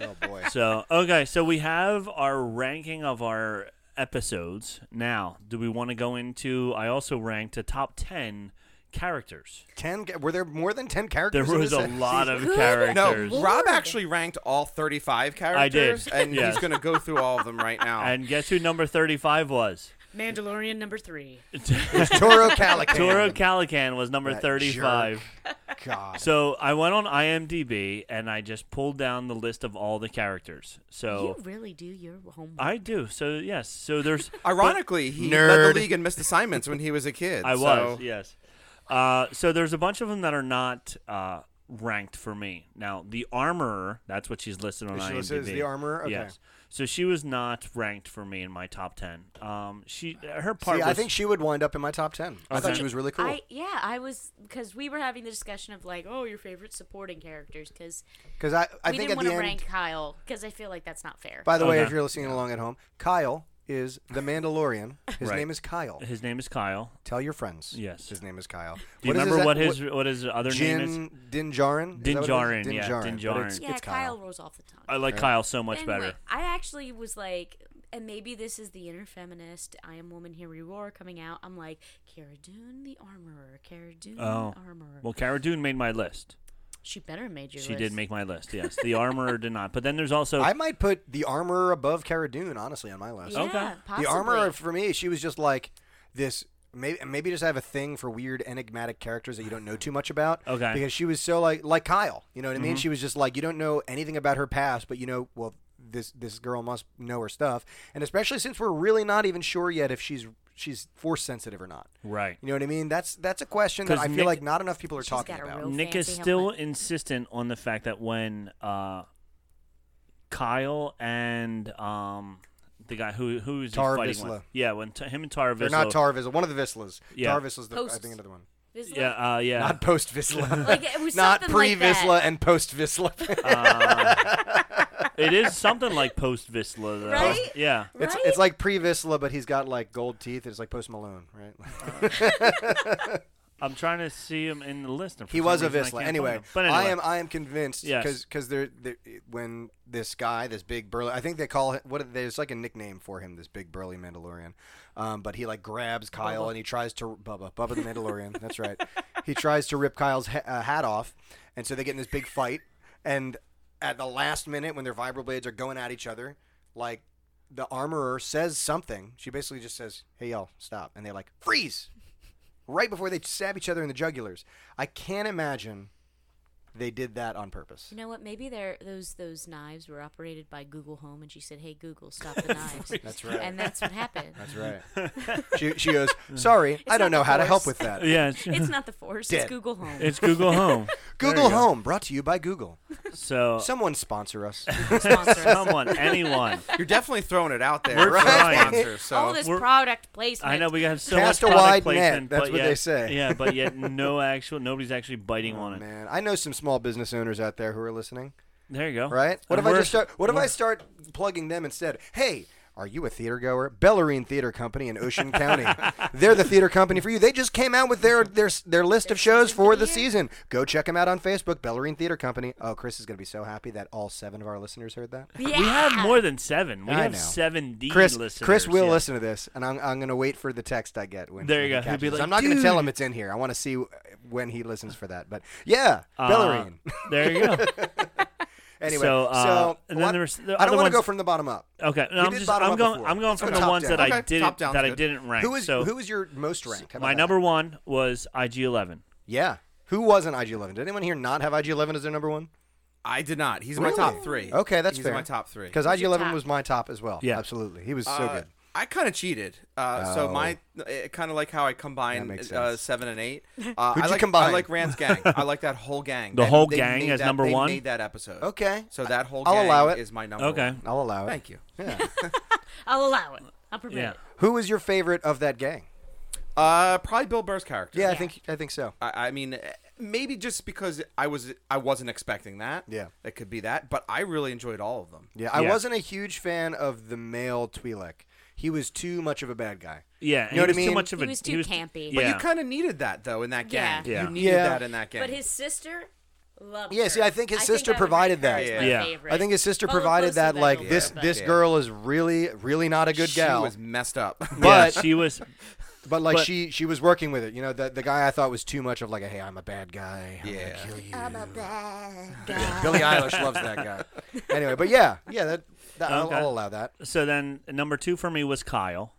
[SPEAKER 2] oh boy.
[SPEAKER 3] so okay, so we have our ranking of our episodes now. Do we want to go into? I also ranked a top ten characters.
[SPEAKER 2] Ten? ca- Were there more than ten
[SPEAKER 3] There
[SPEAKER 2] characters? in
[SPEAKER 3] was
[SPEAKER 2] this
[SPEAKER 3] a lot
[SPEAKER 2] season?
[SPEAKER 3] of
[SPEAKER 1] Good
[SPEAKER 3] characters.
[SPEAKER 7] No, Rob
[SPEAKER 1] Lord.
[SPEAKER 7] actually ranked all 35 characters.
[SPEAKER 3] I did,
[SPEAKER 7] And
[SPEAKER 3] yes.
[SPEAKER 7] he's going to go through all of them right now.
[SPEAKER 3] And guess who number thirty-five was?
[SPEAKER 1] Mandalorian number three.
[SPEAKER 2] Toro Calican.
[SPEAKER 3] Toro Calican was number
[SPEAKER 2] That
[SPEAKER 3] thirty-five.
[SPEAKER 2] Jerk. God.
[SPEAKER 3] So I went on IMDb and I just pulled down the list of all the characters. So
[SPEAKER 1] You really do your homework.
[SPEAKER 3] I do. So yes. So there's
[SPEAKER 7] Ironically, he
[SPEAKER 2] Nerd.
[SPEAKER 7] led the league in missed assignments when he was a kid.
[SPEAKER 3] I
[SPEAKER 7] so-
[SPEAKER 3] was yes. Uh, so there's a bunch of them that are not uh, ranked for me. Now the armorer, that's what she's listed on
[SPEAKER 2] She
[SPEAKER 3] IMDb.
[SPEAKER 2] listed as the armorer? Okay.
[SPEAKER 3] Yes. So she was not ranked for me in my top ten. Um, she her part.
[SPEAKER 2] See,
[SPEAKER 3] was,
[SPEAKER 2] I think she would wind up in my top ten. I thought
[SPEAKER 3] Okay.
[SPEAKER 2] she was really cool.
[SPEAKER 1] I yeah, I was because we were having the discussion of like, oh, your favorite supporting characters because
[SPEAKER 2] Because I, I
[SPEAKER 1] we didn't
[SPEAKER 2] think at
[SPEAKER 1] want
[SPEAKER 2] the
[SPEAKER 1] to
[SPEAKER 2] end.
[SPEAKER 1] rank Kyle because I feel like that's not fair.
[SPEAKER 2] by the way,
[SPEAKER 3] Okay.
[SPEAKER 2] if you're listening along at home, Kyle is the Mandalorian. His
[SPEAKER 3] Right.
[SPEAKER 2] name is Kyle.
[SPEAKER 3] his name is Kyle.
[SPEAKER 2] Tell your friends.
[SPEAKER 3] Yes.
[SPEAKER 2] His name is Kyle.
[SPEAKER 3] Do you
[SPEAKER 2] is
[SPEAKER 3] remember
[SPEAKER 2] that-
[SPEAKER 3] what his what his other name is?
[SPEAKER 2] Jin Dinjarin? Is that what it is?
[SPEAKER 3] Dinjarin, yeah,
[SPEAKER 2] Dinjarin. But
[SPEAKER 3] Dinjarin.
[SPEAKER 2] It's,
[SPEAKER 1] yeah,
[SPEAKER 2] it's
[SPEAKER 1] Kyle. rolls off the tongue.
[SPEAKER 3] I like Kyle so much
[SPEAKER 1] Anyway,
[SPEAKER 3] better.
[SPEAKER 1] I actually was like, and maybe this is the inner feminist. I am woman. Here we roar coming out. I'm like Cara Dune, the armorer. Cara Dune,
[SPEAKER 3] Oh.
[SPEAKER 1] the armorer.
[SPEAKER 3] Well, Cara Dune made my list.
[SPEAKER 1] she better have made your
[SPEAKER 3] She
[SPEAKER 1] list.
[SPEAKER 3] did make my list. Yes, the armorer did not. But then there's also
[SPEAKER 2] I might put the armorer above Cara Dune, honestly, on my list.
[SPEAKER 1] Yeah,
[SPEAKER 3] Okay.
[SPEAKER 1] possibly.
[SPEAKER 2] The armorer for me, she was just like this. Maybe, maybe just have a thing for weird enigmatic characters that you don't know too much about.
[SPEAKER 3] Okay. Mm-hmm.
[SPEAKER 2] Because she was so like like Kyle, you know what I mean? She was just like you don't know anything about her past, but you know, well, this this girl must know her stuff, and especially since we're really not even sure yet if she's she's force sensitive or not.
[SPEAKER 3] right.
[SPEAKER 2] You know what I mean? That's that's a question that
[SPEAKER 3] 'Cause
[SPEAKER 2] I feel
[SPEAKER 3] Nick-
[SPEAKER 2] like not enough people are talking
[SPEAKER 1] got a
[SPEAKER 2] about.
[SPEAKER 1] real-
[SPEAKER 3] Nick is
[SPEAKER 1] fancy
[SPEAKER 3] still
[SPEAKER 1] helmet.
[SPEAKER 3] insistent on the fact that when uh, Kyle and um, the guy who who's he
[SPEAKER 2] Tar
[SPEAKER 3] fighting with,
[SPEAKER 2] Vizsla.
[SPEAKER 3] yeah, when t- him and Tar
[SPEAKER 2] They're
[SPEAKER 3] Vizsla,
[SPEAKER 2] not Tar Vizsla. One of the Vislas.
[SPEAKER 3] Yeah.
[SPEAKER 2] Tar Vizsla's the, I
[SPEAKER 1] Posts.
[SPEAKER 2] think another one.
[SPEAKER 1] This is like-
[SPEAKER 3] yeah, uh, yeah,
[SPEAKER 2] Not post Visla.
[SPEAKER 1] Like, it was
[SPEAKER 2] not
[SPEAKER 1] something like
[SPEAKER 2] pre
[SPEAKER 1] that.
[SPEAKER 2] Visla and post Visla.
[SPEAKER 3] it is something like post Visla, though.
[SPEAKER 1] Right?
[SPEAKER 3] Yeah,
[SPEAKER 2] It's,
[SPEAKER 1] Right?
[SPEAKER 2] it's like pre Visla, but he's got like gold teeth. It's like Post Malone, right?
[SPEAKER 3] I'm trying to see him in the list. and for
[SPEAKER 2] he
[SPEAKER 3] some
[SPEAKER 2] was a
[SPEAKER 3] reason I can't
[SPEAKER 2] Visla.
[SPEAKER 3] find
[SPEAKER 2] Anyway,
[SPEAKER 3] him. but anyway,
[SPEAKER 2] I am I am convinced
[SPEAKER 3] Yes.
[SPEAKER 2] because there there- when this guy, this big burly, I think they call him what are- there's like a nickname for him, this big burly Mandalorian. Um, but he like grabs Kyle and he tries to Bubba Bubba the Mandalorian. that's right. He tries to rip Kyle's ha- uh, hat off, and so they get in this big fight. And at the last minute, when their vibroblades are going at each other, like the armorer says something. She basically just says, "Hey y'all, stop!" And they like freeze right before they stab each other in the jugulars. I can't imagine they did that on purpose.
[SPEAKER 1] You know what? Maybe they're, those those knives were operated by Google Home, and she said, "Hey Google, stop the knives."
[SPEAKER 2] That's right.
[SPEAKER 1] And that's what happened.
[SPEAKER 2] That's right. she, she goes, "Sorry, I don't
[SPEAKER 1] not
[SPEAKER 2] know
[SPEAKER 1] the
[SPEAKER 2] how to help
[SPEAKER 1] force."
[SPEAKER 2] with that."
[SPEAKER 3] yeah, it's,
[SPEAKER 1] It's not the force.
[SPEAKER 2] Dead.
[SPEAKER 1] It's Google Home.
[SPEAKER 3] it's Google Home.
[SPEAKER 2] Google Home brought to you by Google.
[SPEAKER 3] So
[SPEAKER 2] Someone sponsor us.
[SPEAKER 1] Sponsor us.
[SPEAKER 3] someone, anyone.
[SPEAKER 7] You're definitely throwing it out there.
[SPEAKER 3] We're
[SPEAKER 7] right?
[SPEAKER 3] trying.
[SPEAKER 7] Sponsor, so.
[SPEAKER 1] All this
[SPEAKER 3] We're-
[SPEAKER 1] product placement.
[SPEAKER 3] I know we have so
[SPEAKER 2] Cast
[SPEAKER 3] much
[SPEAKER 2] a
[SPEAKER 3] product
[SPEAKER 2] wide net,
[SPEAKER 3] placement,
[SPEAKER 2] that's
[SPEAKER 3] but
[SPEAKER 2] what they
[SPEAKER 3] yet-
[SPEAKER 2] say.
[SPEAKER 3] Yeah, but yet no actual nobody's actually biting on it.
[SPEAKER 2] Man, I know some small business owners out there who are listening,
[SPEAKER 3] There you go.
[SPEAKER 2] right? What
[SPEAKER 3] And
[SPEAKER 2] if I
[SPEAKER 3] we're-
[SPEAKER 2] just start? What if I
[SPEAKER 3] we're-
[SPEAKER 2] start plugging them instead? Hey, Are you a theater goer? Bellarine Theater Company in Ocean County. They're the theater company for you. They just came out with their their their list of shows for the season. Go check them out on Facebook, Bellarine Theater Company. Oh, Chris is going to be so happy that all seven of our listeners heard that.
[SPEAKER 1] Yeah.
[SPEAKER 3] We have more than seven. We
[SPEAKER 2] I
[SPEAKER 3] have
[SPEAKER 2] know.
[SPEAKER 3] seven D
[SPEAKER 2] Chris,
[SPEAKER 3] listeners.
[SPEAKER 2] Chris will
[SPEAKER 3] yeah.
[SPEAKER 2] listen to this, and I'm, I'm going to wait for the text I get when.
[SPEAKER 3] There you
[SPEAKER 2] when he
[SPEAKER 3] go. He'll
[SPEAKER 2] catches
[SPEAKER 3] be
[SPEAKER 2] this.
[SPEAKER 3] like,
[SPEAKER 2] I'm not going to tell
[SPEAKER 3] "Dude."
[SPEAKER 2] him it's in here. I want to see w- when he listens for that. But yeah,
[SPEAKER 3] Uh,
[SPEAKER 2] Bellarine.
[SPEAKER 3] there you go.
[SPEAKER 2] Anyway,
[SPEAKER 3] so, uh, and then
[SPEAKER 2] what-
[SPEAKER 3] there's the
[SPEAKER 2] I don't
[SPEAKER 3] other
[SPEAKER 2] want to go
[SPEAKER 3] ones-
[SPEAKER 2] from the bottom up.
[SPEAKER 3] Okay, no,
[SPEAKER 2] We
[SPEAKER 3] I'm
[SPEAKER 2] did
[SPEAKER 3] just
[SPEAKER 2] bottom
[SPEAKER 3] I'm
[SPEAKER 2] up
[SPEAKER 3] going
[SPEAKER 2] before.
[SPEAKER 3] I'm going
[SPEAKER 2] Let's
[SPEAKER 3] from
[SPEAKER 2] go
[SPEAKER 3] the
[SPEAKER 2] top
[SPEAKER 3] ones
[SPEAKER 2] down.
[SPEAKER 3] that I
[SPEAKER 7] Okay,
[SPEAKER 3] didn't
[SPEAKER 7] top down's
[SPEAKER 3] that I
[SPEAKER 7] good.
[SPEAKER 3] didn't rank.
[SPEAKER 2] Who is
[SPEAKER 3] so
[SPEAKER 2] who is your most ranked? How about
[SPEAKER 3] my
[SPEAKER 2] that?
[SPEAKER 3] number one was IG11.
[SPEAKER 2] Yeah. Who was on IG11? Did anyone here not have IG11 as their number one?
[SPEAKER 7] I did not. He's in my top three.
[SPEAKER 2] Okay, that's
[SPEAKER 7] He's
[SPEAKER 2] fair.
[SPEAKER 7] in my top three.
[SPEAKER 2] Because
[SPEAKER 1] Who's your
[SPEAKER 2] IG11
[SPEAKER 1] top?
[SPEAKER 2] was my top as well.
[SPEAKER 3] Yeah.
[SPEAKER 2] absolutely. He was so
[SPEAKER 7] Uh,
[SPEAKER 2] good.
[SPEAKER 7] I kind of cheated. Uh, So my kind of like how I combine
[SPEAKER 2] Oh. That makes
[SPEAKER 7] uh,
[SPEAKER 2] sense.
[SPEAKER 7] seven and eight. Uh,
[SPEAKER 2] Who'd
[SPEAKER 7] I
[SPEAKER 2] you
[SPEAKER 7] like, I
[SPEAKER 2] combine?
[SPEAKER 7] like Rand's gang. I like that whole gang.
[SPEAKER 3] The
[SPEAKER 7] They-
[SPEAKER 3] whole
[SPEAKER 7] they
[SPEAKER 3] gang
[SPEAKER 7] made
[SPEAKER 3] as
[SPEAKER 7] that-
[SPEAKER 3] number
[SPEAKER 7] they
[SPEAKER 3] one?
[SPEAKER 7] Made that episode.
[SPEAKER 2] Okay.
[SPEAKER 7] So that whole
[SPEAKER 2] I'll
[SPEAKER 7] gang
[SPEAKER 2] allow it.
[SPEAKER 7] is my number.
[SPEAKER 3] Okay.
[SPEAKER 7] One.
[SPEAKER 2] I'll allow it.
[SPEAKER 7] Thank you.
[SPEAKER 2] Yeah.
[SPEAKER 1] I'll allow it. I'll permit
[SPEAKER 3] Yeah.
[SPEAKER 1] it.
[SPEAKER 2] Who was your favorite of that gang?
[SPEAKER 7] Uh, probably Bill Burr's character.
[SPEAKER 2] Yeah, I
[SPEAKER 1] Yeah.
[SPEAKER 2] think I think so.
[SPEAKER 7] I, I mean, eh, maybe just because I was I wasn't expecting that.
[SPEAKER 2] Yeah.
[SPEAKER 7] It could be that, but I really enjoyed all of them.
[SPEAKER 2] Yeah, I
[SPEAKER 3] Yeah.
[SPEAKER 2] wasn't a huge fan of the male Twi'lek. He was too much of a bad guy.
[SPEAKER 3] Yeah, and
[SPEAKER 2] know what I
[SPEAKER 3] he was
[SPEAKER 2] mean?
[SPEAKER 3] too much of
[SPEAKER 1] He
[SPEAKER 3] a
[SPEAKER 1] was too campy.
[SPEAKER 3] Yeah.
[SPEAKER 1] But
[SPEAKER 7] You kind of needed that though in that gang.
[SPEAKER 1] Yeah.
[SPEAKER 3] Yeah.
[SPEAKER 7] You needed
[SPEAKER 2] Yeah.
[SPEAKER 7] that in that gang.
[SPEAKER 1] But his sister loved
[SPEAKER 2] Yeah,
[SPEAKER 1] her.
[SPEAKER 2] see, I think his
[SPEAKER 1] I
[SPEAKER 2] sister
[SPEAKER 1] I would
[SPEAKER 2] provided
[SPEAKER 1] rank her
[SPEAKER 2] that.
[SPEAKER 1] as my
[SPEAKER 3] Yeah.
[SPEAKER 1] favorite.
[SPEAKER 2] I think his sister
[SPEAKER 1] Well,
[SPEAKER 2] provided
[SPEAKER 1] opposed to
[SPEAKER 2] that
[SPEAKER 1] the
[SPEAKER 2] like
[SPEAKER 1] Bill
[SPEAKER 2] this
[SPEAKER 1] Burr,
[SPEAKER 2] this
[SPEAKER 1] but-
[SPEAKER 2] girl is really really not a good
[SPEAKER 7] she
[SPEAKER 2] gal.
[SPEAKER 7] was messed up.
[SPEAKER 2] But-
[SPEAKER 3] yeah, she was.
[SPEAKER 2] But like
[SPEAKER 3] But-
[SPEAKER 2] she she was working with it. You know, the the guy I thought was too much of like a hey, I'm a bad guy. I'm gonna
[SPEAKER 7] Yeah.
[SPEAKER 2] kill you. I'm a bad guy. Billie Eilish loves that guy. Anyway, but yeah, yeah, that, that
[SPEAKER 3] Okay.
[SPEAKER 2] I'll, I'll allow that.
[SPEAKER 3] So then number two for me was Kyle.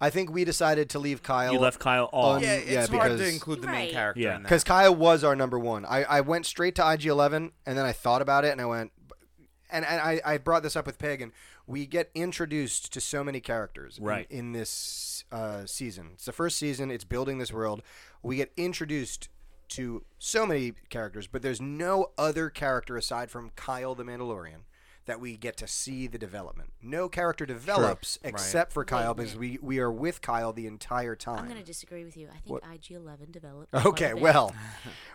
[SPEAKER 2] I think we decided to leave Kyle.
[SPEAKER 3] You left Kyle off.
[SPEAKER 2] on-
[SPEAKER 7] yeah, it's
[SPEAKER 2] yeah,
[SPEAKER 7] hard to
[SPEAKER 2] because-
[SPEAKER 7] include the main
[SPEAKER 1] Right.
[SPEAKER 7] character
[SPEAKER 3] Yeah.
[SPEAKER 7] in that.
[SPEAKER 2] because Kyle was our number one. I, I went straight to IG Eleven, and then I thought about it, and I went, and, and I, I brought this up with Peg, and we get introduced to so many characters in-
[SPEAKER 3] Right.
[SPEAKER 2] in, this uh, season. It's the first season. It's building this world. We get introduced to so many characters, but there's no other character aside from Kyle the Mandalorian. That we get to see the development. No character develops except for Kyle because we, we are with Kyle the entire time.
[SPEAKER 1] I'm going to disagree with you. I think IG11 developed. quite a
[SPEAKER 2] Okay,
[SPEAKER 1] bit.
[SPEAKER 2] well,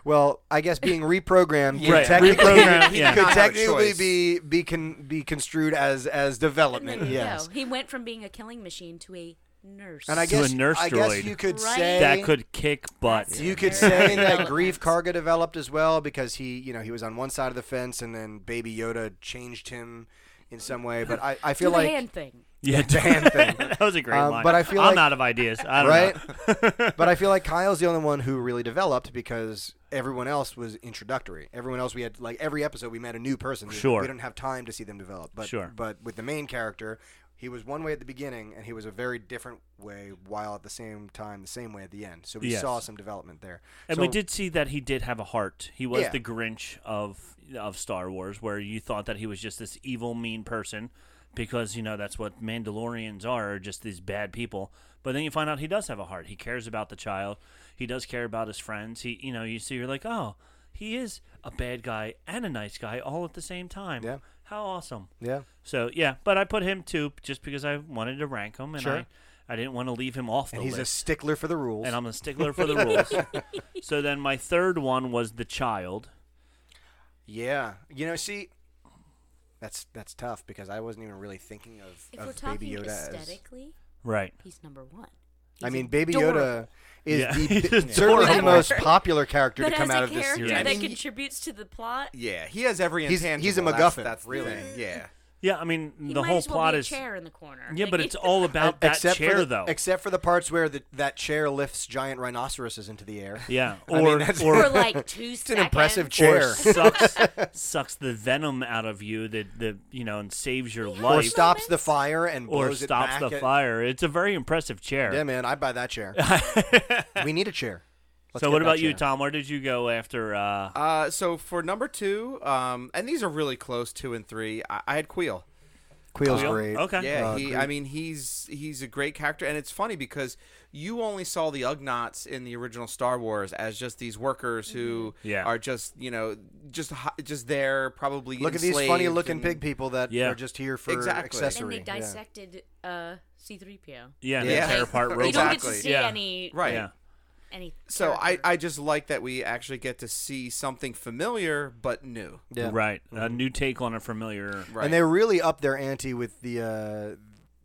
[SPEAKER 2] well, I guess being reprogrammed could
[SPEAKER 3] Right,
[SPEAKER 2] technically,
[SPEAKER 3] reprogrammed, yeah.
[SPEAKER 2] could
[SPEAKER 7] Not have a
[SPEAKER 2] technically
[SPEAKER 7] choice.
[SPEAKER 2] be be con, be construed as as
[SPEAKER 1] And
[SPEAKER 2] development.
[SPEAKER 1] there you
[SPEAKER 2] yes,
[SPEAKER 1] go. He went from being a killing machine to a nurse.
[SPEAKER 2] and I
[SPEAKER 3] To a
[SPEAKER 2] guess
[SPEAKER 3] nurse
[SPEAKER 2] I guess
[SPEAKER 3] droid.
[SPEAKER 2] you could
[SPEAKER 1] Right.
[SPEAKER 2] say
[SPEAKER 3] that could kick butt.
[SPEAKER 2] you could
[SPEAKER 1] Very
[SPEAKER 2] say that
[SPEAKER 1] development.
[SPEAKER 2] Grief Karga developed as well because he you know he was on one side of the fence and then Baby Yoda changed him in some way. But I, I
[SPEAKER 1] Do
[SPEAKER 2] feel
[SPEAKER 1] the
[SPEAKER 2] like
[SPEAKER 1] hand thing.
[SPEAKER 3] Yeah,
[SPEAKER 2] hand thing.
[SPEAKER 3] that was a great
[SPEAKER 2] Um,
[SPEAKER 3] line.
[SPEAKER 2] but I feel
[SPEAKER 3] I'm
[SPEAKER 2] like-
[SPEAKER 3] out of ideas. I don't
[SPEAKER 2] right?
[SPEAKER 3] know.
[SPEAKER 2] but I feel like Kyle's the only one who really developed because everyone else was introductory. Everyone else we had like every episode we met a new person. We-
[SPEAKER 3] Sure.
[SPEAKER 2] We didn't have time to see them develop. But
[SPEAKER 3] Sure.
[SPEAKER 2] but with the main character, he was one way at the beginning and he was a very different way while at the same time the same way at the end. So we
[SPEAKER 3] Yes.
[SPEAKER 2] saw some development there.
[SPEAKER 3] And
[SPEAKER 2] So-
[SPEAKER 3] we did see that he did have a heart. He was
[SPEAKER 2] Yeah.
[SPEAKER 3] the Grinch of of Star Wars, where you thought that he was just this evil, mean person, because you know that's what Mandalorians are, just these bad people. But then you find out he does have a heart. He cares about the child. He does care about his friends. He, you know, you see, you're like, oh, he is a bad guy and a nice guy all at the same time.
[SPEAKER 2] Yeah.
[SPEAKER 3] How awesome.
[SPEAKER 2] Yeah.
[SPEAKER 3] So yeah, but I put him too, just because I wanted to rank him, and
[SPEAKER 2] Sure.
[SPEAKER 3] I, I didn't want to leave him off the
[SPEAKER 2] And he's
[SPEAKER 3] list
[SPEAKER 2] a stickler for the rules.
[SPEAKER 3] and I'm a stickler for the rules. so then my third one was the child.
[SPEAKER 2] yeah. You know, see that's that's tough because I wasn't even really thinking of,
[SPEAKER 1] If
[SPEAKER 2] of
[SPEAKER 1] we're talking
[SPEAKER 2] Baby Yoda as
[SPEAKER 1] aesthetically,
[SPEAKER 3] Right.
[SPEAKER 1] he's number one.
[SPEAKER 2] I mean, Baby Yoda
[SPEAKER 1] adorable.
[SPEAKER 2] is
[SPEAKER 3] Yeah,
[SPEAKER 2] the,
[SPEAKER 3] he's
[SPEAKER 2] bi- certainly the
[SPEAKER 3] adorable.
[SPEAKER 2] most popular character
[SPEAKER 1] But
[SPEAKER 2] to
[SPEAKER 1] as
[SPEAKER 2] come
[SPEAKER 1] a
[SPEAKER 2] out of this
[SPEAKER 1] character
[SPEAKER 2] series.
[SPEAKER 3] Yeah, I
[SPEAKER 1] that
[SPEAKER 3] mean,
[SPEAKER 1] contributes to the plot,
[SPEAKER 7] yeah, he has every
[SPEAKER 2] He's-
[SPEAKER 7] intangible.
[SPEAKER 2] he's a
[SPEAKER 7] That's-
[SPEAKER 2] MacGuffin.
[SPEAKER 7] That's, the
[SPEAKER 2] Really?
[SPEAKER 7] thing. Yeah.
[SPEAKER 3] Yeah, I mean
[SPEAKER 1] he
[SPEAKER 3] the
[SPEAKER 1] might
[SPEAKER 3] whole
[SPEAKER 1] as well
[SPEAKER 3] plot
[SPEAKER 1] be a
[SPEAKER 3] is
[SPEAKER 1] chair in the corner.
[SPEAKER 3] Yeah,
[SPEAKER 1] Like,
[SPEAKER 3] but it's all about that
[SPEAKER 2] except
[SPEAKER 3] chair
[SPEAKER 2] for the,
[SPEAKER 3] though.
[SPEAKER 2] Except for the parts where the, that chair lifts giant rhinoceroses into the air.
[SPEAKER 3] yeah,
[SPEAKER 2] I mean,
[SPEAKER 3] or
[SPEAKER 2] that's-
[SPEAKER 3] or,
[SPEAKER 1] for like two
[SPEAKER 2] It's an impressive
[SPEAKER 3] or
[SPEAKER 2] chair.
[SPEAKER 3] sucks sucks the venom out of you that the you know and saves your
[SPEAKER 2] Or
[SPEAKER 3] life
[SPEAKER 2] stops the fire and
[SPEAKER 3] or
[SPEAKER 2] blows it
[SPEAKER 3] stops
[SPEAKER 2] back
[SPEAKER 3] the
[SPEAKER 2] at-
[SPEAKER 3] fire. It's a very impressive chair.
[SPEAKER 2] Yeah, man, I'd buy that chair. we need a chair. Let's
[SPEAKER 3] so
[SPEAKER 2] get
[SPEAKER 3] what
[SPEAKER 2] that
[SPEAKER 3] about you,
[SPEAKER 2] chair.
[SPEAKER 3] Tom? Where did you go after? Uh,
[SPEAKER 7] Uh, so for number two, um, and these are really close, two and three. I, I had Queel.
[SPEAKER 2] Queel's
[SPEAKER 3] Wheel?
[SPEAKER 2] great.
[SPEAKER 3] Okay.
[SPEAKER 7] Yeah,
[SPEAKER 2] Uh,
[SPEAKER 7] he. I mean, he's he's a great character, and it's funny because you only saw the Ugnaughts in the original Star Wars as just these workers who
[SPEAKER 3] Yeah.
[SPEAKER 7] are just you know just hi- just there probably.
[SPEAKER 2] Look at these
[SPEAKER 7] enslaved
[SPEAKER 2] funny looking
[SPEAKER 7] and-
[SPEAKER 2] pig people that
[SPEAKER 3] Yeah.
[SPEAKER 2] are just here for
[SPEAKER 7] Exactly.
[SPEAKER 1] and
[SPEAKER 2] accessory.
[SPEAKER 1] they
[SPEAKER 2] Yeah.
[SPEAKER 1] dissected uh, C-3PO.
[SPEAKER 3] Yeah,
[SPEAKER 7] Yeah.
[SPEAKER 3] the tear apart
[SPEAKER 7] You
[SPEAKER 3] robot.
[SPEAKER 1] You don't get to
[SPEAKER 7] Exactly.
[SPEAKER 1] see
[SPEAKER 3] Yeah.
[SPEAKER 1] any
[SPEAKER 7] Right.
[SPEAKER 3] Yeah.
[SPEAKER 1] any.
[SPEAKER 7] So I,
[SPEAKER 1] character.
[SPEAKER 7] I just like that we actually get to see something familiar but new.
[SPEAKER 2] Yeah. Mm-hmm.
[SPEAKER 3] Right. A new take on a familiar.
[SPEAKER 7] Right.
[SPEAKER 2] And they really upped their ante with the uh, the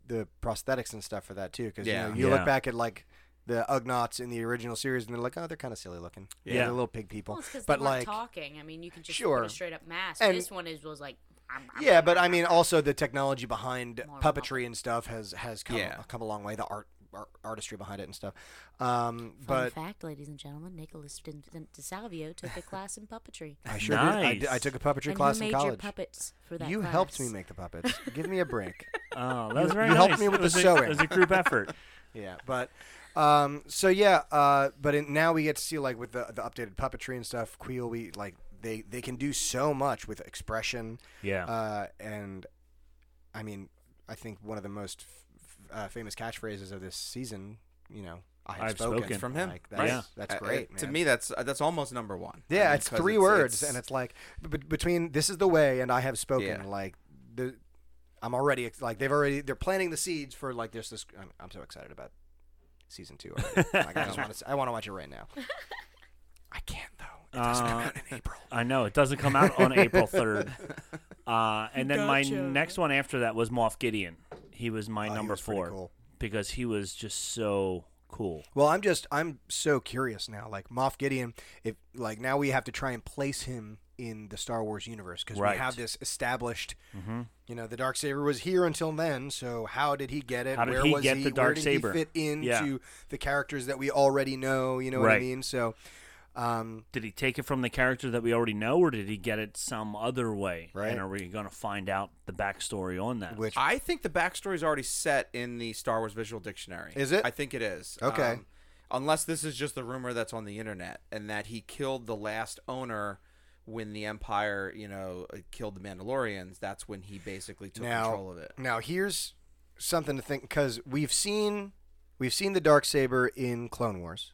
[SPEAKER 2] the prosthetics and stuff for that too. Because
[SPEAKER 7] Yeah.
[SPEAKER 2] you know you look
[SPEAKER 3] Yeah.
[SPEAKER 2] back at like the Ugnaughts in the original series, and they're like, oh, they're kind of silly looking. Yeah,
[SPEAKER 3] Yeah.
[SPEAKER 2] they're little pig people.
[SPEAKER 1] Well, it's because
[SPEAKER 2] but
[SPEAKER 1] they weren't
[SPEAKER 2] like,
[SPEAKER 1] talking. I mean, you can just
[SPEAKER 2] Sure.
[SPEAKER 1] put a straight up mask.
[SPEAKER 2] And-
[SPEAKER 1] this one is was like, "Om, om,
[SPEAKER 2] yeah,
[SPEAKER 1] om,
[SPEAKER 2] but
[SPEAKER 1] om,
[SPEAKER 2] I
[SPEAKER 1] om."
[SPEAKER 2] mean, also the technology behind
[SPEAKER 1] More
[SPEAKER 2] puppetry and stuff has has come
[SPEAKER 7] Yeah.
[SPEAKER 2] come a long way. The art, art artistry behind it and stuff. Um,
[SPEAKER 1] Fun
[SPEAKER 2] but
[SPEAKER 1] fact, ladies and gentlemen, Nicholas Di- Di- DiSalvio took a class in puppetry.
[SPEAKER 2] I sure did. I
[SPEAKER 3] Nice.
[SPEAKER 2] did. I, took a puppetry
[SPEAKER 1] and
[SPEAKER 2] class
[SPEAKER 1] who made
[SPEAKER 2] in college.
[SPEAKER 1] your puppets for that?
[SPEAKER 2] you
[SPEAKER 1] class?
[SPEAKER 2] helped me make the puppets. Give me a break.
[SPEAKER 3] Oh, that was very
[SPEAKER 2] you
[SPEAKER 3] nice.
[SPEAKER 2] helped me with
[SPEAKER 3] It was
[SPEAKER 2] the
[SPEAKER 3] a-
[SPEAKER 2] sewing.
[SPEAKER 3] It was a group effort.
[SPEAKER 2] Yeah, but um, so yeah, uh, but in, now we get to see like with the the updated puppetry and stuff. Queel, we like they they can do so much with expression.
[SPEAKER 3] Yeah.
[SPEAKER 2] Uh, and I mean, I think one of the most f- f- uh, famous catchphrases of this season, you know, I have
[SPEAKER 3] I've
[SPEAKER 2] spoken.
[SPEAKER 3] spoken.
[SPEAKER 7] From him.
[SPEAKER 2] Like, that's,
[SPEAKER 3] Yeah.
[SPEAKER 2] that's
[SPEAKER 7] Uh, uh,
[SPEAKER 2] great.
[SPEAKER 7] To
[SPEAKER 2] man.
[SPEAKER 7] me, that's uh, that's almost number one. I
[SPEAKER 2] Yeah,
[SPEAKER 7] mean,
[SPEAKER 2] it's
[SPEAKER 7] 'cause
[SPEAKER 2] three words, and it's like b- b- between "This is the way" and "I have spoken."
[SPEAKER 7] Yeah.
[SPEAKER 2] Like the, I'm already ex- like they've already they're planting the seeds for like there's this. I'm, I'm so excited about season two. Already. like, I just want to I want to watch it right now. I can't though. It doesn't come
[SPEAKER 3] Uh,
[SPEAKER 2] out in April.
[SPEAKER 3] I know it doesn't come out on April third. Uh, and then my next one after that was Moff Gideon. He was my
[SPEAKER 7] Ah,
[SPEAKER 2] Oh, he
[SPEAKER 3] number
[SPEAKER 2] was pretty
[SPEAKER 3] four
[SPEAKER 2] cool.
[SPEAKER 3] because he was just so cool.
[SPEAKER 2] Well, I'm just I'm so curious now. Like Moff Gideon, if like now we have to try and place him in the Star Wars universe because
[SPEAKER 3] Right. Mm-hmm.
[SPEAKER 2] we have this established. You know, the dark saber was here until then. So how did he get it?
[SPEAKER 3] How did
[SPEAKER 2] Where
[SPEAKER 3] he
[SPEAKER 2] was
[SPEAKER 3] get
[SPEAKER 2] he?
[SPEAKER 3] the
[SPEAKER 2] Where
[SPEAKER 3] dark
[SPEAKER 2] did
[SPEAKER 3] saber?
[SPEAKER 2] he fit into
[SPEAKER 3] Yeah.
[SPEAKER 2] the characters that we already know? You know what I
[SPEAKER 3] Right.
[SPEAKER 2] mean? So, um,
[SPEAKER 3] Did he take it from the character that we already know, or did he get it some other way?
[SPEAKER 2] Right.
[SPEAKER 3] And are we going to find out the backstory on that?
[SPEAKER 2] which
[SPEAKER 7] I think the backstory is already set in the Star Wars Visual Dictionary.
[SPEAKER 2] Is it?
[SPEAKER 7] I think it is.
[SPEAKER 2] Okay.
[SPEAKER 7] Um, unless this is just the rumor that's on the internet, and that he killed the last owner when the Empire, you know, uh, killed the Mandalorians. That's when he basically took
[SPEAKER 2] now
[SPEAKER 7] control of it.
[SPEAKER 2] now here's something to think because we've seen we've seen the dark saber in Clone Wars.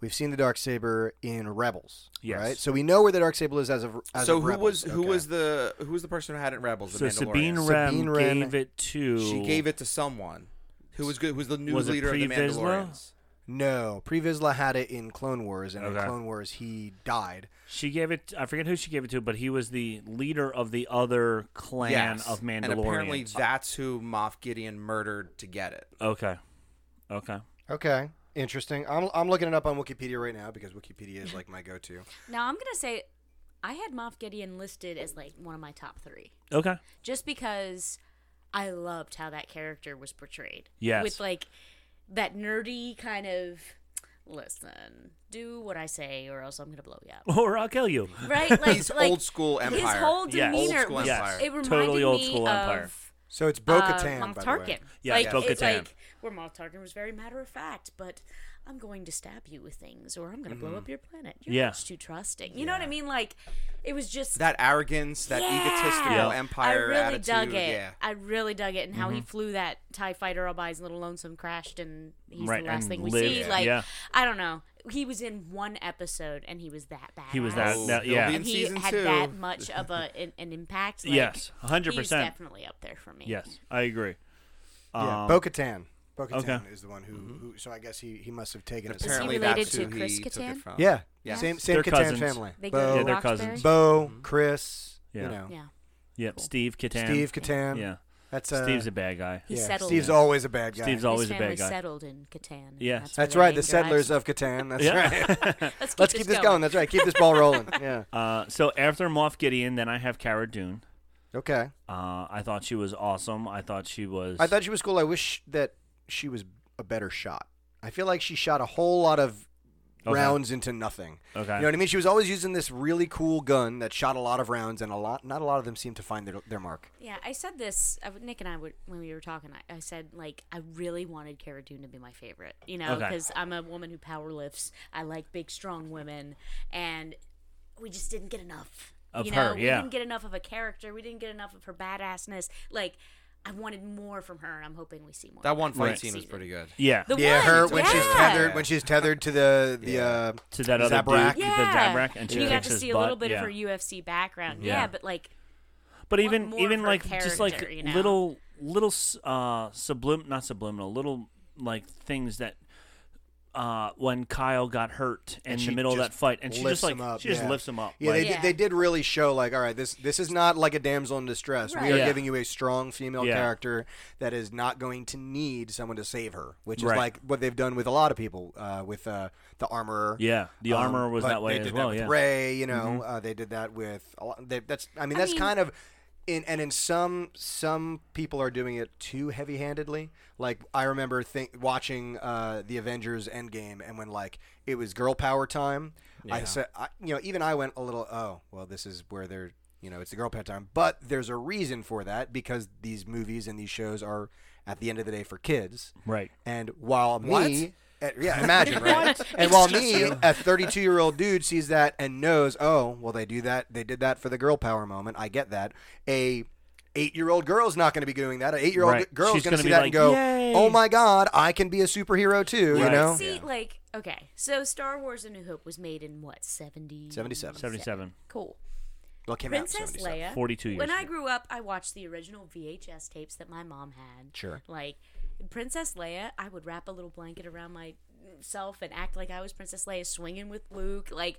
[SPEAKER 2] We've seen the dark saber in Rebels,
[SPEAKER 3] Yes.
[SPEAKER 2] right? So we know where the dark saber is as of as
[SPEAKER 7] so
[SPEAKER 2] of
[SPEAKER 7] who
[SPEAKER 2] Rebels.
[SPEAKER 7] was who
[SPEAKER 2] Okay.
[SPEAKER 7] was the who was the person who had it in Rebels?
[SPEAKER 3] so
[SPEAKER 7] The
[SPEAKER 3] Sabine
[SPEAKER 7] Mandalorians?
[SPEAKER 3] Wren
[SPEAKER 2] Sabine Wren-
[SPEAKER 3] gave it to.
[SPEAKER 7] She gave it to someone who was good. Who was the new
[SPEAKER 3] Was it
[SPEAKER 7] leader of the
[SPEAKER 3] Pre Vizsla?
[SPEAKER 7] Mandalorians?
[SPEAKER 2] No, Previsla had it in Clone Wars, and in
[SPEAKER 3] Okay.
[SPEAKER 2] Clone Wars he died.
[SPEAKER 3] She gave it. I forget who she gave it to, but he was the leader of the other clan
[SPEAKER 7] Yes.
[SPEAKER 3] of Mandalorians.
[SPEAKER 7] And apparently that's who Moff Gideon murdered to get it.
[SPEAKER 3] okay, okay.
[SPEAKER 2] Okay, interesting. I'm I'm looking it up on Wikipedia right now because Wikipedia is like my go-to.
[SPEAKER 1] Now I'm gonna say, I had Moff Gideon listed as like one of my top three,
[SPEAKER 3] Okay.
[SPEAKER 1] just because I loved how that character was portrayed.
[SPEAKER 3] Yes.
[SPEAKER 1] with like that nerdy kind of listen, do what I say, or else I'm gonna blow you up.
[SPEAKER 3] Or I'll kill you.
[SPEAKER 1] Right? Like,
[SPEAKER 7] He's
[SPEAKER 1] like,
[SPEAKER 7] old school
[SPEAKER 1] His
[SPEAKER 7] Empire.
[SPEAKER 1] whole
[SPEAKER 3] Yes.
[SPEAKER 1] demeanor
[SPEAKER 7] Old school
[SPEAKER 1] was
[SPEAKER 7] Empire.
[SPEAKER 1] it reminded
[SPEAKER 3] Totally old
[SPEAKER 1] me
[SPEAKER 3] school
[SPEAKER 1] of
[SPEAKER 3] Empire.
[SPEAKER 2] So it's Bo
[SPEAKER 1] uh,
[SPEAKER 2] Katan,
[SPEAKER 1] Moff
[SPEAKER 2] by the
[SPEAKER 1] Tarkin.
[SPEAKER 2] way.
[SPEAKER 3] Yeah,
[SPEAKER 1] like,
[SPEAKER 3] Bo
[SPEAKER 1] it's
[SPEAKER 3] Katan.
[SPEAKER 1] like where Moff Tarkin was very matter of fact, but I'm going to stab you with things, or I'm going to blow up your planet. You're
[SPEAKER 3] Mm. Yeah.
[SPEAKER 1] much too trusting. You know what I mean? Like, it was just
[SPEAKER 7] That arrogance, that
[SPEAKER 1] yeah!
[SPEAKER 7] egotistical empire
[SPEAKER 1] I really
[SPEAKER 7] attitude.
[SPEAKER 1] dug it.
[SPEAKER 7] Yeah.
[SPEAKER 1] I really dug it, and how
[SPEAKER 3] Mm-hmm.
[SPEAKER 1] he flew that Tie Fighter all by his little lonesome, crashed, and he's
[SPEAKER 3] Right,
[SPEAKER 1] the last
[SPEAKER 3] and
[SPEAKER 1] thing we
[SPEAKER 3] lived.
[SPEAKER 1] see.
[SPEAKER 3] Yeah.
[SPEAKER 1] Like,
[SPEAKER 3] Yeah.
[SPEAKER 1] I don't know. He was in one episode, and he was that bad.
[SPEAKER 3] He was that.
[SPEAKER 7] Oh,
[SPEAKER 3] that-
[SPEAKER 7] he'll
[SPEAKER 3] yeah.
[SPEAKER 7] be
[SPEAKER 1] and
[SPEAKER 7] in
[SPEAKER 1] he
[SPEAKER 7] season
[SPEAKER 1] had
[SPEAKER 7] two.
[SPEAKER 1] that much of a an, an impact. Like,
[SPEAKER 3] Yes, 100%.
[SPEAKER 1] He's definitely up there for me.
[SPEAKER 3] Yes, I agree.
[SPEAKER 2] Yeah,
[SPEAKER 3] Um,
[SPEAKER 2] Bo Katan. Bo Katan
[SPEAKER 3] okay.
[SPEAKER 2] is the one who, who. So I guess he, he must have taken it.
[SPEAKER 7] Apparently
[SPEAKER 1] related
[SPEAKER 7] that's
[SPEAKER 1] to
[SPEAKER 7] who
[SPEAKER 1] Chris
[SPEAKER 7] he took it
[SPEAKER 1] Kattan?
[SPEAKER 7] from.
[SPEAKER 2] Yeah,
[SPEAKER 7] Um, Yeah.
[SPEAKER 2] same same
[SPEAKER 3] They're
[SPEAKER 2] Katan
[SPEAKER 3] cousins.
[SPEAKER 2] family.
[SPEAKER 1] They
[SPEAKER 2] Bo,
[SPEAKER 1] go
[SPEAKER 3] Yeah,
[SPEAKER 1] to
[SPEAKER 3] they're
[SPEAKER 1] Roxbury?
[SPEAKER 3] cousins.
[SPEAKER 2] Bo, Chris.
[SPEAKER 3] Yeah.
[SPEAKER 2] You know,
[SPEAKER 1] Yeah.
[SPEAKER 3] Yep. Steve Catan.
[SPEAKER 2] Steve Katan.
[SPEAKER 3] Yeah.
[SPEAKER 2] that's uh,
[SPEAKER 3] Steve's a bad guy.
[SPEAKER 1] He
[SPEAKER 2] yeah,
[SPEAKER 1] settled.
[SPEAKER 2] Steve's
[SPEAKER 1] in-
[SPEAKER 2] always a bad guy.
[SPEAKER 3] Steve's
[SPEAKER 1] His
[SPEAKER 3] always a
[SPEAKER 1] family
[SPEAKER 3] bad guy.
[SPEAKER 1] settled in Catan. and
[SPEAKER 3] Yes.
[SPEAKER 1] where
[SPEAKER 2] that's right.
[SPEAKER 1] name
[SPEAKER 2] The
[SPEAKER 1] derives
[SPEAKER 2] settlers of Katan. That's
[SPEAKER 3] Yeah.
[SPEAKER 2] right.
[SPEAKER 1] from. Let's keep
[SPEAKER 2] Let's keep this going. That's right. Keep this ball rolling. Yeah.
[SPEAKER 3] Uh, so after Moff Gideon, then I have Cara Dune.
[SPEAKER 2] Okay.
[SPEAKER 3] Uh, I thought she was awesome. I thought she was.
[SPEAKER 2] I thought she was cool. I wish that she was a better shot. I feel like she shot a whole lot of
[SPEAKER 3] Okay.
[SPEAKER 2] rounds into nothing.
[SPEAKER 3] Okay.
[SPEAKER 2] You know what I mean? She was always using this really cool gun that shot a lot of rounds, and a lot, not a lot of them seemed to find their, their mark.
[SPEAKER 1] Yeah, I said this. I, would- Nick and I would when we were talking. I, I said like I really wanted Cara Dune to be my favorite. You know,
[SPEAKER 3] Okay.
[SPEAKER 1] because I'm a woman who power lifts. I like big, strong women, and we just didn't get enough
[SPEAKER 3] Of
[SPEAKER 1] you
[SPEAKER 3] her,
[SPEAKER 1] know,
[SPEAKER 3] yeah.
[SPEAKER 1] We didn't get enough of a character. We didn't get enough of her badassness. Like I wanted more from her, and I'm hoping we see more.
[SPEAKER 7] That one fight
[SPEAKER 3] Right.
[SPEAKER 7] scene was pretty good.
[SPEAKER 3] yeah.
[SPEAKER 1] The
[SPEAKER 2] Yeah,
[SPEAKER 1] one,
[SPEAKER 2] her when she's
[SPEAKER 1] yeah.
[SPEAKER 2] tethered when she's tethered to the the uh,
[SPEAKER 3] To that other
[SPEAKER 2] Zabrak.
[SPEAKER 3] dude.
[SPEAKER 1] Yeah.
[SPEAKER 3] The Zabrak, and she
[SPEAKER 1] you got
[SPEAKER 3] kicks
[SPEAKER 1] to
[SPEAKER 3] his
[SPEAKER 1] see a
[SPEAKER 3] butt.
[SPEAKER 1] little bit
[SPEAKER 3] yeah.
[SPEAKER 1] of her UFC background. Yeah,
[SPEAKER 3] Yeah.
[SPEAKER 1] but like
[SPEAKER 3] but
[SPEAKER 1] want
[SPEAKER 3] even
[SPEAKER 1] more of
[SPEAKER 3] even
[SPEAKER 1] her
[SPEAKER 3] like just like
[SPEAKER 1] character, you know?
[SPEAKER 3] little little s- uh sublim not subliminal little like things that uh, when Kyle got hurt in
[SPEAKER 2] she
[SPEAKER 3] the middle of
[SPEAKER 2] just
[SPEAKER 3] that fight, and she
[SPEAKER 2] lifts
[SPEAKER 3] just like
[SPEAKER 2] him up,
[SPEAKER 3] she just
[SPEAKER 2] yeah.
[SPEAKER 3] lifts him up.
[SPEAKER 2] Yeah,
[SPEAKER 3] like,
[SPEAKER 2] they,
[SPEAKER 1] Yeah.
[SPEAKER 2] Did, they did really show like, all right, this this is not like a damsel in distress.
[SPEAKER 1] Right.
[SPEAKER 2] We are
[SPEAKER 3] Yeah.
[SPEAKER 2] giving you a strong female
[SPEAKER 3] Yeah.
[SPEAKER 2] character that is not going to need someone to save her, which is
[SPEAKER 3] Right.
[SPEAKER 2] like what they've done with a lot of people uh, with uh, the armorer.
[SPEAKER 3] Yeah, the
[SPEAKER 2] Um,
[SPEAKER 3] armor was
[SPEAKER 2] but
[SPEAKER 3] that way
[SPEAKER 2] they
[SPEAKER 3] as
[SPEAKER 2] did
[SPEAKER 3] well.
[SPEAKER 2] That with
[SPEAKER 3] yeah,
[SPEAKER 2] Ray, you know, uh, they did that with. A lot, they, that's I mean, that's
[SPEAKER 1] mean-
[SPEAKER 2] kind of. In, and in some some people are doing it too heavy-handedly. Like I remember think, watching uh, the Avengers Endgame, and when like it was girl power time, I said, I, you know, even I went a little, oh, well, this is where they're, you know, it's the girl power time. But there's a reason for that because these movies and these shows are at the end of the day for kids,
[SPEAKER 3] right.
[SPEAKER 2] and while me,
[SPEAKER 7] What?
[SPEAKER 2] eh, yeah, imagine, right? and while me, a 32 year old dude, sees that and knows, oh, well, they do that. They did that for the girl power moment. I get that. A eight year old girl's not going to be doing that. An eight year old
[SPEAKER 3] Right.
[SPEAKER 2] girl's
[SPEAKER 3] She's
[SPEAKER 2] going
[SPEAKER 3] gonna
[SPEAKER 2] to see
[SPEAKER 3] be
[SPEAKER 2] that
[SPEAKER 3] like,
[SPEAKER 2] and go,
[SPEAKER 3] "Yay."
[SPEAKER 2] oh my God, I can be a superhero too,
[SPEAKER 3] Right.
[SPEAKER 2] you know?
[SPEAKER 1] See, like, okay, so Star Wars: A New Hope was made in what 70?
[SPEAKER 2] 77.
[SPEAKER 3] 77.
[SPEAKER 1] Cool.
[SPEAKER 2] Well, it came out in
[SPEAKER 1] Princess
[SPEAKER 2] 77.
[SPEAKER 1] Leia.
[SPEAKER 3] 42 years
[SPEAKER 1] When I
[SPEAKER 3] ago.
[SPEAKER 1] grew up, I watched the original VHS tapes that my mom had.
[SPEAKER 2] Sure.
[SPEAKER 1] Like Princess Leia, I would wrap a little blanket around myself and act like I was Princess Leia, swinging with Luke. Like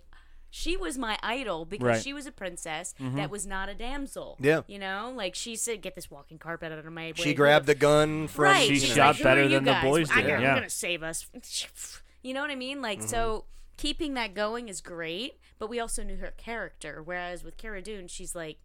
[SPEAKER 1] she was my idol because
[SPEAKER 3] Right. Mm-hmm.
[SPEAKER 1] she was a princess that was not a damsel.
[SPEAKER 2] Yeah.
[SPEAKER 1] You know, like she said, "Get this walking carpet out of my way."
[SPEAKER 2] She grabbed the gun from.
[SPEAKER 1] Right.
[SPEAKER 3] She
[SPEAKER 2] you know,
[SPEAKER 1] she's
[SPEAKER 3] shot
[SPEAKER 1] like, "Who
[SPEAKER 3] better
[SPEAKER 1] are you
[SPEAKER 3] than the
[SPEAKER 1] guys?
[SPEAKER 3] boys
[SPEAKER 1] I
[SPEAKER 3] did,
[SPEAKER 1] got-
[SPEAKER 3] yeah.
[SPEAKER 1] I'm gonna save us. You know what I mean? Like so,
[SPEAKER 3] Mm-hmm.
[SPEAKER 1] keeping that going is great. But we also knew her character. Whereas with Cara Dune, she's like,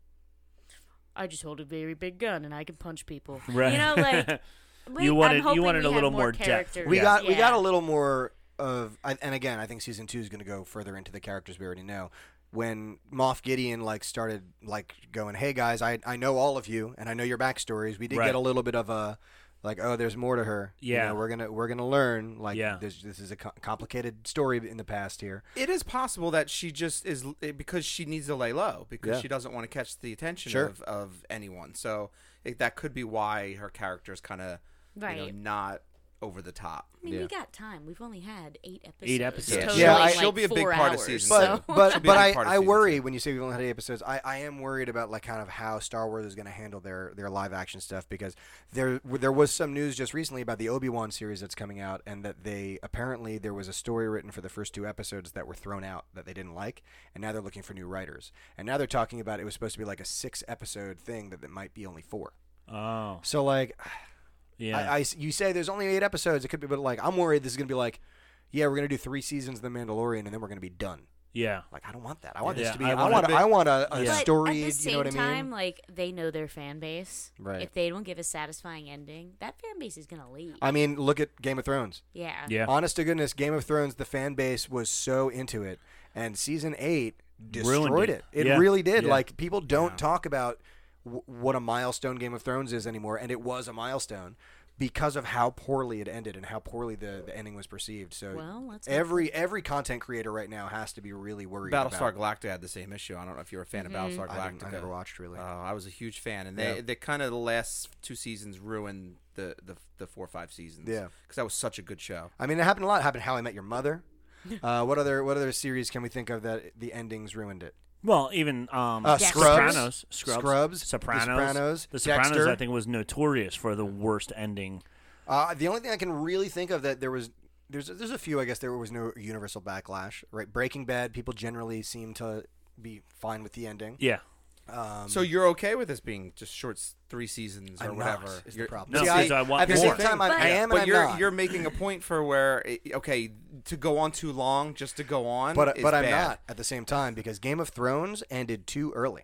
[SPEAKER 1] I just hold a very big gun and I can punch people.
[SPEAKER 3] Right.
[SPEAKER 1] You know, like we,
[SPEAKER 3] You
[SPEAKER 1] I'm
[SPEAKER 3] wanted- you
[SPEAKER 1] hoping
[SPEAKER 3] wanted
[SPEAKER 1] we
[SPEAKER 3] a
[SPEAKER 1] have
[SPEAKER 3] little
[SPEAKER 1] more
[SPEAKER 3] more depth.
[SPEAKER 1] characters.
[SPEAKER 2] We
[SPEAKER 3] Yeah.
[SPEAKER 2] got we
[SPEAKER 1] Yeah.
[SPEAKER 2] got a little more of, I- and again, I think season two is going to go further into the characters we already know. When Moff Gideon like started like going, "Hey guys, I I know all of you, and I know your backstories." We did
[SPEAKER 3] Right.
[SPEAKER 2] get a little bit of a like, "Oh, there's more to her." You
[SPEAKER 3] Yeah.
[SPEAKER 2] know, we're gonna we're gonna learn. Like,
[SPEAKER 3] Yeah.
[SPEAKER 2] there's, this is a co- complicated story in the past here.
[SPEAKER 7] It is possible that she just is because she needs to lay low because
[SPEAKER 2] Yeah.
[SPEAKER 7] she doesn't want to catch the attention
[SPEAKER 2] Sure.
[SPEAKER 7] of, of anyone. So it, that could be why her character is kind of you
[SPEAKER 1] Right.
[SPEAKER 7] know, not over the top.
[SPEAKER 1] I mean,
[SPEAKER 2] Yeah.
[SPEAKER 1] we got time. We've only had eight episodes.
[SPEAKER 3] Eight episodes.
[SPEAKER 1] Totally,
[SPEAKER 2] Yeah,
[SPEAKER 1] like
[SPEAKER 2] I-
[SPEAKER 7] she'll be a big
[SPEAKER 1] four
[SPEAKER 7] part of
[SPEAKER 1] hours,
[SPEAKER 7] season
[SPEAKER 1] so-
[SPEAKER 7] seven.
[SPEAKER 2] But but
[SPEAKER 7] Should be
[SPEAKER 2] but
[SPEAKER 7] a big
[SPEAKER 2] I,
[SPEAKER 7] part of
[SPEAKER 2] I
[SPEAKER 7] season
[SPEAKER 2] worry
[SPEAKER 7] two.
[SPEAKER 2] when you say we've only had eight episodes. I, I am worried about like kind of how Star Wars is going to handle their their live action stuff because there there was some news just recently about the Obi Wan series that's coming out and that they apparently there was a story written for the first two episodes that were thrown out that they didn't like and now they're looking for new writers and now they're talking about it was supposed to be like a six episode thing that it might be only four.
[SPEAKER 3] Oh,
[SPEAKER 2] So like
[SPEAKER 3] yeah.
[SPEAKER 2] I, I- you say there's only eight episodes it could be but like I'm worried this is going to be like yeah we're going to do three seasons of The Mandalorian and then we're going to be done.
[SPEAKER 3] yeah.
[SPEAKER 2] Like I don't want that. I want
[SPEAKER 3] Yeah,
[SPEAKER 2] this to be.
[SPEAKER 3] I
[SPEAKER 2] I,
[SPEAKER 3] want
[SPEAKER 2] want.
[SPEAKER 3] a
[SPEAKER 2] A,
[SPEAKER 3] big-
[SPEAKER 2] I want a, a
[SPEAKER 3] Yeah.
[SPEAKER 1] But
[SPEAKER 2] story.
[SPEAKER 1] at the same
[SPEAKER 2] you know what I
[SPEAKER 1] time,
[SPEAKER 2] mean?
[SPEAKER 1] like they know their fan base.
[SPEAKER 2] Right.
[SPEAKER 1] If they don't give a satisfying ending, that fan base is gonna leave.
[SPEAKER 2] I mean, look at Game of Thrones.
[SPEAKER 1] yeah.
[SPEAKER 3] Yeah.
[SPEAKER 2] Honest to goodness, Game of Thrones. The fan base was so into it, and season eight destroyed
[SPEAKER 3] Ruined
[SPEAKER 2] it.
[SPEAKER 3] it.
[SPEAKER 2] It
[SPEAKER 3] Yeah.
[SPEAKER 2] really did.
[SPEAKER 3] Yeah.
[SPEAKER 2] Like people don't talk about w- what a milestone Game of Thrones is anymore, and it was a milestone because of how poorly it ended and how poorly the, the ending was perceived. So
[SPEAKER 1] Well, let's hope
[SPEAKER 2] every every content creator right now has to be really worried.
[SPEAKER 7] Battlestar
[SPEAKER 2] about,
[SPEAKER 7] Galactica had the same issue. I don't know if you were a fan
[SPEAKER 1] Mm-hmm.
[SPEAKER 7] of Battlestar
[SPEAKER 2] I, didn't-
[SPEAKER 7] Galactica.
[SPEAKER 2] I never watched really.
[SPEAKER 7] Oh, I was a huge fan, and they,
[SPEAKER 2] Yeah.
[SPEAKER 7] they kind of the last two seasons ruined the, the the four or five seasons.
[SPEAKER 2] Yeah.
[SPEAKER 7] because that was such a good show.
[SPEAKER 2] I mean, it happened a lot. It happened How I Met Your Mother. Uh, what other what other series can we think of that the endings ruined it?
[SPEAKER 3] Well, even um,
[SPEAKER 2] Uh,
[SPEAKER 1] Dexter.
[SPEAKER 3] Sopranos, Scrubs,
[SPEAKER 2] Scrubs, The
[SPEAKER 3] Sopranos,
[SPEAKER 2] Sopranos,
[SPEAKER 3] The Sopranos,
[SPEAKER 2] Dexter.
[SPEAKER 3] I think, was notorious for the worst ending.
[SPEAKER 2] Uh, the only thing I can really think of that there was there's there's a few I guess there was no universal backlash. Right, Breaking Bad people generally seem to be fine with the ending.
[SPEAKER 3] Yeah,
[SPEAKER 7] so you're okay with this being just short s- three seasons or
[SPEAKER 2] Um, I'm not,
[SPEAKER 7] whatever?
[SPEAKER 2] is the
[SPEAKER 7] You're-
[SPEAKER 2] problem.
[SPEAKER 3] No,
[SPEAKER 2] See,
[SPEAKER 3] because I want
[SPEAKER 2] at the
[SPEAKER 3] more.
[SPEAKER 2] same time, I,
[SPEAKER 1] But-
[SPEAKER 2] I am,
[SPEAKER 7] but
[SPEAKER 2] and
[SPEAKER 7] you're
[SPEAKER 2] I'm not.
[SPEAKER 7] you're making a point for where it- okay to go on too long just to go on,
[SPEAKER 2] but uh,
[SPEAKER 7] is
[SPEAKER 2] but I'm
[SPEAKER 7] bad.
[SPEAKER 2] not at the same time because Game of Thrones ended too early.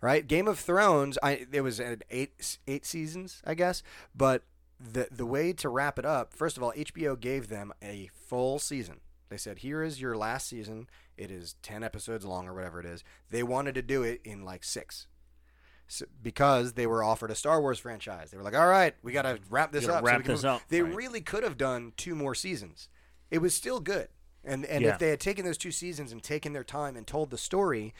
[SPEAKER 2] Right? Game of Thrones, I it was an eight eight seasons, I guess, but the the way to wrap it up, first of all, HBO gave them a full season. They said, "Here is your last season. It is 10 episodes long or whatever it is." They wanted to do it in like 6. So, because they were offered a Star Wars franchise. They were like, "All right, we got to wrap this
[SPEAKER 3] Gotta
[SPEAKER 2] up."
[SPEAKER 3] wrap
[SPEAKER 2] we can
[SPEAKER 3] this
[SPEAKER 2] move."
[SPEAKER 3] up,
[SPEAKER 2] They
[SPEAKER 3] right.
[SPEAKER 2] really could have done two more seasons. It was still good. And and
[SPEAKER 3] Yeah.
[SPEAKER 2] if they had taken those two seasons and taken their time and told the story,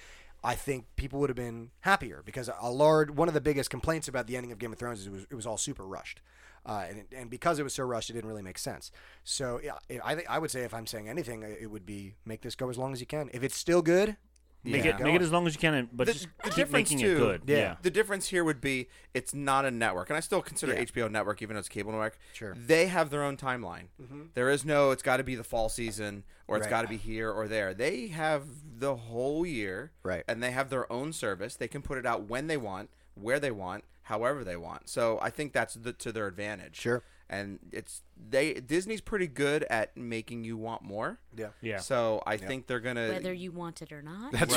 [SPEAKER 2] I think people would have been happier because a large one of the biggest complaints about the ending of Game of Thrones is it was, it was all super rushed. Uh, and, and because it was so rushed, it didn't really make sense. So yeah, I, I think I would say if I'm saying anything, it would be make this go as long as you can. If it's still good,
[SPEAKER 3] Make
[SPEAKER 2] Yeah.
[SPEAKER 3] it make it as long as you can, and- but
[SPEAKER 7] The,
[SPEAKER 3] just
[SPEAKER 7] the
[SPEAKER 3] keep
[SPEAKER 7] difference
[SPEAKER 3] making
[SPEAKER 7] too,
[SPEAKER 3] it good. Yeah.
[SPEAKER 7] The difference here would be it's not a network, and I still consider
[SPEAKER 2] Yeah.
[SPEAKER 7] HBO network, even though it's cable network.
[SPEAKER 2] Sure.
[SPEAKER 7] They have their own timeline.
[SPEAKER 3] Mm-hmm.
[SPEAKER 7] There is no. It's got to be the fall season, or it's
[SPEAKER 2] Right.
[SPEAKER 7] got to be here or there. They have the whole year.
[SPEAKER 2] Right.
[SPEAKER 7] And they have their own service. They can put it out when they want, where they want, however they want. So I think that's the, to their advantage.
[SPEAKER 2] Sure.
[SPEAKER 7] And it's they Disney's pretty good at making you want more.
[SPEAKER 2] Yeah.
[SPEAKER 3] Yeah.
[SPEAKER 7] So I think they're gonna
[SPEAKER 1] Whether you want it or not.
[SPEAKER 7] Yeah,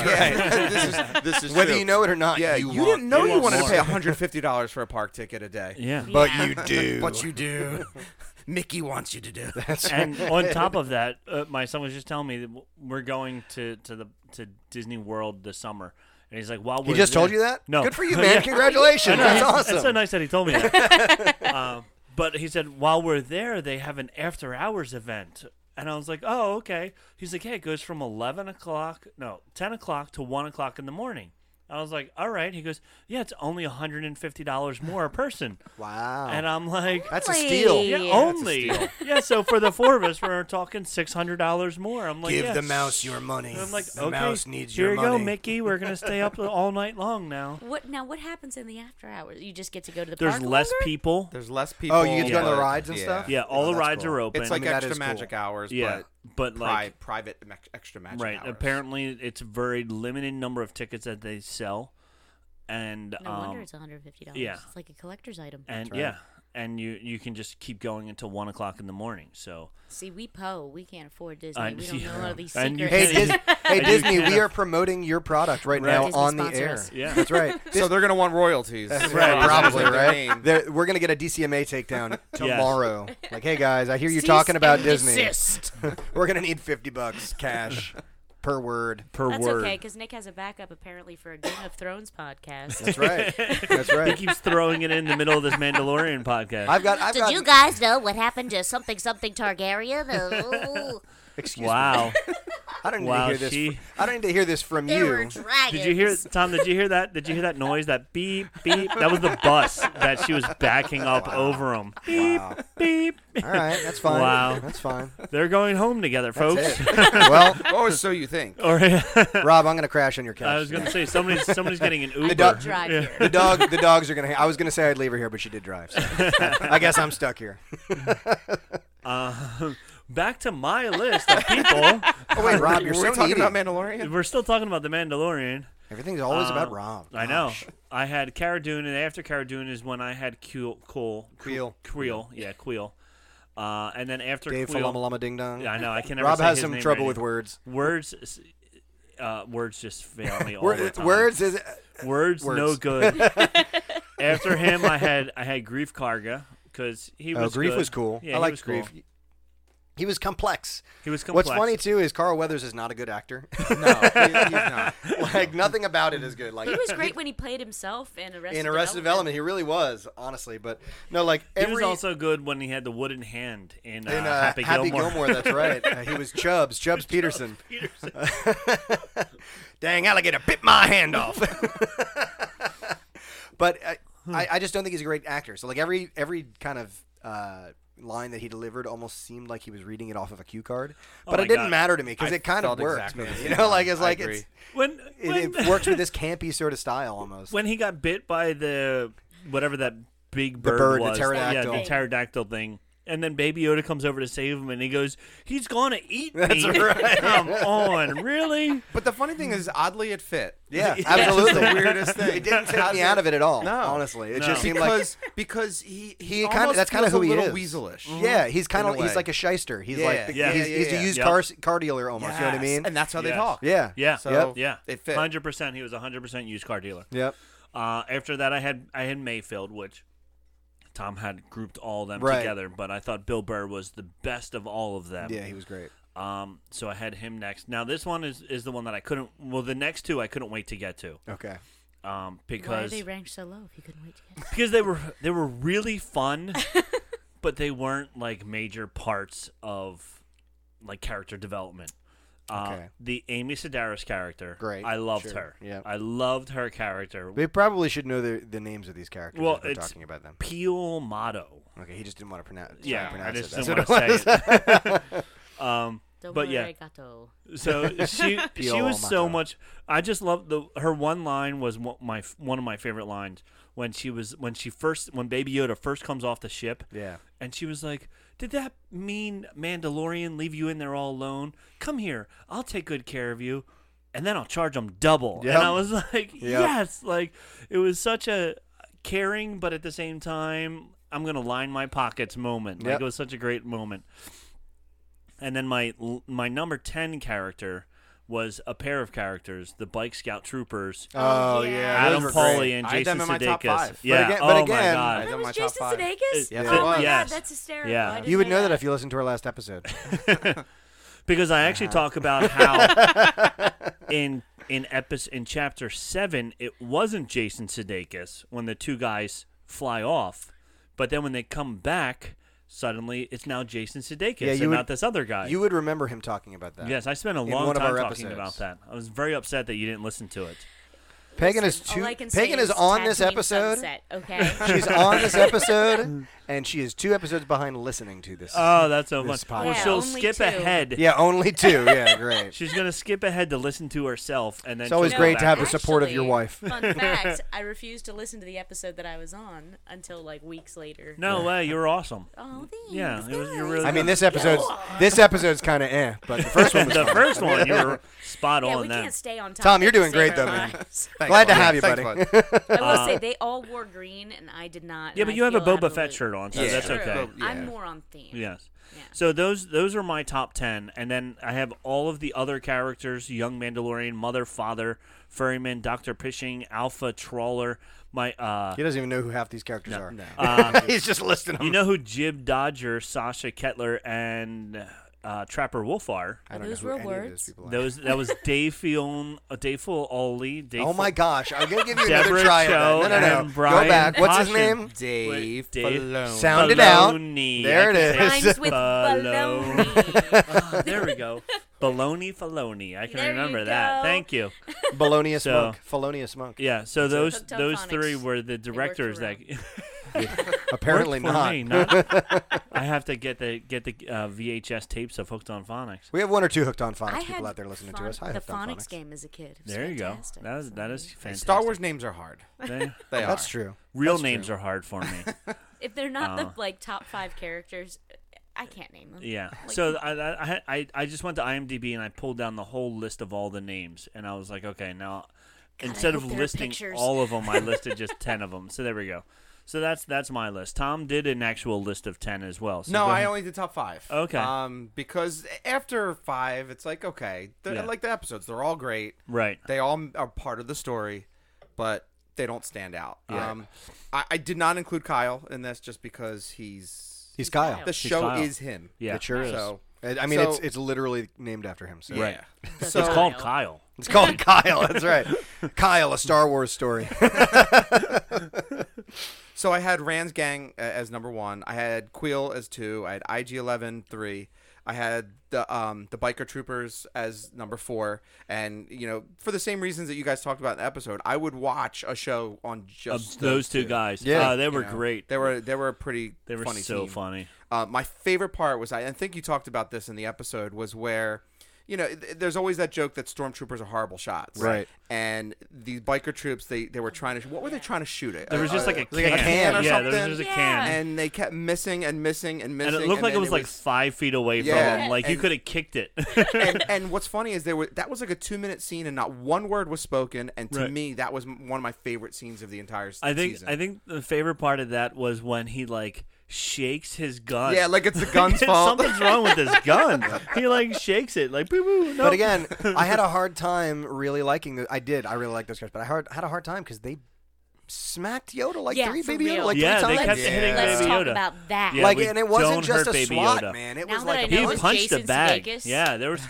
[SPEAKER 7] this is this is
[SPEAKER 2] Whether
[SPEAKER 7] true.
[SPEAKER 2] you know it or not,
[SPEAKER 7] Yeah, you,
[SPEAKER 2] you, want-
[SPEAKER 7] didn't know
[SPEAKER 3] you
[SPEAKER 7] you
[SPEAKER 3] want
[SPEAKER 7] wanted to
[SPEAKER 3] more.
[SPEAKER 7] pay hundred fifty dollars for a park ticket a day.
[SPEAKER 3] yeah.
[SPEAKER 2] but you do.
[SPEAKER 7] But you do. Mickey wants you to do.
[SPEAKER 3] and on top of that, uh, my son was just telling me that w- we're going to, to the to Disney World this summer, and he's like, "While
[SPEAKER 2] He
[SPEAKER 3] we're
[SPEAKER 2] just told
[SPEAKER 3] there-
[SPEAKER 2] you that?
[SPEAKER 3] No,
[SPEAKER 2] Good for you,
[SPEAKER 3] Yeah.
[SPEAKER 2] man. Congratulations.
[SPEAKER 3] I know,
[SPEAKER 2] That's
[SPEAKER 3] he's-
[SPEAKER 2] awesome.
[SPEAKER 3] It's so nice that he told me that. um, but he said, while we're there, they have an after hours event. And I was like, oh, okay. He's like, hey, it goes from 11 o'clock, no, 10 o'clock to 1 o'clock in the morning. I was like, all right. He goes, yeah, it's only $150 more a person.
[SPEAKER 2] Wow.
[SPEAKER 3] And I'm like,
[SPEAKER 2] That's a
[SPEAKER 1] Really?
[SPEAKER 2] steal.
[SPEAKER 3] yeah,
[SPEAKER 1] Yeah.
[SPEAKER 3] only. Yeah, so for the four of us, we're talking $600 more. I'm like,
[SPEAKER 2] Give
[SPEAKER 3] yeah.
[SPEAKER 2] the mouse your money.
[SPEAKER 3] And I'm like,
[SPEAKER 2] the
[SPEAKER 3] okay,
[SPEAKER 2] mouse needs
[SPEAKER 3] here
[SPEAKER 2] your
[SPEAKER 3] you
[SPEAKER 2] money.
[SPEAKER 3] go, Mickey. We're going to stay up all night long now.
[SPEAKER 1] What now? What happens in the after hours? You just get to go to the
[SPEAKER 3] There's
[SPEAKER 1] park
[SPEAKER 3] less
[SPEAKER 1] longer?
[SPEAKER 3] people.
[SPEAKER 7] There's less people.
[SPEAKER 2] Oh, you get to go on the
[SPEAKER 7] but-
[SPEAKER 2] rides and
[SPEAKER 7] yeah.
[SPEAKER 2] stuff?
[SPEAKER 3] Yeah, all
[SPEAKER 2] Oh,
[SPEAKER 3] the
[SPEAKER 2] that's
[SPEAKER 3] rides
[SPEAKER 2] cool.
[SPEAKER 3] are open.
[SPEAKER 7] It's like
[SPEAKER 2] I mean, that
[SPEAKER 7] extra
[SPEAKER 2] is cool.
[SPEAKER 7] magic hours,
[SPEAKER 3] yeah, but,
[SPEAKER 7] but
[SPEAKER 3] like
[SPEAKER 7] pri- private ma- extra magic
[SPEAKER 3] right.
[SPEAKER 7] hours.
[SPEAKER 3] Apparently, it's a very limited number of tickets that they sell, and
[SPEAKER 1] No
[SPEAKER 3] um,
[SPEAKER 1] wonder it's 150 dollars.
[SPEAKER 3] yeah.
[SPEAKER 1] it's like a collector's item.
[SPEAKER 3] and yeah, and you you can just keep going until one o'clock in the morning. So
[SPEAKER 1] See, we po, we can't afford Disney.
[SPEAKER 3] I-
[SPEAKER 1] we don't
[SPEAKER 3] yeah.
[SPEAKER 1] know all these
[SPEAKER 3] And you
[SPEAKER 1] secrets.
[SPEAKER 2] Hey, Dis- hey
[SPEAKER 3] Disney- And you
[SPEAKER 2] Disney, we
[SPEAKER 3] can't-
[SPEAKER 2] are promoting your product right, now
[SPEAKER 1] Disney
[SPEAKER 2] on the
[SPEAKER 1] sponsor
[SPEAKER 2] air.
[SPEAKER 1] us.
[SPEAKER 3] Yeah.
[SPEAKER 2] That's right.
[SPEAKER 7] So they're gonna want royalties.
[SPEAKER 3] Right.
[SPEAKER 2] Probably
[SPEAKER 7] Their
[SPEAKER 2] right.
[SPEAKER 7] name.
[SPEAKER 2] There, we're gonna get a DCMA takedown tomorrow. Like, hey guys, I hear you
[SPEAKER 1] Cease
[SPEAKER 2] talking about
[SPEAKER 1] and
[SPEAKER 2] Disney.
[SPEAKER 1] desist.
[SPEAKER 2] we're gonna need fifty bucks cash per word.
[SPEAKER 3] per
[SPEAKER 1] That's
[SPEAKER 3] word,
[SPEAKER 1] okay, because Nick has a backup apparently for a Game of Thrones podcast.
[SPEAKER 2] That's right. That's
[SPEAKER 3] he
[SPEAKER 2] right.
[SPEAKER 3] keeps throwing it in the middle of this Mandalorian podcast.
[SPEAKER 2] I've got. I've
[SPEAKER 1] Did
[SPEAKER 2] got.
[SPEAKER 1] you guys know what happened to something something Targaryen? Oh,
[SPEAKER 2] Excuse
[SPEAKER 3] wow,
[SPEAKER 2] me. I don't
[SPEAKER 3] Wow,
[SPEAKER 2] need to hear this.
[SPEAKER 3] she-
[SPEAKER 2] fr- I don't need to hear this from
[SPEAKER 1] there were
[SPEAKER 2] you.
[SPEAKER 1] dragons.
[SPEAKER 3] did you hear Tom? Did you hear that? Did you hear that noise? That beep beep. That was the bus that she was backing up over him. Beep beep.
[SPEAKER 2] All right, that's fine.
[SPEAKER 3] Wow.
[SPEAKER 2] that's fine.
[SPEAKER 3] They're going home together,
[SPEAKER 2] That's
[SPEAKER 3] folks.
[SPEAKER 2] it. well,
[SPEAKER 7] Or Oh, so you think.
[SPEAKER 3] All right.
[SPEAKER 2] Rob, I'm gonna crash on your couch.
[SPEAKER 3] I was gonna say somebody's somebody's getting an Uber.
[SPEAKER 2] the, dog.
[SPEAKER 1] Drive here.
[SPEAKER 2] the dog. The dogs are gonna. hang- I was gonna say I'd leave her here, but she did drive. So I guess I'm stuck here.
[SPEAKER 3] Back to my list of people.
[SPEAKER 2] Oh wait, Rob,
[SPEAKER 7] Were
[SPEAKER 2] you're
[SPEAKER 7] we
[SPEAKER 2] so
[SPEAKER 7] talking
[SPEAKER 2] needy.
[SPEAKER 7] about Mandalorian?
[SPEAKER 3] We're still talking about the Mandalorian.
[SPEAKER 2] Everything's always about
[SPEAKER 3] Uh,
[SPEAKER 2] Rob.
[SPEAKER 3] I know.
[SPEAKER 2] Gosh.
[SPEAKER 3] I had Cara Dune, and after Cara Dune is when I had Queel, Cool,
[SPEAKER 2] Creel.
[SPEAKER 3] Creel, yeah, Queel. Uh, and then after
[SPEAKER 2] Dave
[SPEAKER 3] Queel,
[SPEAKER 2] Falamalama Ding Dong.
[SPEAKER 3] yeah, I know I can never.
[SPEAKER 2] Rob
[SPEAKER 3] say
[SPEAKER 2] has
[SPEAKER 3] his
[SPEAKER 2] some
[SPEAKER 3] name
[SPEAKER 2] trouble
[SPEAKER 3] right
[SPEAKER 2] with
[SPEAKER 3] now.
[SPEAKER 2] words.
[SPEAKER 3] Words, s- uh, words just fail me all
[SPEAKER 2] Wor- uh,
[SPEAKER 3] the time.
[SPEAKER 2] words is
[SPEAKER 3] words, no
[SPEAKER 2] Words.
[SPEAKER 3] good. after him, I had I had Grief Karga because he
[SPEAKER 2] oh,
[SPEAKER 3] was
[SPEAKER 2] grief
[SPEAKER 3] good.
[SPEAKER 2] was cool.
[SPEAKER 3] Yeah,
[SPEAKER 2] I
[SPEAKER 3] he
[SPEAKER 2] liked
[SPEAKER 3] was cool.
[SPEAKER 2] grief. He was complex.
[SPEAKER 3] He was complex.
[SPEAKER 2] What's funny too is Carl Weathers is not a good actor.
[SPEAKER 7] no, he- he's not.
[SPEAKER 2] like nothing about it is good. Like
[SPEAKER 1] He was great when he played himself in Arrested,
[SPEAKER 2] in Arrested Development, he really was honestly. But no, like
[SPEAKER 3] He
[SPEAKER 2] every
[SPEAKER 3] was also good when he had the wooden hand in, uh,
[SPEAKER 2] in uh,
[SPEAKER 3] Happy, Gilmore.
[SPEAKER 2] that's right. Uh, he was Chubbs. Chubbs Peterson.
[SPEAKER 3] Peterson.
[SPEAKER 2] Dang alligator bit my hand off. but I,
[SPEAKER 7] Hmm.
[SPEAKER 2] I, I just don't think he's a great actor. So like every every kind of uh, line that he delivered almost seemed like he was reading it off of a cue card. But
[SPEAKER 3] my
[SPEAKER 2] it didn't
[SPEAKER 3] God.
[SPEAKER 2] matter to me because
[SPEAKER 7] Oh I
[SPEAKER 2] it kind of
[SPEAKER 7] felt
[SPEAKER 2] worked.
[SPEAKER 7] exactly
[SPEAKER 2] man.
[SPEAKER 7] the
[SPEAKER 2] You
[SPEAKER 7] same
[SPEAKER 2] know,
[SPEAKER 7] way.
[SPEAKER 2] like it's
[SPEAKER 7] I
[SPEAKER 2] like
[SPEAKER 7] agree.
[SPEAKER 2] it's,
[SPEAKER 3] when when,
[SPEAKER 2] it, it works with this campy sort of style almost.
[SPEAKER 3] when he got bit by the whatever that big bird,
[SPEAKER 2] bird, the
[SPEAKER 3] was,
[SPEAKER 2] pterodactyl.
[SPEAKER 3] yeah, the pterodactyl thing. And then Baby Yoda comes over to save him, and he goes, "He's gonna eat me."
[SPEAKER 2] That's right.
[SPEAKER 3] Come on, really?
[SPEAKER 7] But the funny thing is, oddly, it fit.
[SPEAKER 2] yeah,
[SPEAKER 7] It's
[SPEAKER 2] absolutely.
[SPEAKER 7] the weirdest thing.
[SPEAKER 2] It didn't take me out of it at all.
[SPEAKER 7] No.
[SPEAKER 2] honestly, it
[SPEAKER 3] No.
[SPEAKER 2] just seemed like
[SPEAKER 7] because because he he,
[SPEAKER 2] he kind
[SPEAKER 7] almost
[SPEAKER 2] of that's kind of
[SPEAKER 7] feels
[SPEAKER 2] who he
[SPEAKER 7] a
[SPEAKER 2] is. Mm-hmm.
[SPEAKER 7] little weaselish.
[SPEAKER 2] Yeah, he's kind
[SPEAKER 7] In
[SPEAKER 2] of
[SPEAKER 7] a
[SPEAKER 2] he's
[SPEAKER 7] way.
[SPEAKER 2] like a shyster. He's
[SPEAKER 7] Yeah,
[SPEAKER 2] like the,
[SPEAKER 7] yeah,
[SPEAKER 2] he's,
[SPEAKER 7] yeah,
[SPEAKER 2] he's
[SPEAKER 7] yeah.
[SPEAKER 2] a used
[SPEAKER 3] Yep.
[SPEAKER 2] car car dealer almost. You know what I
[SPEAKER 7] Yes,
[SPEAKER 2] mean?
[SPEAKER 7] And that's how they
[SPEAKER 3] Yes.
[SPEAKER 7] talk.
[SPEAKER 2] yeah,
[SPEAKER 3] Yeah.
[SPEAKER 7] So
[SPEAKER 3] Yeah,
[SPEAKER 7] it fit.
[SPEAKER 3] Hundred percent. He was hundred percent used car dealer.
[SPEAKER 2] yep.
[SPEAKER 3] Uh, after that, I had I had Mayfield, which Tom had grouped all of them
[SPEAKER 2] Right.
[SPEAKER 3] together, but I thought Bill Burr was the best of all of them.
[SPEAKER 2] Yeah, he was great.
[SPEAKER 3] Um, so I had him next. Now this one is is the one that I couldn't. Well, the next two I couldn't wait to get to.
[SPEAKER 2] Okay.
[SPEAKER 3] Um,
[SPEAKER 1] Why are
[SPEAKER 3] because
[SPEAKER 1] they ranked so low? If you couldn't wait to get
[SPEAKER 3] because they were they were really fun, but they weren't like major parts of like character development. Uh,
[SPEAKER 2] Okay.
[SPEAKER 3] The Amy Sedaris character,
[SPEAKER 2] Great,
[SPEAKER 3] I loved
[SPEAKER 2] sure,
[SPEAKER 3] her.
[SPEAKER 2] yeah.
[SPEAKER 3] I loved her character.
[SPEAKER 2] They probably should know the, the names of these characters.
[SPEAKER 3] Well,
[SPEAKER 2] if we're
[SPEAKER 3] it's-
[SPEAKER 2] talking about them.
[SPEAKER 3] Peel Motto.
[SPEAKER 2] Okay, he just didn't want to pronounce.
[SPEAKER 3] Yeah, I
[SPEAKER 2] pronounce
[SPEAKER 3] just
[SPEAKER 2] it.
[SPEAKER 3] didn't want to say it. um, But yeah.
[SPEAKER 1] arigato.
[SPEAKER 3] So she she was so
[SPEAKER 2] Macho.
[SPEAKER 3] much. I just love the her one line was one, my one of my favorite lines when she was when she first when Baby Yoda first comes off the ship.
[SPEAKER 2] Yeah.
[SPEAKER 3] and she was like, "Did that mean Mandalorian leave you in there all alone? Come here, I'll take good care of you." And then I'll charge them double.
[SPEAKER 2] Yep.
[SPEAKER 3] And I was like, yes. Like, it was such a caring, but at the same time, I'm going to line my pockets moment. Like,
[SPEAKER 2] Yep.
[SPEAKER 3] it was such a great moment. And then my my number ten character was a pair of characters, the Bike Scout Troopers,
[SPEAKER 2] Oh
[SPEAKER 1] yeah.
[SPEAKER 2] yeah,
[SPEAKER 3] Adam
[SPEAKER 2] those were
[SPEAKER 3] Pauly
[SPEAKER 2] great.
[SPEAKER 3] and
[SPEAKER 7] I had
[SPEAKER 3] Jason
[SPEAKER 7] them in my top
[SPEAKER 3] Sudeikis.
[SPEAKER 7] five. But
[SPEAKER 3] Yeah.
[SPEAKER 2] again- but
[SPEAKER 3] oh my
[SPEAKER 2] again-
[SPEAKER 3] god.
[SPEAKER 7] It's
[SPEAKER 1] That
[SPEAKER 7] on my
[SPEAKER 1] was
[SPEAKER 7] top
[SPEAKER 1] Jason
[SPEAKER 7] five.
[SPEAKER 1] Sudeikis.
[SPEAKER 3] Yes,
[SPEAKER 1] oh my
[SPEAKER 3] it- yes.
[SPEAKER 1] god, that's hysterical.
[SPEAKER 3] Yeah.
[SPEAKER 1] I didn't
[SPEAKER 2] You would know that if you listened to our last episode.
[SPEAKER 3] because I actually
[SPEAKER 2] Uh-huh.
[SPEAKER 3] talk about how in in episode in chapter seven it wasn't Jason Sudeikis when the two guys fly off, but then when they come back, suddenly it's now Jason Sudeikis
[SPEAKER 2] Yeah, you
[SPEAKER 3] and
[SPEAKER 2] would-
[SPEAKER 3] not this other guy.
[SPEAKER 2] You would remember him talking about that.
[SPEAKER 3] yes, I spent a
[SPEAKER 2] In
[SPEAKER 3] long
[SPEAKER 2] one of
[SPEAKER 3] time
[SPEAKER 2] our
[SPEAKER 3] talking
[SPEAKER 2] episodes.
[SPEAKER 3] about that. I was very upset that you didn't listen to it.
[SPEAKER 2] Pagan is
[SPEAKER 1] All
[SPEAKER 2] too.
[SPEAKER 1] I can Oh, say
[SPEAKER 2] Pagan is on
[SPEAKER 1] tag
[SPEAKER 2] this
[SPEAKER 1] team
[SPEAKER 2] episode.
[SPEAKER 1] Sunset, okay.
[SPEAKER 2] She's on this episode, and she is two episodes behind listening to this.
[SPEAKER 3] Oh, that's so much.
[SPEAKER 2] This
[SPEAKER 3] fun.
[SPEAKER 2] podcast.
[SPEAKER 3] Well, she'll
[SPEAKER 1] Yeah,
[SPEAKER 3] skip
[SPEAKER 1] only two.
[SPEAKER 3] ahead.
[SPEAKER 2] yeah, only two. Yeah, great.
[SPEAKER 3] She's gonna skip ahead to listen to herself, and then
[SPEAKER 2] It's always
[SPEAKER 3] she'll
[SPEAKER 2] great
[SPEAKER 3] go
[SPEAKER 2] to have
[SPEAKER 3] back.
[SPEAKER 2] the support of your
[SPEAKER 1] actually,
[SPEAKER 2] wife.
[SPEAKER 1] fun fact: I refused to listen to the episode that I was on until like weeks later.
[SPEAKER 3] No way, you're awesome.
[SPEAKER 1] Oh, thanks.
[SPEAKER 3] Yeah, it was, you're really.
[SPEAKER 2] I mean,
[SPEAKER 3] good.
[SPEAKER 2] this episode's this episode's kind of eh, but the first one was
[SPEAKER 3] the
[SPEAKER 2] fun.
[SPEAKER 3] first one you were spot
[SPEAKER 1] Yeah,
[SPEAKER 3] on.
[SPEAKER 1] we
[SPEAKER 3] that.
[SPEAKER 1] can't stay on top.
[SPEAKER 2] Tom, you're doing great though, man. Glad to have you, buddy.
[SPEAKER 1] I will say they all wore green and I did not.
[SPEAKER 3] Yeah,
[SPEAKER 1] and
[SPEAKER 3] but
[SPEAKER 1] I
[SPEAKER 3] you have a
[SPEAKER 1] feel
[SPEAKER 3] Boba Fett
[SPEAKER 1] absolute-
[SPEAKER 3] shirt on, so
[SPEAKER 7] Yeah.
[SPEAKER 3] that's
[SPEAKER 1] True.
[SPEAKER 3] okay.
[SPEAKER 7] Bo- yeah.
[SPEAKER 1] I'm more on theme.
[SPEAKER 3] Yes.
[SPEAKER 1] Yeah.
[SPEAKER 3] So those those are my top ten, and then I have all of the other characters: young Mandalorian, mother, father, ferryman, Doctor Pishing, Alpha Trawler. My uh,
[SPEAKER 2] He doesn't even know who half these characters are. He's just listing them.
[SPEAKER 3] you know who Jib Dodger, Sasha Kettler, and uh, Trapper Wolf are.
[SPEAKER 2] I don't
[SPEAKER 1] Those
[SPEAKER 2] know who
[SPEAKER 1] were
[SPEAKER 2] any of
[SPEAKER 1] words.
[SPEAKER 2] those people are.
[SPEAKER 3] Those that was Dave Fion, uh, Dave Ollie.
[SPEAKER 2] Oh my gosh! I'm gonna give you
[SPEAKER 3] Deborah
[SPEAKER 2] another try. at
[SPEAKER 3] Cho
[SPEAKER 2] that. No, no, no.
[SPEAKER 3] and Brian
[SPEAKER 2] Go back. What's his
[SPEAKER 3] Caution.
[SPEAKER 2] name?
[SPEAKER 7] Dave,
[SPEAKER 3] Dave-
[SPEAKER 7] Filoni.
[SPEAKER 2] Sound it out.
[SPEAKER 3] Baloney.
[SPEAKER 2] There
[SPEAKER 3] I
[SPEAKER 2] it
[SPEAKER 3] can say
[SPEAKER 2] is.
[SPEAKER 1] Rhymes with
[SPEAKER 3] Baloney.
[SPEAKER 1] baloney.
[SPEAKER 3] Ah, there we go. Baloney Faloney. I can
[SPEAKER 1] Oh There you
[SPEAKER 3] remember
[SPEAKER 1] go.
[SPEAKER 3] that. Thank you.
[SPEAKER 2] Balonius
[SPEAKER 3] So-
[SPEAKER 2] Monk. Felonious Monk.
[SPEAKER 3] Yeah. So those
[SPEAKER 1] Hooked on
[SPEAKER 3] those
[SPEAKER 1] phonics.
[SPEAKER 3] three were the
[SPEAKER 1] worked
[SPEAKER 3] directors that
[SPEAKER 1] around.
[SPEAKER 2] Apparently
[SPEAKER 3] worked for
[SPEAKER 2] not.
[SPEAKER 3] me, not- I have to get the get the uh, VHS tapes of Hooked on Phonics.
[SPEAKER 2] We have one or two hooked on
[SPEAKER 1] I
[SPEAKER 2] phonics people
[SPEAKER 1] had
[SPEAKER 2] out there listening to
[SPEAKER 1] phon-
[SPEAKER 2] us. Hi,
[SPEAKER 1] the
[SPEAKER 2] hooked on
[SPEAKER 1] phonics
[SPEAKER 2] phonics.
[SPEAKER 1] game as a kid. It was
[SPEAKER 3] There you go.
[SPEAKER 1] fantastic.
[SPEAKER 3] That is that is fantastic. Oh,
[SPEAKER 7] Star Wars names are hard.
[SPEAKER 3] They-
[SPEAKER 7] They are.
[SPEAKER 2] That's true.
[SPEAKER 3] real
[SPEAKER 7] That's true.
[SPEAKER 3] names are hard for me.
[SPEAKER 1] If they're not the like top five characters, I can't name them.
[SPEAKER 3] Yeah.
[SPEAKER 1] Like-
[SPEAKER 3] So uh, I, I I I just went to IMDb and I pulled down the whole list of all the names and I was like, okay, now
[SPEAKER 1] God, I
[SPEAKER 3] instead
[SPEAKER 1] hope
[SPEAKER 3] of
[SPEAKER 1] there are
[SPEAKER 3] listing
[SPEAKER 1] pictures.
[SPEAKER 3] all of them, I listed just ten of them. So there we go. So that's that's my list. Tom did an actual list of ten as well. So
[SPEAKER 7] No,
[SPEAKER 3] go
[SPEAKER 7] I
[SPEAKER 3] ahead.
[SPEAKER 7] only did top five.
[SPEAKER 3] Okay.
[SPEAKER 7] Um, because after five, it's like okay, they're-
[SPEAKER 3] Yeah.
[SPEAKER 7] like the episodes, they're all great.
[SPEAKER 3] right.
[SPEAKER 7] They all m- are part of the story, but they don't stand out.
[SPEAKER 3] Yeah.
[SPEAKER 7] Um, I, I did not include Kyle in this just because he's
[SPEAKER 2] He's Kyle.
[SPEAKER 7] the
[SPEAKER 3] He's
[SPEAKER 7] show
[SPEAKER 3] Kyle.
[SPEAKER 7] is him.
[SPEAKER 3] Yeah.
[SPEAKER 2] It sure is.
[SPEAKER 7] So-
[SPEAKER 2] I I mean,
[SPEAKER 7] so-
[SPEAKER 2] it's it's literally named after him. So.
[SPEAKER 7] Yeah.
[SPEAKER 1] That's
[SPEAKER 7] So
[SPEAKER 3] It's called Kyle.
[SPEAKER 2] It's called Kyle. That's right. Kyle, a Star Wars story.
[SPEAKER 7] So I had Rand's Gang uh, as number one. I had Quill as two. I had IG 11 three. I had the um, the Biker Troopers as number four. And you know, for the same reasons that you guys talked about in the episode, I would watch a show on
[SPEAKER 3] Of
[SPEAKER 7] just
[SPEAKER 3] those two guys.
[SPEAKER 2] Yeah.
[SPEAKER 3] Uh, they were
[SPEAKER 7] you know.
[SPEAKER 3] great.
[SPEAKER 7] They were they were a pretty
[SPEAKER 3] They were
[SPEAKER 7] funny
[SPEAKER 3] so
[SPEAKER 7] team.
[SPEAKER 3] funny.
[SPEAKER 7] Uh, my favorite part was I, I think you talked about this in the episode was where, you know, th- there's always that joke that stormtroopers are horrible shots,
[SPEAKER 2] Right.
[SPEAKER 7] And these biker troops they they were trying to what were they trying to shoot it?
[SPEAKER 3] There was just like a
[SPEAKER 2] like a
[SPEAKER 3] can.
[SPEAKER 2] can or
[SPEAKER 3] yeah, there was
[SPEAKER 7] something?
[SPEAKER 3] just a
[SPEAKER 1] Yeah.
[SPEAKER 3] can.
[SPEAKER 7] and they kept missing and missing and missing.
[SPEAKER 3] and it looked like it
[SPEAKER 7] then
[SPEAKER 3] was like five feet away
[SPEAKER 7] Yeah,
[SPEAKER 3] from him. Like you
[SPEAKER 7] and-
[SPEAKER 3] could have kicked it.
[SPEAKER 7] and, and what's funny is there were that was like a two minute scene and not one word was spoken. And to
[SPEAKER 3] Right.
[SPEAKER 7] me, that was m- one of my favorite scenes of the entire s-
[SPEAKER 3] I think
[SPEAKER 7] season.
[SPEAKER 3] I think the favorite part of that was when he like shakes his gun.
[SPEAKER 7] yeah, like it's the gun's fault.
[SPEAKER 3] something's wrong with this gun. he like shakes it like boo boo. No.
[SPEAKER 2] But again, I had a hard time really liking. The, I did. I really liked those guys, but I hard, had a hard time because they smacked Yoda like
[SPEAKER 1] Yeah,
[SPEAKER 2] three
[SPEAKER 1] for
[SPEAKER 2] baby Yoda
[SPEAKER 1] real.
[SPEAKER 2] like
[SPEAKER 3] Yeah,
[SPEAKER 2] three
[SPEAKER 3] they
[SPEAKER 2] times.
[SPEAKER 3] kept
[SPEAKER 7] Yeah.
[SPEAKER 3] hitting
[SPEAKER 1] Let's
[SPEAKER 3] Baby
[SPEAKER 1] talk
[SPEAKER 3] Yoda.
[SPEAKER 1] about that.
[SPEAKER 3] Yeah,
[SPEAKER 2] like,
[SPEAKER 3] we
[SPEAKER 2] and it wasn't
[SPEAKER 3] don't
[SPEAKER 2] just
[SPEAKER 3] hurt
[SPEAKER 2] a
[SPEAKER 3] Baby
[SPEAKER 2] swat,
[SPEAKER 3] Yoda.
[SPEAKER 2] man. It
[SPEAKER 1] Now
[SPEAKER 2] was
[SPEAKER 1] that I
[SPEAKER 2] like
[SPEAKER 1] know
[SPEAKER 3] he
[SPEAKER 1] it was
[SPEAKER 3] punched a
[SPEAKER 1] Jason
[SPEAKER 3] bag.
[SPEAKER 1] Sudeikis.
[SPEAKER 3] Yeah, there was.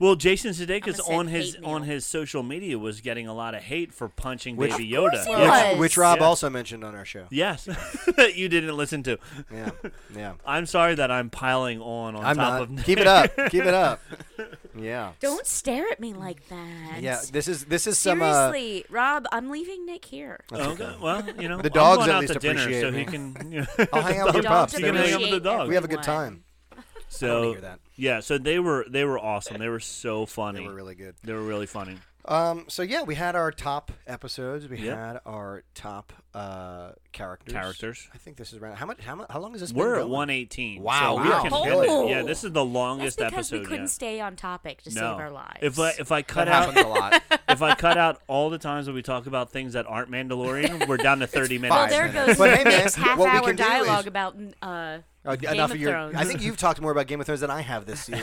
[SPEAKER 3] Well, Jason
[SPEAKER 1] gonna
[SPEAKER 3] Sudeikis
[SPEAKER 1] say
[SPEAKER 3] on his
[SPEAKER 1] hate
[SPEAKER 3] on
[SPEAKER 1] meal.
[SPEAKER 3] his social media was getting a lot of hate for punching
[SPEAKER 2] Which-
[SPEAKER 3] Baby
[SPEAKER 1] Of course
[SPEAKER 3] Yoda.
[SPEAKER 1] he
[SPEAKER 3] Yeah.
[SPEAKER 1] was.
[SPEAKER 2] which, which Rob
[SPEAKER 3] Yeah.
[SPEAKER 2] also mentioned on our show.
[SPEAKER 3] Yes, that you didn't listen to.
[SPEAKER 2] Yeah, yeah.
[SPEAKER 3] I'm sorry that I'm piling on on
[SPEAKER 2] I'm
[SPEAKER 3] top
[SPEAKER 2] not.
[SPEAKER 3] of
[SPEAKER 2] Keep it up. Keep it up. Yeah.
[SPEAKER 1] Don't stare at me like that.
[SPEAKER 2] Yeah. This is this is some. Uh,
[SPEAKER 1] Seriously, Rob, I'm leaving Nick here.
[SPEAKER 3] Okay. Well, you know,
[SPEAKER 2] The
[SPEAKER 3] I'm
[SPEAKER 2] dogs
[SPEAKER 3] going
[SPEAKER 2] at
[SPEAKER 3] out
[SPEAKER 2] least
[SPEAKER 3] to dinner,
[SPEAKER 2] appreciate
[SPEAKER 3] so
[SPEAKER 2] me.
[SPEAKER 1] Oh,
[SPEAKER 3] he can. You know,
[SPEAKER 2] I'll hang out with
[SPEAKER 1] The
[SPEAKER 2] your
[SPEAKER 1] dogs
[SPEAKER 2] pups.
[SPEAKER 3] You can hang out with the
[SPEAKER 1] appreciate
[SPEAKER 3] dogs.
[SPEAKER 2] We have a good
[SPEAKER 1] everyone.
[SPEAKER 2] time.
[SPEAKER 3] So
[SPEAKER 2] hear that.
[SPEAKER 3] yeah, so they were they were awesome. They were so funny.
[SPEAKER 2] They were really good.
[SPEAKER 3] They were really funny.
[SPEAKER 2] Um, so yeah, we had our top episodes. We
[SPEAKER 3] Yeah.
[SPEAKER 2] had our top uh, characters.
[SPEAKER 3] Characters.
[SPEAKER 2] I think this is around. How much? How, mu- how long has this been?
[SPEAKER 3] We're at
[SPEAKER 2] going?
[SPEAKER 3] 118.
[SPEAKER 2] Wow, Oh.
[SPEAKER 3] so
[SPEAKER 2] we
[SPEAKER 3] we
[SPEAKER 2] are
[SPEAKER 3] can
[SPEAKER 1] killing
[SPEAKER 3] kill
[SPEAKER 1] it.
[SPEAKER 3] it. Yeah, this is the
[SPEAKER 1] That's
[SPEAKER 3] longest
[SPEAKER 1] because
[SPEAKER 3] episode.
[SPEAKER 1] we couldn't
[SPEAKER 3] yeah.
[SPEAKER 1] stay on topic to
[SPEAKER 3] no.
[SPEAKER 1] save our lives.
[SPEAKER 3] If I if I cut
[SPEAKER 7] That
[SPEAKER 3] out
[SPEAKER 7] happens a lot.
[SPEAKER 3] if I cut out all the times that we talk about things that aren't Mandalorian, we're down to 30 minutes.
[SPEAKER 1] well,
[SPEAKER 7] five
[SPEAKER 1] there
[SPEAKER 7] minutes.
[SPEAKER 1] goes
[SPEAKER 2] But hey, man,
[SPEAKER 1] Nick's
[SPEAKER 2] what we can
[SPEAKER 1] half-hour
[SPEAKER 2] do is-
[SPEAKER 1] dialogue about uh,
[SPEAKER 2] Uh,
[SPEAKER 1] Game
[SPEAKER 2] enough
[SPEAKER 1] of
[SPEAKER 2] of your.
[SPEAKER 1] Thrones.
[SPEAKER 2] I think you've talked more about Game of Thrones than I have this season.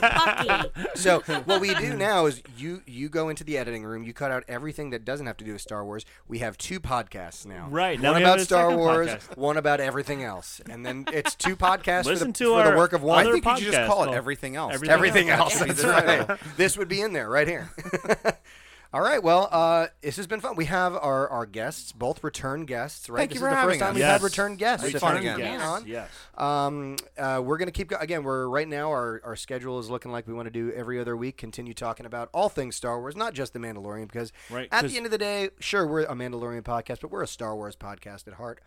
[SPEAKER 1] Pucky.
[SPEAKER 2] so what we do now is you you go into the editing room. You cut out everything that doesn't have to do with Star Wars. We have two podcasts now.
[SPEAKER 3] Right, now
[SPEAKER 2] One
[SPEAKER 3] we have
[SPEAKER 2] about
[SPEAKER 3] a
[SPEAKER 2] Star
[SPEAKER 3] second
[SPEAKER 2] Wars.
[SPEAKER 3] podcast.
[SPEAKER 2] One about everything else. And then it's two podcasts for, the,
[SPEAKER 3] Listen to
[SPEAKER 2] for
[SPEAKER 3] our
[SPEAKER 2] the work of one.
[SPEAKER 3] other
[SPEAKER 7] I think you should
[SPEAKER 3] podcast
[SPEAKER 7] just call it
[SPEAKER 3] called
[SPEAKER 7] everything else.
[SPEAKER 3] Everything
[SPEAKER 2] Everything else.
[SPEAKER 7] Yeah.
[SPEAKER 2] That's right. This would be in there right here. All right. Well, uh, this has been fun. We have our, our guests, both return guests, right?
[SPEAKER 7] Thank
[SPEAKER 2] this
[SPEAKER 7] you
[SPEAKER 2] is
[SPEAKER 7] for
[SPEAKER 2] the
[SPEAKER 7] having
[SPEAKER 2] first time
[SPEAKER 7] us.
[SPEAKER 2] we've had
[SPEAKER 3] Yes.
[SPEAKER 2] return guests.
[SPEAKER 7] Return
[SPEAKER 2] If anything
[SPEAKER 7] guests.
[SPEAKER 2] going on.
[SPEAKER 3] Yes.
[SPEAKER 2] Um, uh, we're gonna keep go- again. We're right now. Our, our schedule is looking like we want to do every other week. Continue talking about all things Star Wars, not just the Mandalorian, because
[SPEAKER 3] Right,
[SPEAKER 2] at
[SPEAKER 3] 'cause-
[SPEAKER 2] the end of the day, sure we're a Mandalorian podcast, but we're a Star Wars podcast at heart.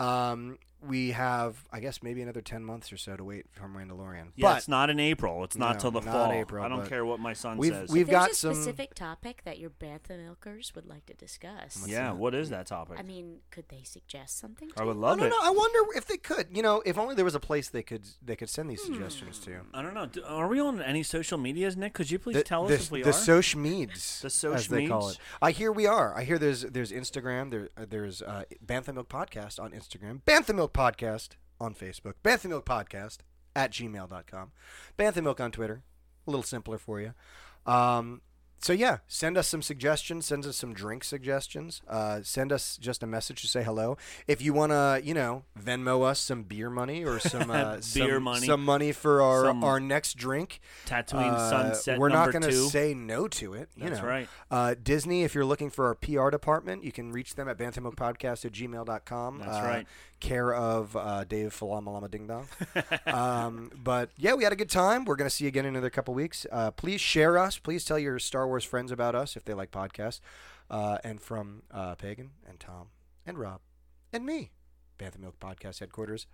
[SPEAKER 2] Um, we have, I guess, maybe another ten months or so to wait for Mandalorian.
[SPEAKER 3] Yeah,
[SPEAKER 2] but
[SPEAKER 3] it's not in April. It's not
[SPEAKER 2] No,
[SPEAKER 3] till the
[SPEAKER 2] not
[SPEAKER 3] fall.
[SPEAKER 2] April,
[SPEAKER 3] I don't
[SPEAKER 2] but
[SPEAKER 3] care what my son
[SPEAKER 2] we've-
[SPEAKER 3] says.
[SPEAKER 2] we've-
[SPEAKER 1] There's
[SPEAKER 2] got
[SPEAKER 1] a
[SPEAKER 2] some-
[SPEAKER 1] specific topic that your Bantha Milkers would like to discuss.
[SPEAKER 3] yeah, what is that topic?
[SPEAKER 1] I mean, could they suggest something?
[SPEAKER 3] I
[SPEAKER 1] to
[SPEAKER 3] would
[SPEAKER 1] you?
[SPEAKER 3] love
[SPEAKER 2] no,
[SPEAKER 3] it.
[SPEAKER 2] no, no. I wonder if they could. You know, if only there was a place they could they could send these
[SPEAKER 3] Hmm.
[SPEAKER 2] suggestions to.
[SPEAKER 3] I don't know. D- Are we on any social medias, Nick? Could you please tell
[SPEAKER 2] the,
[SPEAKER 3] us if we
[SPEAKER 2] the
[SPEAKER 3] are?
[SPEAKER 2] social meds,
[SPEAKER 3] The soc
[SPEAKER 2] as they call
[SPEAKER 3] meds?
[SPEAKER 2] it. I hear we are. I hear there's there's Instagram. There uh, there's uh, Bantha Milk Podcast on Instagram. Bantha Milk Podcast on Facebook. Bantha Milk Podcast at gmail.com. Bantha Milk on Twitter. A little simpler for you. Um, so yeah, send us some suggestions. Send us some drink suggestions. Uh, send us just a message to say hello. If you wanna, you know, Venmo us some beer money or some uh,
[SPEAKER 3] Beer
[SPEAKER 2] some,
[SPEAKER 3] money.
[SPEAKER 2] some money for our
[SPEAKER 3] Some-
[SPEAKER 2] our next drink.
[SPEAKER 3] Tatooine
[SPEAKER 2] Uh,
[SPEAKER 3] Sunset
[SPEAKER 2] We're not
[SPEAKER 3] number
[SPEAKER 2] gonna
[SPEAKER 3] two.
[SPEAKER 2] say no to it. You
[SPEAKER 3] That's
[SPEAKER 2] know.
[SPEAKER 3] right.
[SPEAKER 2] Uh, Disney, if you're looking for our PR department, you can reach them at banthamookpodcast at gmail.com.
[SPEAKER 3] That's
[SPEAKER 2] uh,
[SPEAKER 3] right.
[SPEAKER 2] Care of uh, Dave Falamalama Ding Dong. um, but yeah, we had a good time. We're going to see you again in another couple weeks. Uh, please share us. Please tell your Star Wars friends about us if they like podcasts. Uh, and from uh, Pagan and Tom and Rob and me, Bantha Milk Podcast headquarters,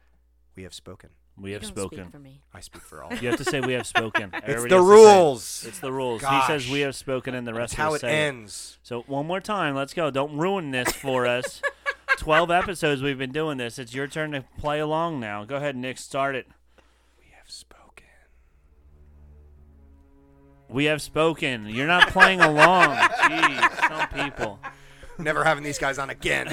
[SPEAKER 2] we have spoken.
[SPEAKER 3] we
[SPEAKER 1] You
[SPEAKER 3] have
[SPEAKER 1] don't
[SPEAKER 3] spoken.
[SPEAKER 1] Speak for me.
[SPEAKER 2] I speak for all.
[SPEAKER 3] You have to say we have spoken.
[SPEAKER 2] it's
[SPEAKER 3] Everybody
[SPEAKER 2] the
[SPEAKER 3] has to say it.
[SPEAKER 2] rules.
[SPEAKER 3] It's the rules.
[SPEAKER 2] Gosh.
[SPEAKER 3] He says we have spoken, and the rest
[SPEAKER 2] That's how
[SPEAKER 3] of
[SPEAKER 2] it
[SPEAKER 3] us say it.
[SPEAKER 2] ends.
[SPEAKER 3] So one more time, let's go. Don't ruin this for us. Twelve episodes we've been doing this. It's your turn to play along now. Go ahead, Nick. Start it.
[SPEAKER 2] We have spoken.
[SPEAKER 3] We have spoken. You're not playing along. Jeez, some people.
[SPEAKER 2] Never having these guys on again.